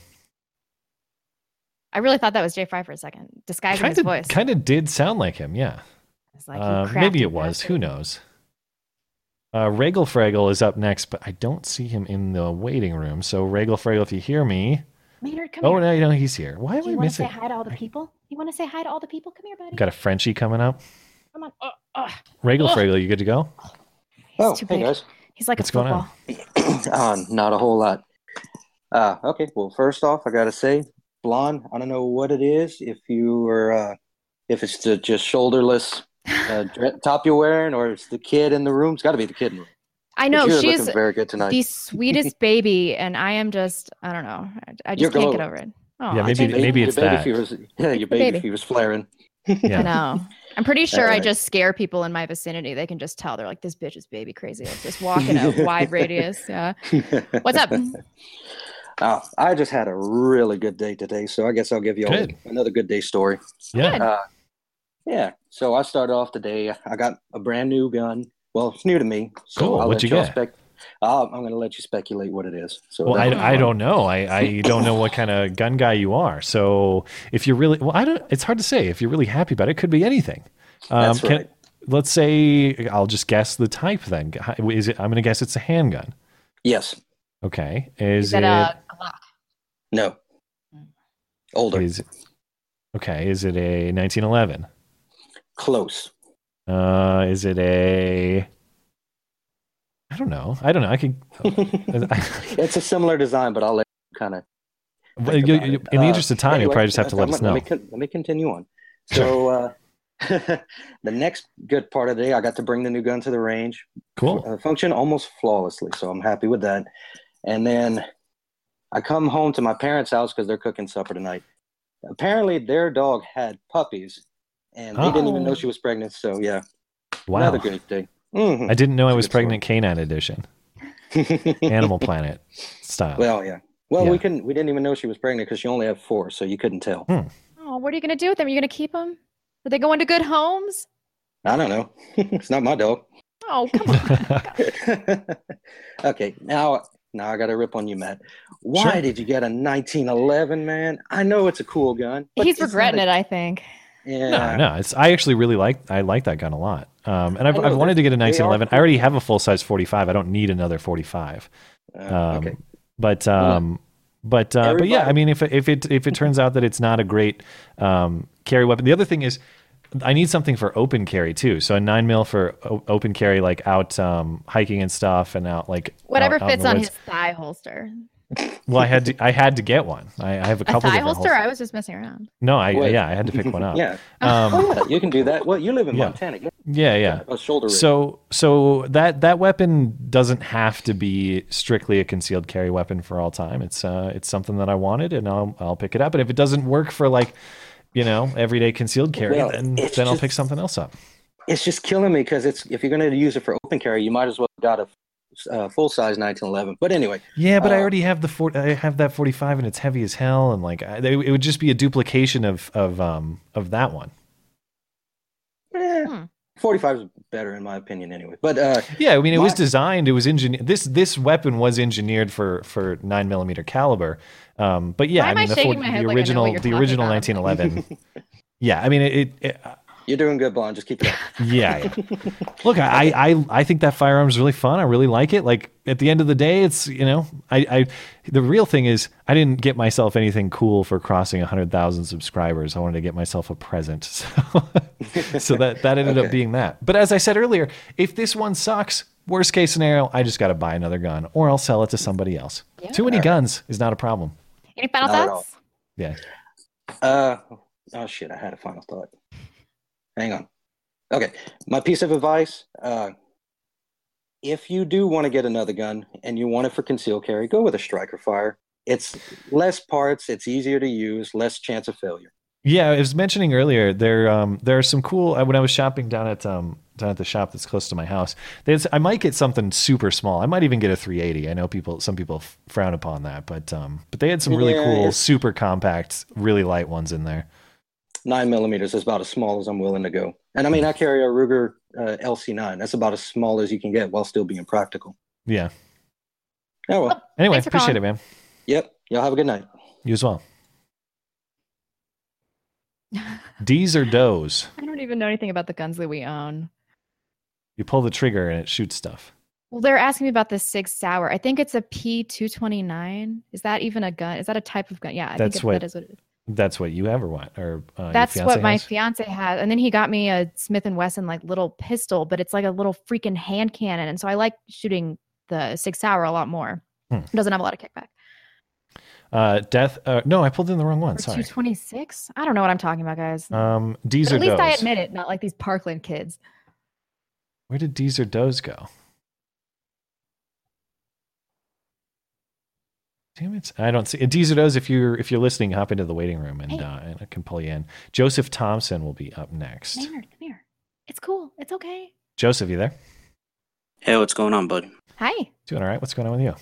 S5: I really thought that was Jay Fry for a second, disguising
S3: Kind
S5: his
S3: of
S5: voice.
S3: kind of did sound like him, yeah.
S5: It's like, you
S3: Uh,
S5: crappy
S3: maybe it was. Who knows? Uh, Regal Fraggle is up next, but I don't see him in the waiting room. So Regal Fraggle, if you hear me,
S5: Maynard, come
S3: oh
S5: here.
S3: no, no, he's here. Why am
S5: Do
S3: I
S5: you want to say
S3: missing?
S5: hi to all the people? You want to say hi to all the people? Come here, buddy.
S3: Got a Frenchie coming up.
S5: Come on. Oh, oh.
S3: Regal
S5: Oh.
S3: Fraggle, you good to go?
S5: He's
S16: Oh,
S5: too
S16: hey,
S5: big.
S16: guys.
S5: He's like
S3: What's
S5: a
S3: going
S5: football.
S3: on?
S9: uh, not a whole lot. Uh, okay, well, first off, I gotta say, blonde. I don't know what it is. If you are, uh, if it's the just shoulderless uh, dre- top you're wearing, or it's the kid in the room. It's got to be the kid. In the room.
S5: I
S9: But
S5: know
S9: you're
S5: she's
S9: looking very good tonight.
S5: the sweetest baby, and I am just I don't know. I, I
S9: You're
S5: just can't get
S9: glowing.
S5: over it. Oh,
S3: Yeah, maybe-
S5: thank you.
S3: maybe it's
S9: your baby
S3: that.
S9: fever's- yeah, your baby,
S5: baby.
S9: fever's flaring.
S5: I know. I'm pretty sure I
S9: Alright.
S5: just scare people in my vicinity. They can just tell. They're like, this bitch is baby crazy. It's just walking a wide radius. Yeah. What's up?
S9: Uh, I just had a really good day today, so I guess I'll give you all
S3: Good.
S9: another good day story.
S3: Yeah. Good.
S9: Uh, yeah. So I started off today. I got a brand new gun. Well, it's new to me. So
S3: Cool.
S9: I'll
S3: What'd
S9: let
S3: you
S9: y'all
S3: get?
S9: Spec- uh, I'm going to let you speculate what it is. So
S3: Well,
S9: that-
S3: I, I don't know. I, I don't know what kind of gun guy you are. So if you're really well, I don't. It's hard to say. If you're really happy about it, it could be anything. Um,
S9: That's right.
S3: Let's say I'll just guess the type. Then is it? I'm going to guess it's a handgun.
S9: Yes.
S3: Okay. Is,
S5: that
S3: it?
S5: a Glock?
S9: No. Older.
S3: Is okay? Is it a 1911?
S9: Close.
S3: Uh, is it a? I don't know. I don't know. I could.
S9: It's a similar design, but I'll let you kind of.
S3: well, you- you- in
S9: Uh,
S3: the interest of time, you probably just have to let us know.
S9: Let me, con- let me continue on. So uh, the next good part of the day, I got to bring the new gun to the range.
S3: Cool.
S9: Uh, function almost flawlessly, so I'm happy with that. And then I come home to my parents' house because they're cooking supper tonight. Apparently, their dog had puppies, and they didn't even
S3: Oh.
S9: know she was pregnant. So yeah,
S3: Wow.
S9: another great day. Mhm.
S3: I didn't know I was pregnant. Canine edition. Animal Planet style.
S9: Well, yeah. Well,
S3: Yeah.
S9: we couldn't. We didn't even know she was pregnant because she only had four, so you couldn't tell.
S3: Hmm.
S5: Oh, what are you gonna do with them? Are you gonna keep them? Are they going to good homes?
S9: I don't know. it's not my dog.
S5: Oh, come on.
S9: Okay, now now I got to rip on you, Matt. Why
S5: Sure.
S9: did you get a 1911, man? I know it's a cool gun. but
S5: He's
S9: it's
S5: regretting
S9: not
S5: it,
S9: a-
S5: I think.
S9: Yeah.
S3: No, no. It's I actually really like I like that gun a lot. Um, and I've,
S9: I know,
S3: I've wanted to get a
S9: they are
S3: 1911. I already have a full size 45. I don't need another 45. Um,
S9: Uh, okay.
S3: But um, but uh, but yeah,
S9: Everybody-
S3: I mean, if if it if it turns out that it's not a great um, carry weapon, the other thing is. I need something for open carry too. So a nine mil for o- open carry, like out um, hiking and stuff, and out like out-
S5: Whatever
S3: out in
S5: fits
S3: the
S5: on
S3: woods.
S5: his thigh holster.
S3: Well, I had to, I had to get one. I, I have a
S5: A
S3: couple.
S5: thigh
S3: different
S5: holster?
S3: holes.
S5: I was just messing around.
S3: No, I
S9: Wait.
S3: yeah, I had to pick one up.
S9: Yeah.
S3: Um,
S9: Oh, yeah, you can do that. Well, you live in
S3: yeah.
S9: Montana. Yeah.
S3: Yeah, yeah.
S9: A shoulder. rig.
S3: So so that that weapon doesn't have to be strictly a concealed carry weapon for all time. It's uh it's something that I wanted and I'll I'll pick it up. And if it doesn't work for like, you know, everyday concealed carry,
S9: Well,
S3: then then
S9: it's
S3: I'll
S9: just-
S3: pick something else up.
S9: It's just killing me because it's if you're going to use it for open carry, you might as well have got a uh, full size 1911. But anyway.
S3: Yeah, but I
S9: uh,
S3: already have the 40, I have that 45 and it's heavy as hell and like I, it would just be a duplication of of um of that one.
S9: eh,
S5: Hmm.
S9: 45 is better in my opinion, anyway. But uh,
S3: Yeah, I mean, it was
S9: my-
S3: designed. It was engineered. This this weapon was engineered for for nine millimeter caliber. Um, but yeah,
S5: Why
S3: I
S5: am I
S3: mean, the,
S5: shaking
S3: fort-
S5: my head
S3: the
S5: like I know what
S3: original
S5: you're
S3: the
S5: talking
S3: original
S5: about?
S3: 1911. yeah, I mean, it. it
S9: You're doing good, blonde. Just keep it up.
S3: yeah, yeah. Look, I, I I think that firearm's really fun. I really like it. Like at the end of the day, it's you know, I, I the real thing is I didn't get myself anything cool for crossing hundred thousand subscribers. I wanted to get myself a present. So, so that that ended up
S9: Okay.
S3: being that. But as I said earlier, if this one sucks, worst case scenario, I just got to buy another gun or I'll sell it to somebody else.
S5: Yeah.
S3: Too many
S5: Alright.
S3: guns is not a problem.
S5: Any final
S9: Not at all.
S5: thoughts?
S3: Yeah.
S9: Uh, oh shit, I had a final thought. Hang on. Okay, my piece of advice: uh, if you do want to get another gun and you want it for concealed carry, go with a striker fire. It's less parts, it's easier to use, less chance of failure.
S3: Yeah, I was mentioning earlier there um there are some cool I- when I was shopping down at um down at the shop that's close to my house. There's I might get something super small. I might even get a 380. I know people some people f- frown upon that, but um but they had some really
S9: Yeah,
S3: cool
S9: it's-
S3: super compact, really light ones in there.
S9: Nine millimeters is about as small as I'm willing to go. And I mean, I carry a Ruger uh, LC9. That's about as small as you can get while still being practical.
S3: Yeah.
S9: Oh well.
S3: Anyway, appreciate it, man.
S9: Yep. Y'all have a good night.
S3: You as well. D's or does?
S5: I don't even know anything about the guns that we own.
S3: You pull the trigger and it shoots stuff.
S5: Well, they're asking me about the Sig Sauer. I think it's a P229. Is that even a gun? Is that a type of gun? Yeah, I
S3: that's
S5: think it,
S3: what
S5: that is what it is.
S3: That's what you have or what? Or uh, your
S5: That's
S3: fiance
S5: what my
S3: has?
S5: fiance has. And then he got me a Smith and Wesson like little pistol, but it's like a little freaking hand cannon. And so I like shooting the Sig Sauer a lot more.
S3: Hmm.
S5: It doesn't have a lot of kickback.
S3: uh death uh, no, I pulled in the wrong one.
S5: Or
S3: Sorry.
S5: 226? I don't know what I'm talking about, guys.
S3: Um
S5: But
S3: D's or
S5: at least I
S3: does?
S5: admit it, not like these Parkland kids.
S3: Where did D's or does go? Damn it! I don't see D's or does. If you're if you're listening, hop into the waiting room and
S5: Hey.
S3: uh, and I can pull you in. Joseph Thompson will be up next.
S5: Maynard, come here. It's cool. It's okay.
S3: Joseph, you there?
S28: Hey, what's going on, bud?
S5: Hi.
S3: Doing all right? What's going on with you?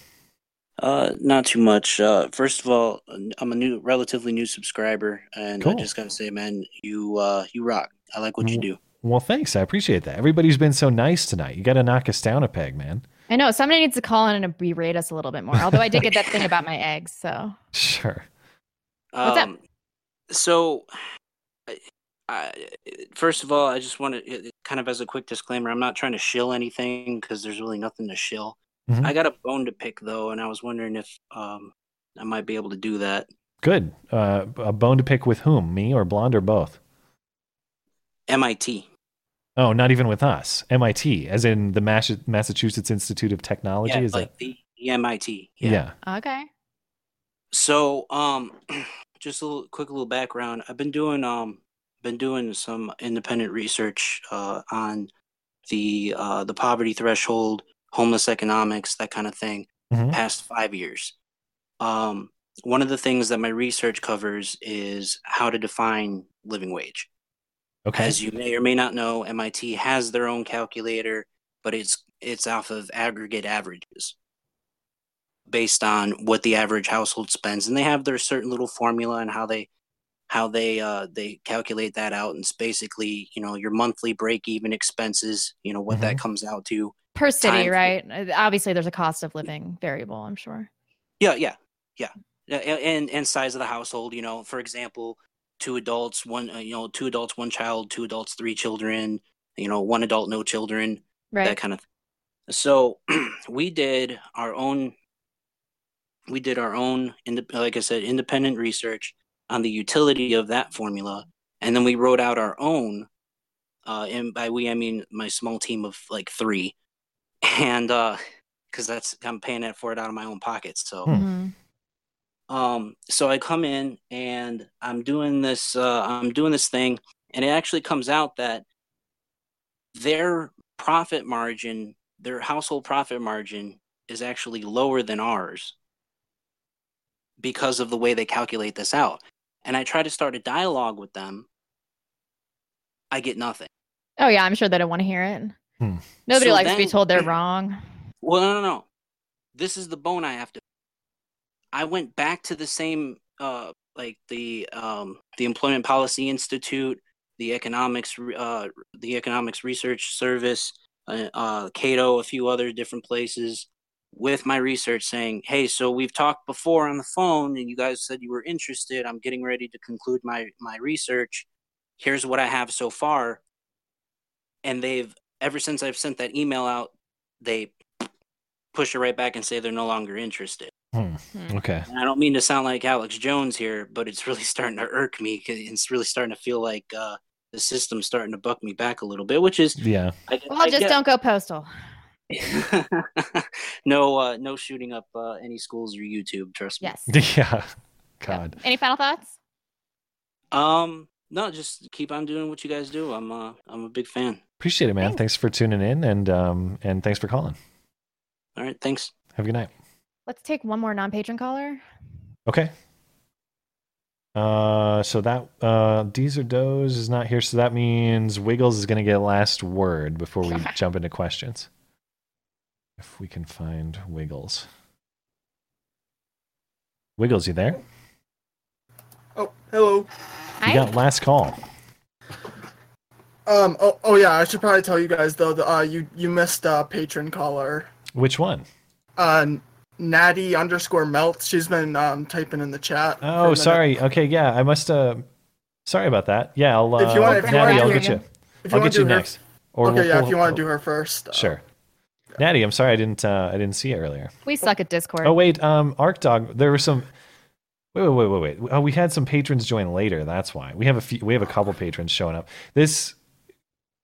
S28: Uh, not too much. Uh, first of all, I'm a new, relatively new subscriber, and I
S3: Cool.
S28: just gotta say, man, you uh, you rock. I like what you do.
S3: Well, thanks. I appreciate that. Everybody's been so nice tonight. You got to knock us down a peg, man.
S5: I know somebody needs to call in and berate us a little bit more. Although I did get that thing about my eggs, so
S3: Sure.
S5: What's up?
S28: Um, So, I, I, first of all, I just want to kind of as a quick disclaimer, I'm not trying to shill anything because there's really nothing to shill.
S3: Mhm.
S28: I got a bone to pick though, and I was wondering if um, I might be able to do that.
S3: Good. Uh, a bone to pick with whom? Me or Blonde or both?
S28: MIT.
S3: Oh, not even with us. MIT, as in the Mas- Massachusetts Institute of Technology.
S28: Yeah,
S3: Oh, Is
S28: like the, E the MIT.
S3: that? yeah.
S5: okay.
S28: So, um, just a little, quick little background. I've been doing um, been doing some independent research uh, on the uh, the poverty threshold, homeless economics, that kind of thing.
S4: Mm-hmm.
S3: Mhm.
S28: Past five years, um, one of the things that my research covers is how to define living wage.
S3: Okay.
S28: As you may or may not know, MIT has their own calculator, but it's it's off of aggregate averages based on what the average household spends, and they have their certain little formula and how they how they uh, they calculate that out. And it's basically you know your monthly break even expenses, you know what that comes out to.
S5: Per city,
S28: Time-
S5: right? Uh, Obviously, there's a cost of living variable. I'm sure.
S28: Yeah, yeah, yeah, Yeah, a- and and size of the household. You know, for example, two adults, one uh, you know two adults, one child, two adults, three children. You know, one adult, no children.
S5: Right.
S28: That kind of. So we did our own. We did our own, inde- like I said, independent research on the utility of that formula, and then we wrote out our own. Uh, and by we, I mean my small team of like three, and because that's I'm paying that for it out of my own pocket.
S4: Hmm.
S28: So
S3: Mm-hmm.
S5: Mm-hmm.
S28: um so i come in and i'm doing this uh i'm doing this thing and it actually comes out that their profit margin their household profit margin is actually lower than ours because of the way they calculate this out and i try to start a dialogue with them i get nothing
S5: Oh yeah, I'm sure they don't want to hear it.
S3: Hmm.
S5: Nobody
S28: So
S5: likes to be
S28: then-
S5: told they're wrong.
S28: Well, no, no, no. This is the bone I have to. I went back to the same, uh, like the um, the Employment Policy Institute, the economics, re- uh, the economics research service, uh, uh, Cato, a few other different places, with my research saying, "Hey, so we've talked before on the phone, and you guys said you were interested. I'm getting ready to conclude my my research. Here's what I have so far." And they've ever since I've sent that email out, they push it right back and say they're no longer interested.
S3: Hmm. Okay.
S28: And I don't mean to sound like Alex Jones here, but it's really starting to irk me 'cause it's really starting to feel like uh, the system's starting to buck me back a little bit, which is
S3: Yeah.
S28: I, get-
S5: Well,
S28: I
S5: just
S28: get
S5: don't go postal.
S28: no uh, no shooting up uh, any schools or YouTube. Trust me.
S5: Yes.
S3: Yeah. God.
S5: Any final thoughts?
S28: Um. No, just keep on doing what you guys do. I'm uh, I'm a big fan.
S3: Appreciate it, man. Thanks for tuning in and um and thanks for calling.
S28: All right, thanks.
S3: Have a good night.
S5: Let's take one more non-patron caller.
S3: Okay. Uh, so that uh, Deezer Doze is not here, so that means Wiggles is going to get last word before we jump into questions. If we can find Wiggles, Wiggles, you there?
S26: Oh, hello.
S3: You got last call.
S26: Um. Oh. Oh. Yeah. I should probably tell you guys though. The, uh. You. You missed uh. Patron caller.
S3: Which one?
S26: Uh. Natty underscore melt. She's been um typing in the chat. for a
S3: Oh,
S26: minute.
S3: sorry. Okay, yeah, I must. Uh, sorry about that. Yeah, I'll. Uh,
S26: If you want, if you
S3: Natty,
S26: want,
S3: I'll get you. I'll
S26: wanna
S3: get you
S26: do her-
S3: next.
S26: okay.
S3: we'll-
S26: yeah. If
S3: we'll-
S26: you want to do uh, her first.
S3: Sure. Natty, I'm sorry I didn't. Uh, I didn't see you earlier.
S5: We suck at Discord.
S3: Oh wait, um, Arc Dog. There were some. Wait, wait, wait, wait, wait. Oh, we had some patrons join later. That's why we have a few. We have a couple patrons showing up. This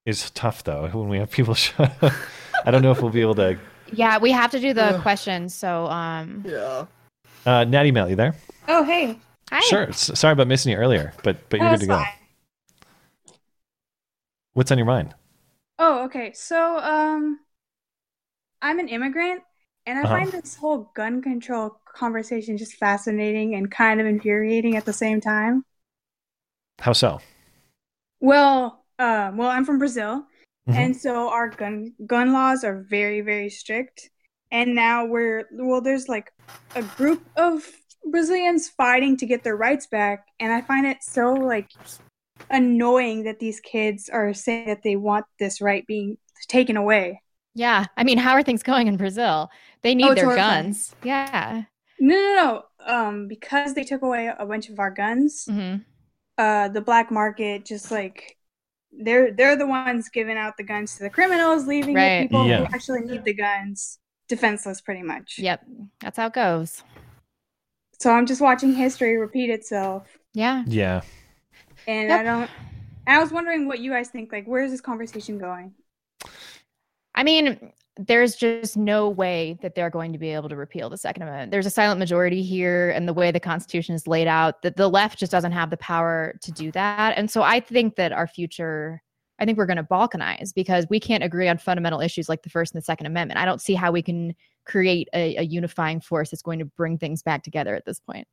S3: is tough though. When we have people show up, I don't know if we'll be able to.
S5: Yeah, we have to do the questions. So, um,
S26: yeah.
S3: Uh, Natty Mel, you there?
S29: Oh, hey. Hi.
S3: Sure. S- Sorry about missing you earlier, but but you're
S29: Oh,
S3: good to go.
S29: it's
S3: What's on your mind?
S29: Oh, okay. So, um, I'm an immigrant, and I
S3: Uh-huh.
S29: find this whole gun control conversation just fascinating and kind of infuriating at the same time.
S3: How so?
S29: Well, um, well, I'm from Brazil,
S3: Mhm.
S29: and so our gun gun laws are very, very strict. And now we're well, there's like a group of Brazilians fighting to get their rights back, and I find it so like annoying that these kids are saying that they want this right being taken away.
S5: Yeah, I mean, how are things going in Brazil? They need
S29: Oh, it's
S5: their
S29: horrifying.
S5: guns. Yeah.
S29: No, no, no. Um, because they took away a bunch of our guns,
S5: Mm-hmm.
S29: uh, the black market just like they're they're the ones giving out the guns to the criminals, leaving the
S5: Right.
S29: people
S5: Yeah.
S29: who actually need the guns defenseless, pretty much.
S5: Yep, that's how it goes.
S29: So I'm just watching history repeat itself,
S5: Yeah.
S3: Yeah.
S29: and I
S5: Yep.
S29: don't. I was wondering what you guys think. Like, where is this conversation going?
S5: I mean, there's just no way that they're going to be able to repeal the Second Amendment. There's a silent majority here, and the way the Constitution is laid out, that the left just doesn't have the power to do that. And so I think that our future, I think we're going to balkanize because we can't agree on fundamental issues like the First and the Second Amendment. I don't see how we can create a, a unifying force that's going to bring things back together at this point.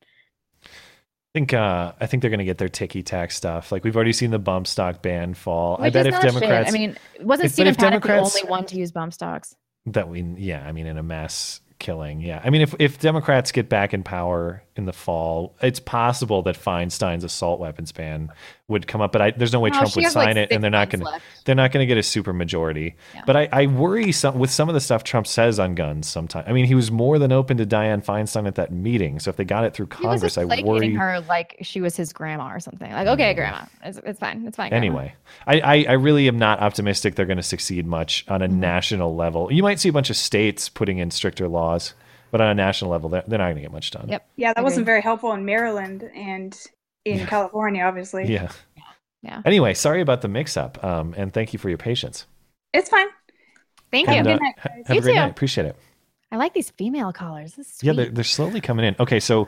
S3: I think uh, I think they're going to get their ticky tack stuff. Like we've already seen the bump stock ban fall. I
S5: Which
S3: bet if
S5: is not a shame.
S3: Democrats,
S5: I mean, wasn't
S3: if- but
S5: Stephen
S3: if
S5: Paddock the
S3: Democrats-
S5: only one to use bomb stocks?
S3: that we yeah, I mean in a mass killing, yeah. I mean if if Democrats get back in power in the fall, it's possible that Feinstein's assault weapons ban would come up, but I, there's no way
S1: No,
S3: Trump
S1: she
S3: would
S1: has, like,
S3: sign it,
S1: six
S3: and they're not
S1: months
S3: going to
S1: left.
S3: they're not going to get a super majority. But I, I worry some with some of the stuff Trump says on guns. Sometimes I mean he was more than open to Dianne Feinstein at that meeting. So if they got it through
S5: He was
S3: Congress, I
S5: placating
S3: worry. Mm.
S5: her like she was his grandma or something. Like, okay, grandma, it's, it's fine, it's fine. grandma."
S3: Anyway, I, I, I really am not optimistic they're going to succeed much on a national level. You might see a bunch of states putting in stricter laws, but on a national level, they're, they're not going to get much done.
S5: Yep.
S29: Yeah, that wasn't
S5: Agreed.
S29: very helpful in Maryland and in California, obviously.
S3: Yeah.
S5: Yeah.
S3: Anyway, sorry about the mix up, um, and thank you for your patience.
S29: It's fine.
S5: Thank
S3: And,
S5: you.
S3: uh, ha- have a great night. Appreciate it.
S5: I like these female callers. This is
S3: Yeah, they're, they're slowly coming in. Okay, so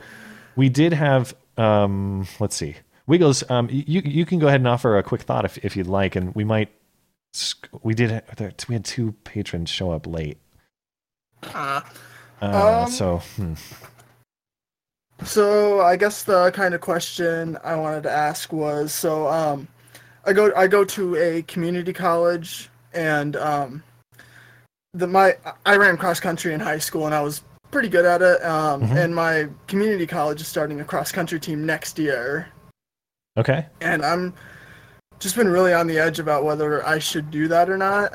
S3: we did have. Um, let's see, Wiggles. Um, you you can go ahead and offer a quick thought if if you'd like, and we might. sc- We did. there- We had two patrons show up late,
S26: Uh,
S3: uh,
S26: Um,
S3: so hmm.
S26: So I guess the kind of question I wanted to ask was so um I go I go to a community college and um the my I ran cross country in high school and I was pretty good at it um
S3: Mhm.
S26: and my community college is starting a cross country team next year
S3: okay.
S26: and I'm just been really on the edge about whether I should do that or not.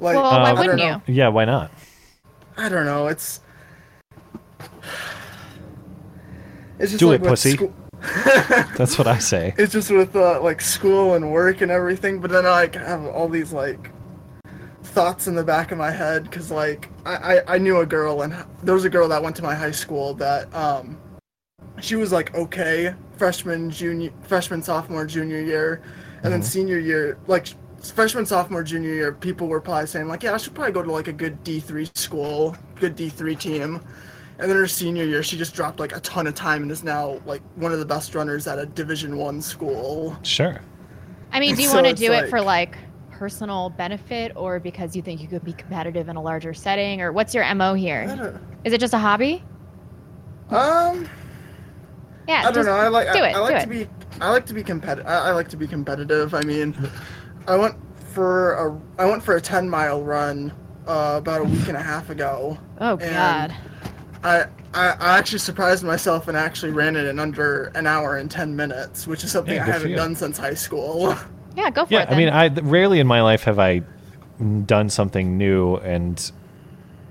S26: Like I don't know.
S3: Yeah, why not?
S26: I don't know. It's it's just
S3: Do
S26: like
S3: it,
S26: with
S3: pussy.
S26: School,
S3: That's what I say.
S26: it's just with uh, like school and work and everything. But then I like have all these like thoughts in the back of my head because like I, I I knew a girl and there was a girl that went to my high school that um she was like okay freshman junior freshman sophomore junior year and then
S30: Mhm.
S26: senior year like freshman sophomore junior year people were probably saying like yeah i should probably go to like a good d3 school good d3 team and then her senior year she just dropped like a ton of time and is now like one of the best runners at a division one school
S3: Sure.
S5: I mean, do you
S26: So
S5: want to
S26: it's
S5: do it for like personal benefit or because you think you could be competitive in a larger setting or what's your MO here? Is it just a hobby?
S26: Um
S5: Yeah,
S10: I don't
S5: just
S10: know. I like
S5: do
S10: I,
S5: it,
S10: I like
S5: do
S10: to be I like to be competitive. I, I like to be competitive. I mean, I went for a I went for a ten mile run uh, about a week and a half ago.
S5: Oh God.
S10: I, I I actually surprised myself and actually ran it in under an hour and ten minutes, which is something
S3: Yeah,
S10: I
S3: good for
S10: haven't
S3: you.
S10: done since high school.
S5: Yeah, go for
S3: yeah,
S5: it.
S3: I
S5: then.
S3: mean, I rarely in my life have I done something new, and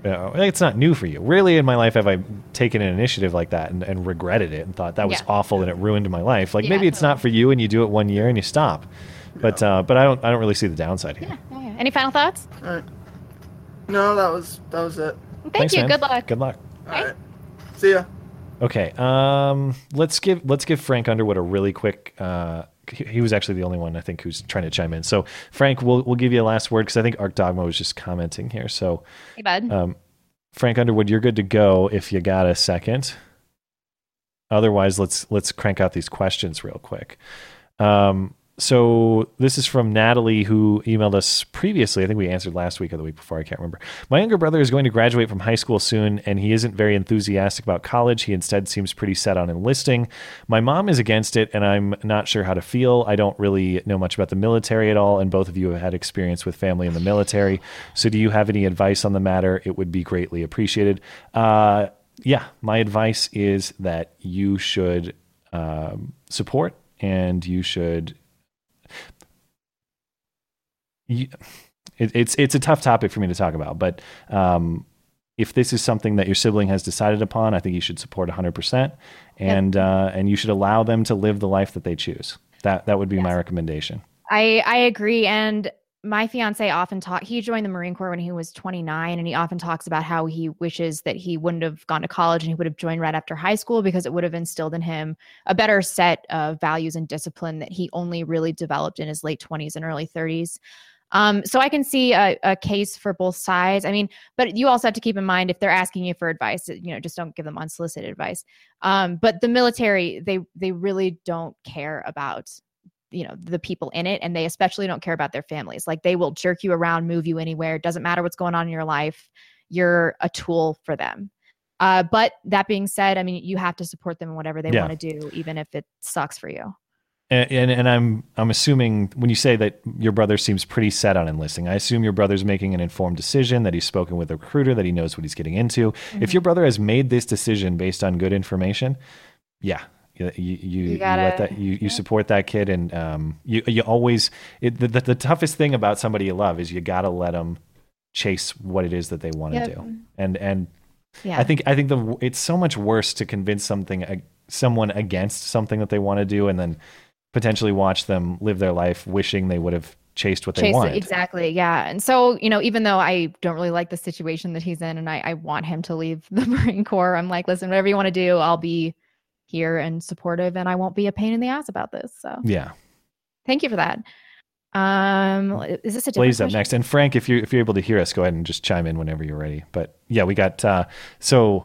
S3: uh, it's not new for you. Rarely in my life have I taken an initiative like that and, and regretted it and thought that was
S5: Yeah.
S3: awful and it ruined my life. Like
S5: Yeah,
S3: maybe it's not for you, and you do it one year and you stop. But uh, but I don't I don't really see the downside here.
S5: Yeah, yeah. Any final thoughts?
S10: All right. No, that was that was it.
S5: Thank
S3: Thanks,
S5: you.
S3: man.
S5: Good luck.
S3: Good luck.
S10: All right. See ya.
S3: Okay. Um, let's give let's give Frank Underwood a really quick. Uh, he, he was actually the only one I think who's trying to chime in. So Frank, we'll we'll give you a last word because I think Arc Dogma was just commenting here. So
S5: Hey, bud.
S3: um, Frank Underwood, you're good to go if you got a second. Otherwise, let's let's crank out these questions real quick. Um, so this is from Natalie, who emailed us previously. I think we answered last week or the week before. I can't remember. My younger brother is going to graduate from high school soon, and he isn't very enthusiastic about college. He instead seems pretty set on enlisting. My mom is against it, and I'm not sure how to feel. I don't really know much about the military at all, and both of you have had experience with family in the military. So, do you have any advice on the matter? It would be greatly appreciated. Uh, yeah, my advice is that you should um, support and you should. You, it, it's it's a tough topic for me to talk about, but um, if this is something that your sibling has decided upon, I think you should support 100 percent, and uh, and you should allow them to live the life that they choose. That that would be my recommendation.
S5: I I agree and my fiance often talk he joined the Marine Corps when he was 29 and he often talks about how he wishes that he wouldn't have gone to college and he would have joined right after high school because it would have instilled in him a better set of values and discipline that he only really developed in his late 20s and early 30s. Um, so I can see a, a case for both sides. I mean, but you also have to keep in mind if they're asking you for advice, you know, just don't give them unsolicited advice. Um, but the military, they they really don't care about you know the people in it and they especially don't care about their families like they will jerk you around move you anywhere it doesn't matter what's going on in your life you're a tool for them uh, but that being said i mean you have to support them in whatever they
S3: Yeah.
S5: want to do even if it sucks for you
S3: And, and and I'm I'm assuming when you say that your brother seems pretty set on enlisting, I assume your brother's making an informed decision that he's spoken with a recruiter, that he knows what he's getting into.
S5: Mhm.
S3: If your brother has made this decision based on good information, yeah, you you, you, you let
S5: gotta-
S3: that you, you support that kid, and um, you you always it, the, the the toughest thing about somebody you love is you gotta let them chase what it is that they want to
S13: Yep.
S3: do, and and
S13: Yeah.
S3: I think I think the it's so much worse to convince something ag- someone against something that they want to do, and then potentially watch them live their life wishing they would have chased what they
S5: Chase it-
S3: want.
S5: exactly yeah and so you know even though i don't really like the situation that he's in and i, I want him to leave the marine corps i'm like listen whatever you want to do i'll be here and supportive and i won't be a pain in the ass about this so
S3: Yeah,
S5: thank you for that um is this a different
S3: Blaze up
S5: question?
S3: next, and Frank, if you if you're able to hear us, go ahead and just chime in whenever you're ready. But yeah, we got uh, so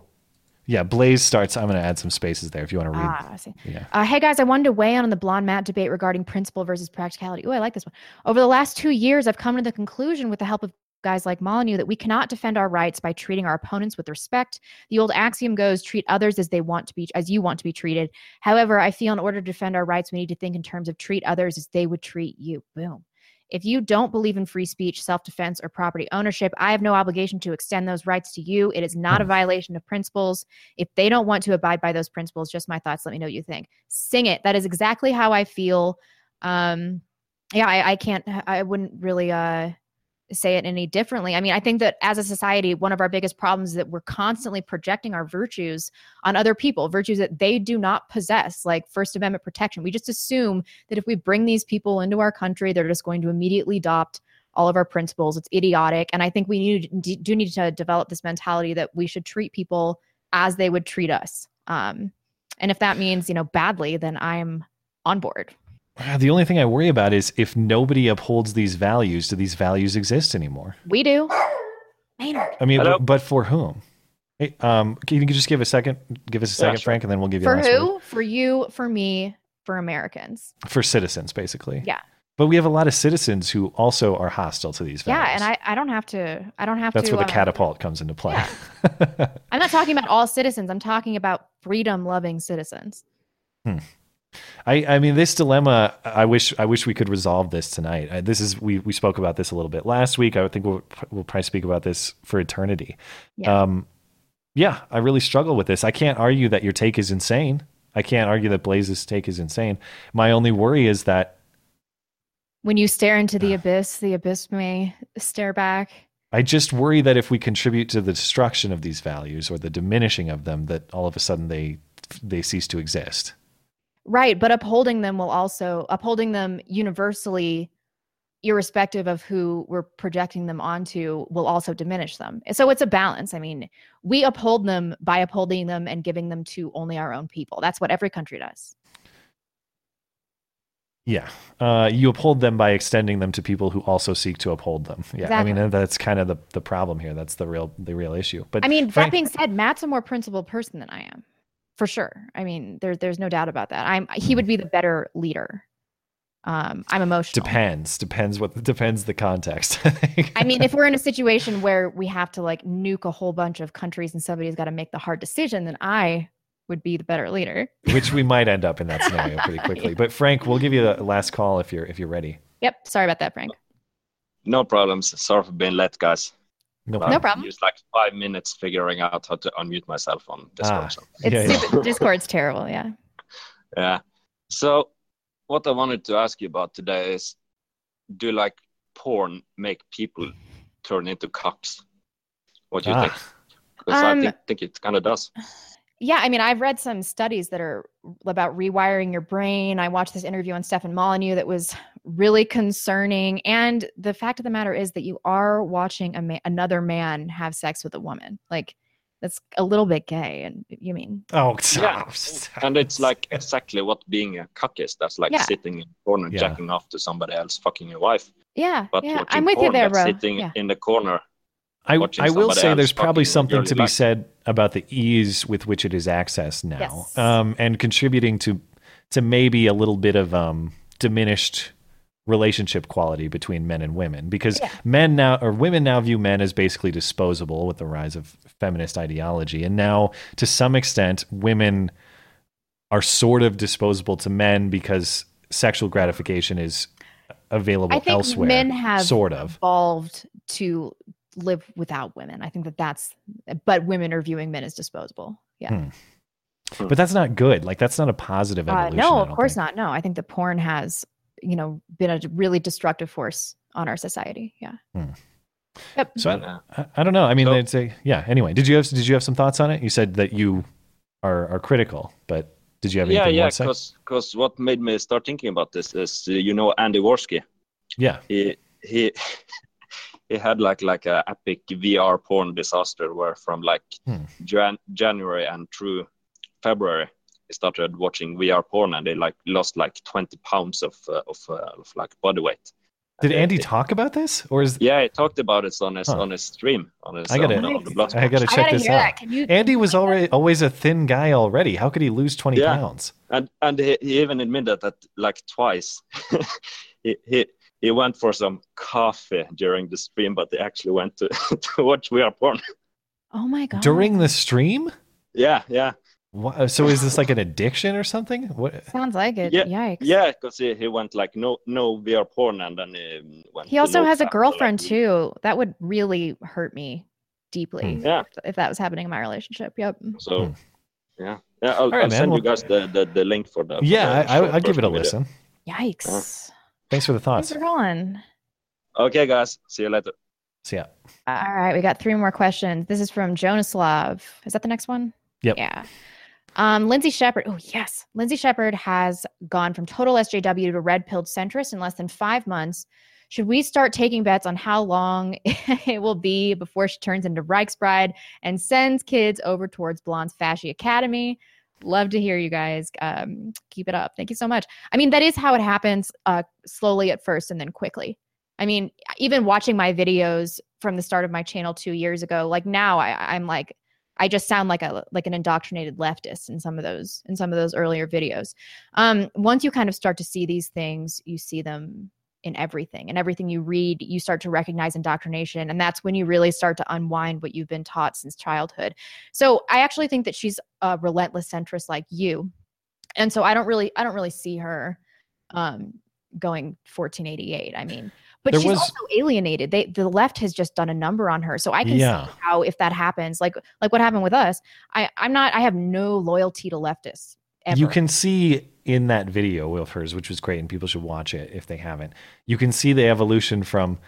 S3: yeah, Blaze starts. I'm going to add some spaces there if you want to read.
S5: Ah, I see.
S3: Yeah.
S5: Uh, hey guys, I wanted to weigh in on the blonde mat debate regarding principle versus practicality. Ooh, I like this one. Over the last two years, I've come to the conclusion with the help of guys like Molyneux that we cannot defend our rights by treating our opponents with respect. The old axiom goes, treat others as they want to be as you want to be treated. However, I feel in order to defend our rights, we need to think in terms of treat others as they would treat you. Boom. If you don't believe in free speech, self defense, or property ownership, I have no obligation to extend those rights to you. It is not a violation of principles. If they don't want to abide by those principles, just my thoughts. Let me know what you think. Sing it. That is exactly how I feel. Um, yeah, I, I can't, I wouldn't really uh, say it any differently. I mean, I think that as a society, one of our biggest problems is that we're constantly projecting our virtues on other people, virtues that they do not possess, like First Amendment protection. We just assume that if we bring these people into our country, they're just going to immediately adopt all of our principles. It's idiotic. And I think we need, d- do need to develop this mentality that we should treat people as they would treat us. Um, and if that means, you know, badly, then I'm on board.
S3: Ah, The only thing I worry about is if nobody upholds these values, do these values exist anymore?
S5: We do. Maynard.
S3: I mean, but, but for whom? Hey, um, can you just give a second? Give us a
S5: Yeah,
S3: second,
S5: sure.
S3: Frank, and then we'll give you
S5: For
S3: the last word.
S5: who? For you, for me, for Americans.
S3: for citizens, basically.
S5: Yeah.
S3: But we have a lot of citizens who also are hostile to these values.
S5: Yeah. And I, I don't have to, I don't have
S3: That's
S5: to.
S3: where the
S5: uh,
S3: catapult comes into play.
S5: I'm not talking about all citizens. I'm talking about freedom loving citizens.
S3: Hmm. I, I mean this dilemma I wish I wish we could resolve this tonight. I, this is we we spoke about this a little bit last week. I think we'll we'll probably speak about this for eternity.
S5: Yeah.
S3: Um yeah, I really struggle with this. I can't argue that your take is insane. I can't argue that Blaze's take is insane. My only worry is that
S5: When you stare into
S3: Ah.
S5: the abyss, the abyss may stare back.
S3: I just worry that if we contribute to the destruction of these values or the diminishing of them that all of a sudden they they cease to exist.
S5: Right, but upholding them will also upholding them universally, irrespective of who we're projecting them onto, will also diminish them. So it's a balance. I mean, we uphold them by upholding them and giving them to only our own people. That's what every country does.
S3: Yeah. Uh, you uphold them by extending them to people who also seek to uphold them. Yeah. I mean,
S5: Exactly.
S3: that's kind of the, the problem here. That's the real, the real issue. But
S5: I mean, that
S3: Frank-
S5: being said, Matt's a more principled person than I am, for sure. I mean, there's there's no doubt about that. I'm he would be the better leader. Um, I'm emotional.
S3: depends, depends what, depends the context.
S5: I mean, if we're in a situation where we have to like nuke a whole bunch of countries and somebody's got to make the hard decision, then I would be the better leader.
S3: which we might end up in that scenario pretty quickly. But Frank, we'll give you the last call if you're if you're ready.
S5: Yep. Sorry about that, Frank.
S13: No problems. Sorry for being late, guys.
S3: No
S13: But
S5: problem. No problem.
S13: Used like five minutes figuring out how to unmute myself on
S3: Ah.
S13: Discord. so-
S5: It's super, Discord's terrible. Yeah.
S13: yeah. So, what I wanted to ask you about today is, do like porn make people turn into cocks? What do you
S3: Ah.
S13: think? Because I
S5: Um,
S13: think, think it kind of does.
S5: Yeah, I mean, I've read some studies that are about rewiring your brain. I watched this interview on Stefan Molyneux that was really concerning. And the fact of the matter is that you are watching a ma- another man have sex with a woman. Like, that's a little bit gay. And you mean,
S3: Oh,
S13: yeah. And it's like exactly what being a cock is. That's like
S5: Yeah.
S13: sitting in a corner,
S3: Yeah.
S13: jacking off to somebody else, fucking your wife.
S5: yeah,
S13: But
S5: yeah,
S13: watching
S5: I'm with you
S13: porn,
S5: there,
S13: that's
S5: bro.
S13: sitting
S5: Yeah.
S13: in the corner.
S3: I,
S13: watching
S3: I will
S13: somebody
S3: say
S13: else
S3: there's probably
S13: fucking
S3: something
S13: girly
S3: to be
S13: like-
S3: said about the ease with which it is accessed now,
S5: Yes.
S3: um, and contributing to to maybe a little bit of um, diminished relationship quality between men and women because men now or women now view men as basically disposable with the rise of feminist ideology, and now to some extent women are sort of disposable to men because sexual gratification is available
S5: I think
S3: elsewhere.
S5: men have
S3: sort of.
S5: evolved to live without women. I think that that's, but women are viewing men as disposable. Yeah.
S3: Hmm. But that's not good. Like that's not a positive
S5: Uh,
S3: evolution.
S5: no,
S3: I
S5: of
S3: don't
S5: course
S3: think.
S5: not. No, I think that porn has, you know, been a really destructive force on our society. Yeah. Yep.
S3: Hmm. So I, I, I don't know. I mean, they'd say, yeah. Anyway, did you have did you have some thoughts on it? You said that you are are critical, but did you have
S13: Yeah,
S3: anything
S13: yeah.
S3: more to say?
S13: Because what made me start thinking about this is, uh, you know, Andy Worski.
S3: Yeah.
S13: He he he had like like a epic VR porn disaster where from like
S3: Hmm.
S13: Jan- January and through February he started watching VR porn and they like lost like 20 pounds of uh, of, uh, of like body weight.
S3: Did Andy talk about this, or is
S13: Yeah, he talked about it on his
S3: Huh.
S13: on his stream on his
S3: I gotta
S13: on, on the blog.
S3: I gotta
S13: I
S3: check
S13: gotta
S3: this
S13: hear
S3: out.
S13: that.
S3: Andy was already always a thin guy already. How could he lose twenty
S13: Yeah.
S3: pounds?
S13: And and he, he even admitted that like twice. he, he he went for some coffee during the stream, but they actually went to, to watch We Are Porn.
S5: Oh my god.
S3: During the stream?
S13: Yeah, yeah,
S3: Wha- uh, So is this like an addiction or something? What?
S5: Sounds like it.
S13: yeah,
S5: Yikes.
S13: yeah. Because he, he went like no no We Are Porn, and then he went.
S5: He
S13: to
S5: also
S13: low
S5: has a
S13: fat.
S5: girlfriend too. That would really hurt me deeply.
S13: Hmm. Yeah.
S5: If, if that was happening in my relationship. Yep.
S13: So
S3: Hmm.
S13: yeah, yeah. I'll,
S3: right,
S13: I'll
S3: man,
S13: send
S3: well-
S13: you guys the, the, the link for that.
S3: Yeah, I, I, I'd give it a listen.
S5: Yikes.
S3: Thanks for the
S5: Thanks
S3: thoughts.
S5: for calling.
S13: Okay, guys. See you later.
S3: See ya.
S5: All right, we got three more questions. This is from Jonaslav. Is that the next one?
S3: Yep.
S5: Yeah. Um, Lindsay Shepard. Oh, yes. Lindsay Shepard has gone from total SJW to red pilled centrist in less than five months. Should we start taking bets on how long it will be before she turns into Reichsbride and sends kids over towards Blonde's Fashy Academy? Love to hear you guys. Um, keep it up. Thank you so much. I mean, that is how it happens uh, slowly at first and then quickly. I mean, even watching my videos from the start of my channel two years ago, like now I, I'm like, I just sound like a like an indoctrinated leftist in some of those in some of those earlier videos. Um, once you kind of start to see these things, you see them in everything, and everything you read, you start to recognize indoctrination, and that's when you really start to unwind what you've been taught since childhood. So I actually think that she's a relentless centrist like you and so I don't really I don't really see her um, going 1488. I mean, but
S3: There
S5: she's
S3: was-
S5: also alienated. They the left has just done a number on her, so I can
S3: Yeah.
S5: see how if that happens, like like what happened with us, I I'm not I have no loyalty to leftists. Ever.
S3: You can see in that video of hers, which was great, and people should watch it if they haven't. You can see the evolution from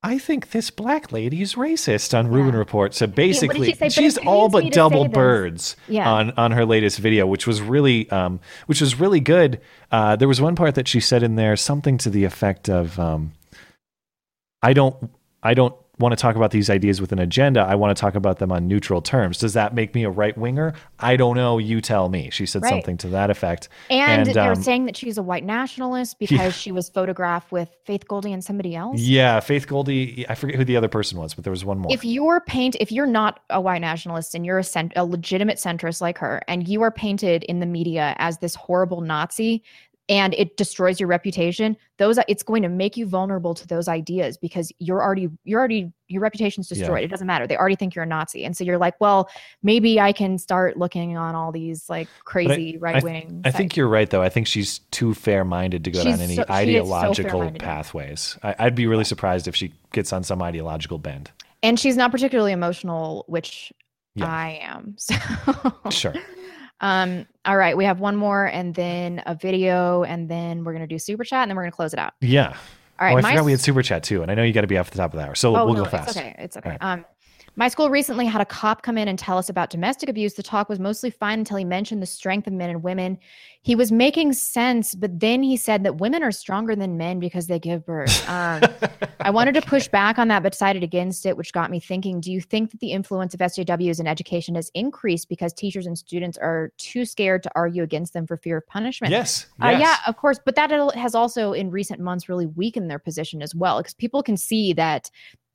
S3: I think this black lady is racist on Rubin Report. So
S5: she
S3: basically,
S5: say? But it
S3: she's
S5: pains
S3: all
S5: me
S3: but
S5: to say
S3: double
S5: this.
S3: birds
S5: Yeah.
S3: on on her latest video, which was really um, which was really good. Uh, there was one part that she said in there, something to the effect of, um, "I don't, I don't want to talk about these ideas with an agenda. I want to talk about them on neutral terms. Does that make me a right winger? I don't know. You tell me." She said
S5: Right.
S3: something to that effect,
S5: And, they were
S3: um,
S5: saying that she's a white nationalist because she was photographed with Faith Goldie and somebody else.
S3: yeah, Faith Goldie. I forget who the other person was, but there was one more.
S5: If you're paint, if you're not a white nationalist and you're a, cent- a legitimate centrist like her, and you are painted in the media as this horrible Nazi, and it destroys your reputation, those it's going to make you vulnerable to those ideas because you're already you're already your reputation's
S31: Yeah.
S5: destroyed. It doesn't matter. They already think you're a Nazi, and so you're like, well, maybe I can start looking on all these like
S3: But I-
S5: crazy
S3: I-
S5: right wing.
S3: I, think you're right, though. I think she's too fair minded to go
S5: She's
S3: down any
S5: so- she is so
S3: ideological
S5: fair-minded.
S3: pathways. I, I'd be really surprised if she gets on some ideological bend.
S5: and she's not particularly emotional, which
S3: Yeah.
S5: I am. So
S3: Sure.
S5: Um, all right, we have one more and then a video, and then we're gonna do super chat and then we're gonna close it out.
S3: Yeah.
S5: All right,
S3: oh, I
S5: my
S3: forgot we had
S5: s- Oh,
S3: super chat too, and I know you got to be off the top of the hour, so we'll
S5: no,
S3: go fast.
S5: It's okay. It's okay.
S3: All right.
S5: Um, my school recently had a cop come in and tell us about domestic abuse. The talk was mostly fine until he mentioned the strength of men and women. He was making sense, but then he said that women are stronger than men because they give birth. Um, I wanted to push back on that, but decided against it, which got me thinking do you think that the influence of SJWs in education has increased because teachers and students are too scared to argue against them for fear of punishment?
S3: Yes,
S5: Uh, yeah,
S3: yes.
S5: of course. But that al- has also, in recent months, really weakened their position as well because people can see that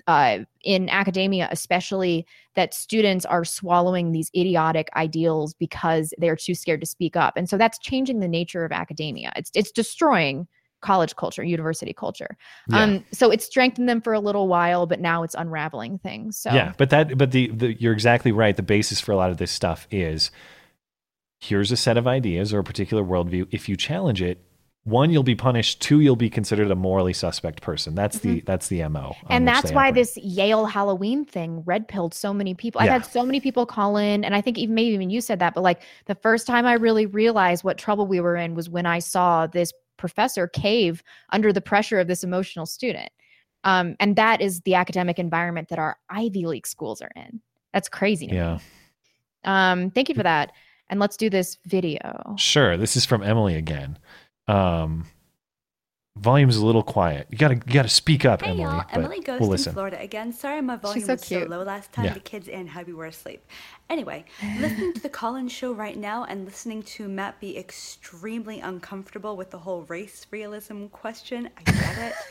S5: uh, in academia, especially, that students are swallowing these idiotic ideals because they're too scared to speak up. And so that's changing the nature of academia. It's, it's destroying college culture, university culture. Um, so it strengthened them for a little while, but now it's unraveling things. So
S3: Yeah, but that, but the, the you're exactly right. The basis for a lot of this stuff is here's a set of ideas or a particular worldview. If you challenge it, one, you'll be punished. Two, you'll be considered a morally suspect person. That's the that's the mo. on
S5: Mm-hmm. and
S3: which
S5: that's
S3: they
S5: why
S3: operate.
S5: this Yale Halloween thing red pilled so many people.
S3: Yeah.
S5: I've had so many people call in, and I think even maybe even you said that, but like the first time I really realized what trouble we were in was when I saw this professor cave under the pressure of this emotional student. Um, and that is the academic environment that our Ivy League schools are in. That's crazy. to me.
S3: Yeah. Mm.
S5: Um, thank you for that. And let's do this video.
S3: Sure. This is from Emily again. Um, volume's a little quiet. You gotta you gotta speak up,
S31: Hey
S3: Emily.
S31: y'all,
S3: but
S31: Emily goes
S3: we'll
S31: to
S3: listen.
S31: Florida again. Sorry, my volume
S5: so
S31: was
S5: cute.
S31: so low last time.
S3: Yeah.
S31: The kids and hubby were asleep. Anyway, listening to the Colin show right now and listening to Matt be extremely uncomfortable with the whole race realism question. I get it.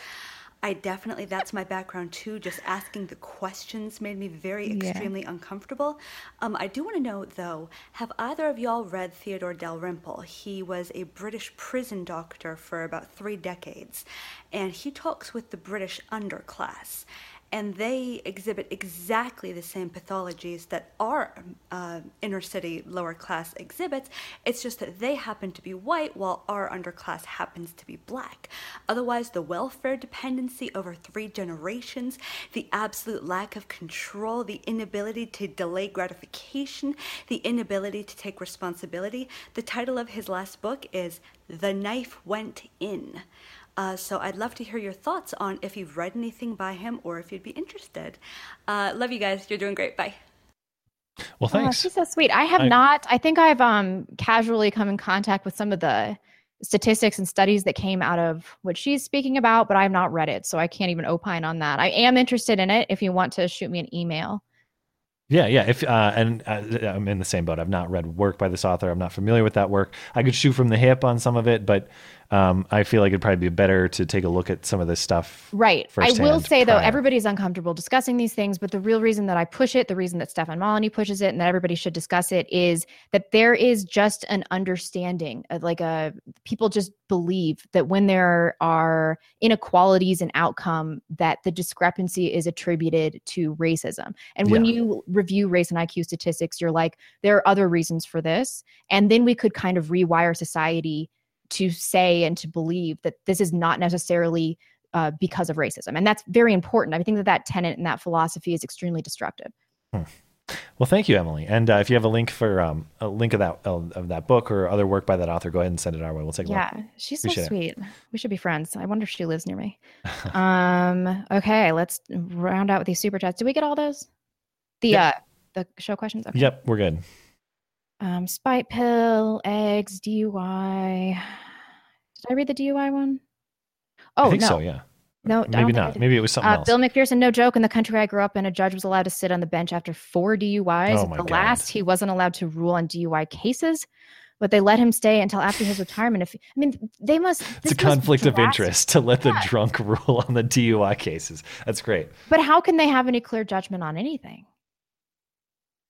S31: I definitely, that's my background too. Just asking the questions made me very
S5: Yeah.
S31: extremely uncomfortable. Um, I do want to know though, have either of y'all read Theodore Dalrymple? He was a British prison doctor for about three decades, and he talks with the British underclass. And they exhibit exactly the same pathologies that our uh, inner city lower class exhibits. It's just that they happen to be white while our underclass happens to be black. Otherwise, the welfare dependency over three generations, the absolute lack of control, the inability to delay gratification, the inability to take responsibility. The title of his last book is The Knife Went In. Uh, so I'd love to hear your thoughts on if you've read anything by him or if you'd be interested. Uh, love you guys. You're doing great. Bye.
S3: Well,
S5: Oh,
S3: thanks.
S5: she's so sweet. I have
S3: I-
S5: not. I think I've um casually come in contact with some of the statistics and studies that came out of what she's speaking about, but I've not read it, so I can't even opine on that. I am interested in it. If you want to shoot me an email,
S3: Yeah, yeah. If uh, and uh, I'm in the same boat. I've not read work by this author. I'm not familiar with that work. I could shoot from the hip on some of it, but Um, I feel like it'd probably be better to take a look at some of this stuff.
S5: Right. I will
S3: firsthand
S5: say though,
S3: prior.
S5: everybody's uncomfortable discussing these things, but the real reason that I push it, the reason that Stefan Molyneux pushes it, and that everybody should discuss it is that there is just an understanding, of, like a people just believe that when there are inequalities in outcome, that the discrepancy is attributed to racism. And when
S15: Yeah.
S5: you review race and IQ statistics, you're like, there are other reasons for this, and then we could kind of rewire society to say and to believe that this is not necessarily uh, because of racism. And that's very important. I think that that tenet and that philosophy is extremely destructive.
S3: Well, thank you, Emily. And uh, if you have a link for um, a link of that of of that book or other work by that author, go ahead and send it our way. We'll take a
S5: yeah,
S3: look.
S5: she's so
S3: Appreciate it.
S5: sweet. We should be friends. I wonder if she lives near me. um, okay, let's round out with these super chats. Did we get all those? The
S3: Yep.
S5: uh, the show questions. Okay.
S3: Yep, we're good.
S5: Um, spite pill, eggs, DUI. Did I read the DUI one? Oh
S3: I think
S5: no.
S3: so. Yeah.
S5: No, I don't
S3: maybe
S5: think I
S3: not.
S5: did.
S3: Maybe it was something
S5: uh,
S3: else.
S5: Bill McPherson, no joke. In the country I grew up in, a judge was allowed to sit on the bench after four DUIs.
S3: Oh
S5: At
S3: my
S5: the
S3: God.
S5: last, he wasn't allowed to rule on DUI cases, but they let him stay until after his retirement. If I mean, they must.
S3: it's a conflict of interest to let the drunk rule on the DUI cases. That's great.
S5: But how can they have any clear judgment on anything?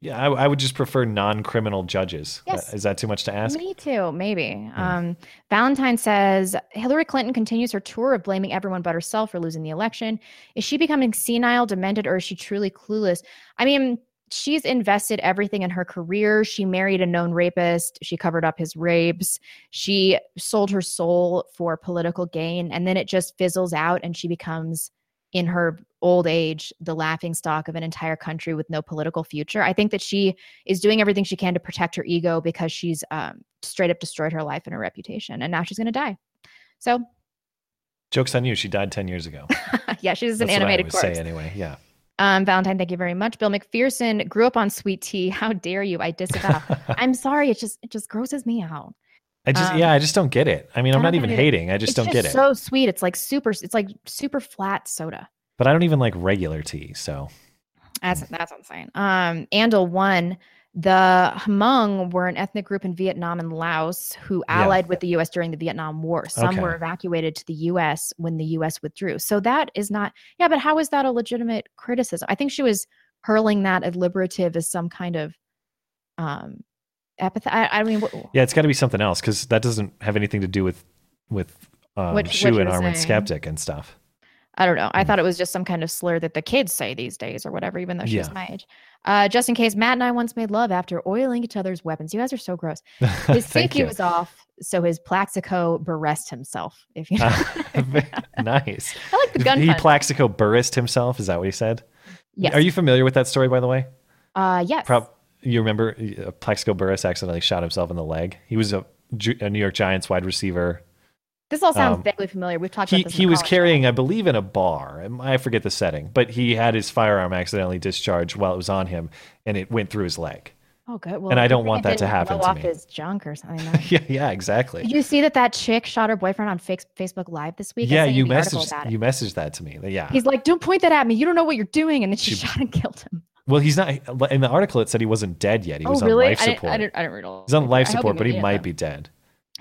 S3: Yeah, I, I would just prefer non-criminal judges. Uh,
S5: Yes.
S3: Is that too much to ask?
S5: Me too, maybe. Um, Valentine says Hillary Clinton continues her tour of blaming everyone but herself for losing the election. Is she becoming senile, demented, or is she truly clueless? I mean, she's invested everything in her career. She married a known rapist. She covered up his rapes. She sold her soul for political gain. And then it just fizzles out and she becomes, in her old age, the laughing stock of an entire country with no political future. I think that she is doing everything she can to protect her ego because she's um, straight up destroyed her life and her reputation. And now she's going to die. So,
S3: Joke's on you. She died 10 years ago.
S5: yeah, she's an
S3: That's
S5: animated
S3: what I would
S5: corpse.
S3: say anyway. Yeah.
S5: Um, Valentine, thank you very much. Bill McPherson grew up on sweet tea. How dare you? I disavow. I'm sorry. It just it just grosses me out.
S3: I just,
S5: Um,
S3: yeah, I just don't get it. I mean, I'm
S5: I
S3: not
S5: don't
S3: even
S5: get it.
S3: hating. I just
S5: It's
S3: don't get it.
S5: So sweet. It's like super. It's like super flat soda.
S3: but I don't even like regular tea. So
S5: That's that's insane. Um, Andal one, the Hmong were an ethnic group in Vietnam and Laos who
S3: Yeah.
S5: allied with the U.S. during the Vietnam War. Some were
S3: Okay.
S5: evacuated to the U.S. when the U.S. withdrew. So that is not yeah. But how is that a legitimate criticism? I think she was hurling that at liberative as some kind of um epithet. I, I mean, what,
S3: yeah, it's got to be something else because that doesn't have anything to do with, with, um,
S5: What- what
S3: Shu
S5: you
S3: and
S5: were
S3: Armin
S5: saying.
S3: Skeptic and stuff.
S5: I don't know. I
S3: Mm-hmm.
S5: thought it was just some kind of slur that the kids say these days or whatever, even though she's
S3: Yeah.
S5: my age. Uh, just in case, Matt and I once made love after oiling each other's weapons. You guys are so gross. His
S3: Thank
S5: safety
S3: you.
S5: was off, so his Plaxico bereft himself. If you know,
S3: nice.
S5: I like the gun
S3: He
S5: fun.
S3: Plaxico burrist himself. Is that what he said?
S5: Yes.
S3: Are you familiar with that story, by the way?
S5: uh, yes,
S3: Prob- you remember uh, Plaxico Burris accidentally shot himself in the leg. He was a, Ju- a New York Giants wide receiver.
S5: this all sounds
S3: um,
S5: vaguely familiar. We've talked
S3: He,
S5: about this. in
S3: he
S5: the
S3: was
S5: college.
S3: carrying, I believe, in a bar. I forget the setting, but he had his firearm accidentally discharged while it was on him, and it went through his leg.
S5: Oh, good. Well,
S3: and I
S5: good
S3: don't
S5: thing
S3: want
S5: it
S3: that to
S5: didn't
S3: happen
S5: Blow
S3: to
S5: off
S3: me.
S5: his junk or something. Like that.
S3: yeah, yeah, exactly.
S5: Did you see that that chick shot her boyfriend on Fa- Facebook Live this week? I
S3: yeah,
S5: sent
S3: you
S5: the article about
S3: messaged
S5: it.
S3: you messaged that to me. Yeah,
S5: He's like, "Don't point that at me. You don't know what you're doing." And then she,
S3: She-
S5: shot and killed him.
S3: well, he's not in the article. It said he wasn't dead yet. He
S5: Oh,
S3: was on
S5: really?
S3: life
S5: I didn't- I
S3: support.
S5: didn't- I didn't read all
S3: He's on
S5: of it.
S3: life
S5: I hope he
S3: support, but he
S5: made it,
S3: might
S5: though.
S3: be dead.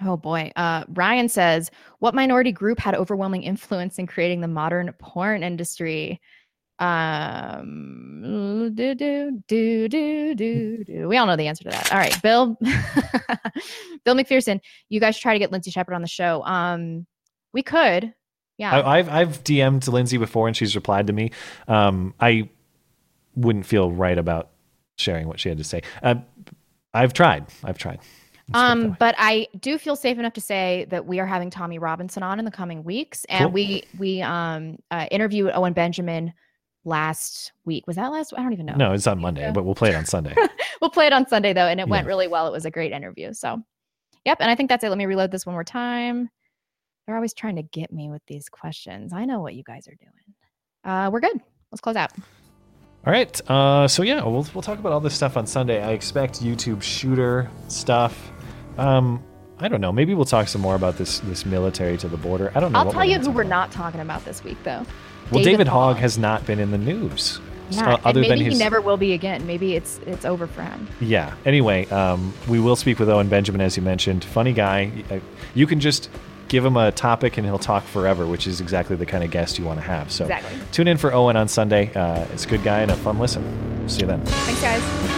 S5: Oh boy. Uh, Ryan says, what minority group had overwhelming influence in creating the modern porn industry? Um, ooh, do, do, do, do, do, do. We all know the answer to that. All right, Bill, Bill McPherson, you guys try to get Lindsay Shepard on the show. Um, we could, yeah.
S3: I, I've I've DM'd Lindsay before and she's replied to me. Um, I wouldn't feel right about sharing what she had to say. Uh, I've tried. I've tried.
S5: Um, but I do feel safe enough to say that we are having Tommy Robinson on in the coming weeks, and
S3: Cool.
S5: we we um uh, interviewed Owen Benjamin last week. Was that last? I don't even know.
S3: No, it's on Monday, but we'll play it on Sunday.
S5: we'll play it on Sunday though, and it went
S3: Yeah.
S5: really well. It was a great interview. So, yep. And I think that's it. Let me reload this one more time. They're always trying to get me with these questions. I know what you guys are doing. Uh, we're good. Let's close out.
S3: All right. Uh, so yeah, we'll we'll talk about all this stuff on Sunday. I expect YouTube shooter stuff. Um, I don't know. Maybe we'll talk some more about this this military to the border. I don't know.
S5: I'll
S3: what
S5: tell
S3: we're
S5: you
S3: gonna
S5: who
S3: talk-
S5: we're not talking about this week though.
S3: Well, David, Hogg has uh, not been in the news.
S5: Yeah,
S3: So,
S5: and maybe he never will be again. Maybe it's it's over for him.
S3: Yeah. Anyway, um, we will speak with Owen Benjamin, as Uh, you mentioned. Funny guy. I- You can just give him a topic and he'll talk forever, which is exactly the kind of guest you want to have. So
S5: Exactly.
S3: tune in for Owen on Sunday. Uh, it's a good guy and a fun listen. See you then.
S5: Thanks, guys.